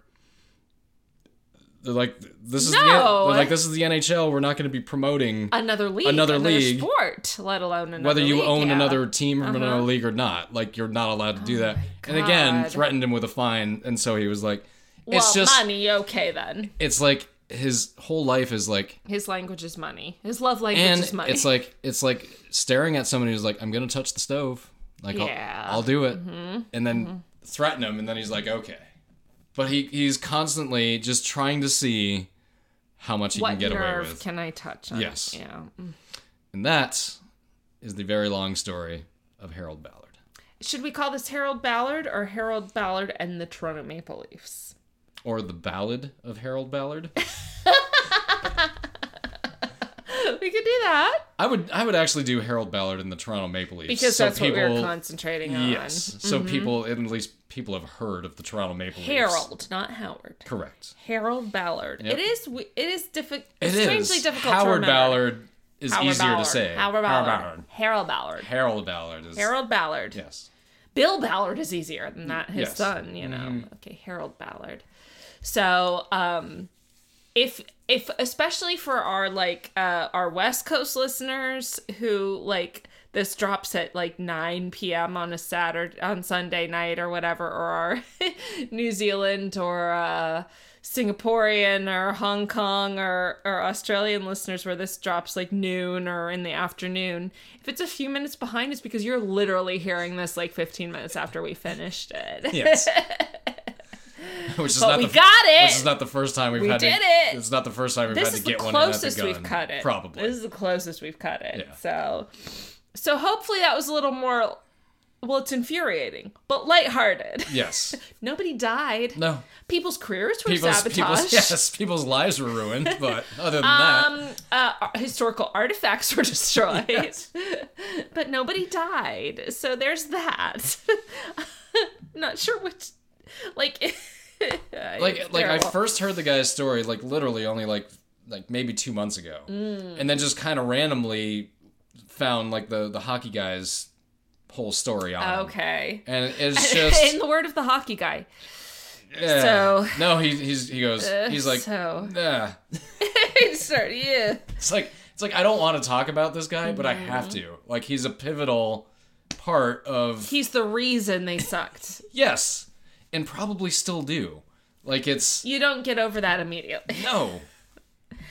S2: They're like this is the,
S3: No.
S2: they're like this is the NHL, we're not going to be promoting
S3: Another league.
S2: Another league.
S3: sport, let alone another.
S2: whether you
S3: league,
S2: own
S3: yeah. Uh-huh. Oh
S2: another team from another league or not. Like you're not allowed to do that. And again,
S3: God.
S2: threatened him with a fine, and so he was like,
S3: Well,
S2: "It's just,
S3: money. Okay then.
S2: it's like his whole life is like."
S3: His language is money. His love language
S2: And
S3: is money.
S2: it's like it's like staring at somebody who's like, "I'm gonna touch the stove, like I'll-
S3: Yeah. Mm-hmm.
S2: I'll, do it," and then threaten him, and then he's like, "Okay," but he he's constantly just trying to see how much he
S3: what
S2: can get away
S3: nerve
S2: with.
S3: can I touch on?
S2: Yes.
S3: Yeah. Mm.
S2: And that is the very long story of Harold Ballard.
S3: Should we call this Harold Ballard or Harold Ballard and the Toronto Maple Leafs?
S2: or the ballad of Harold Ballard.
S3: We could do that
S2: I would I would actually do Harold Ballard in the Toronto Maple Leafs
S3: because
S2: so
S3: that's what we
S2: people-
S3: were concentrating on. Mm-hmm.
S2: Yes, so people at least people have heard of the Toronto Maple Leafs.
S3: Harold, not Howard.
S2: correct.
S3: Harold Ballard.
S2: Yep.
S3: It is. w- It is difficult.
S2: It is
S3: strangely difficult. to
S2: Howard
S3: remember.
S2: Ballard is
S3: Howard
S2: easier
S3: Ballard.
S2: to say.
S3: Howard Ballard. Harold Ballard.
S2: Harold Ballard is
S3: Harold Ballard.
S2: yes.
S3: Bill Ballard is easier than that. His
S2: Yes. Mm-hmm.
S3: son, you know. Okay, Harold Ballard. So, um, if if especially for our like uh, our West Coast listeners who like this drops at like 9 p.m. on a Saturday on Sunday night or whatever, or our New Zealand or uh, Singaporean or Hong Kong or or Australian listeners where this drops like noon or in the afternoon. If it's a few minutes behind, it's because you're literally hearing this like 15 minutes after we finished it.
S2: Yes. which is
S3: But
S2: not
S3: we
S2: the,
S3: got it!
S2: Which is not the first time we've
S3: We
S2: had to.
S3: did it!
S2: It's not the first time we've
S3: this
S2: had
S3: is
S2: to get
S3: the
S2: one and have the
S3: closest
S2: gun.
S3: we've cut it.
S2: Probably.
S3: This is the closest we've cut it.
S2: Yeah.
S3: So, so hopefully that was a little more. Well, it's infuriating, but lighthearted.
S2: yes.
S3: Nobody died.
S2: No.
S3: People's careers were
S2: People's,
S3: sabotaged.
S2: people's yes, people's lives were ruined, but other than that,
S3: Um, uh, ar- historical artifacts were destroyed, but nobody died. So there's that. Not sure which, like,
S2: like like I first heard the guy's story like literally only like like maybe two months ago,
S3: Mm.
S2: and then just kind of randomly found like the the hockey guy's whole story on. him.
S3: Okay.
S2: And it's just
S3: In the word of the hockey guy.
S2: yeah.
S3: so-
S2: no. He he's, he goes.
S3: Uh,
S2: he's like
S3: so.
S2: yeah.
S3: Sorry, yeah.
S2: It's like it's like I don't want to talk about this guy, but I have
S3: Mm-hmm.
S2: to. Like he's a pivotal part of
S3: He's the reason they sucked.
S2: yes, and probably still do. Like it's
S3: You don't get over that immediately.
S2: no.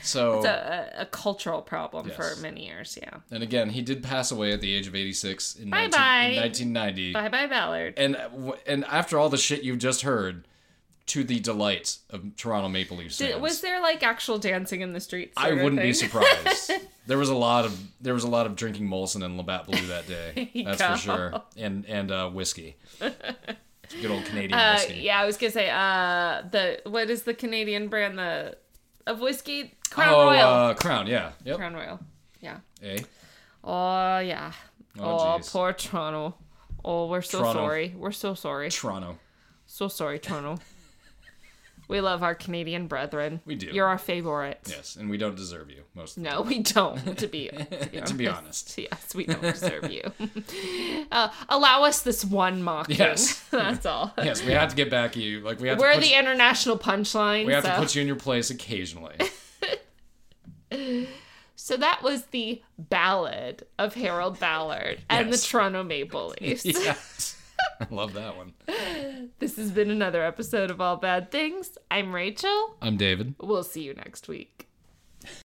S2: So
S3: It's a, a, a cultural problem
S2: Yes.
S3: for many years, yeah.
S2: and again, he did pass away at the age of 86 in, 19,
S3: Bye-bye.
S2: in 1990.
S3: Bye bye, Ballard.
S2: And uh, w- and after all the shit you've just heard, to the delight of Toronto Maple Leafs
S3: Did-
S2: fans,
S3: was there like actual dancing in the streets?
S2: I
S3: sort of
S2: wouldn't be
S3: thing?
S2: surprised. there was a lot of there was a lot of drinking Molson and Labatt Blue that day.
S3: you
S2: That's
S3: go.
S2: for sure. And and uh, whiskey. It's good old Canadian
S3: Uh,
S2: whiskey.
S3: yeah, I was gonna say uh the what is the Canadian brand the of whiskey Crown
S2: oh,
S3: Royal.
S2: Uh, Crown. Yeah. Yep.
S3: Crown Royal. Yeah.
S2: Eh?
S3: Oh yeah.
S2: Oh,
S3: Oh,
S2: geez.
S3: poor Toronto. Oh, we're so
S2: Toronto.
S3: sorry. We're so sorry.
S2: Toronto.
S3: So sorry, Toronto. we love our Canadian brethren.
S2: We do.
S3: You're our favorite.
S2: Yes, and we don't deserve you most. Of
S3: No, we don't. To be to be honest,
S2: To be honest.
S3: yes, we don't deserve you. uh, allow us this one mocking.
S2: Yes.
S3: that's all.
S2: the- yes, we have to get back at you. Like we have
S3: We're
S2: to put
S3: the
S2: you,
S3: international punchline.
S2: we have
S3: so.
S2: to put you in your place occasionally.
S3: So that was the ballad of Harold Ballard and the
S2: Yes.
S3: Toronto Maple Leafs.
S2: yes. I love that one.
S3: This has been another episode of All Bad Things. I'm Rachel.
S2: I'm David.
S3: We'll see you next week.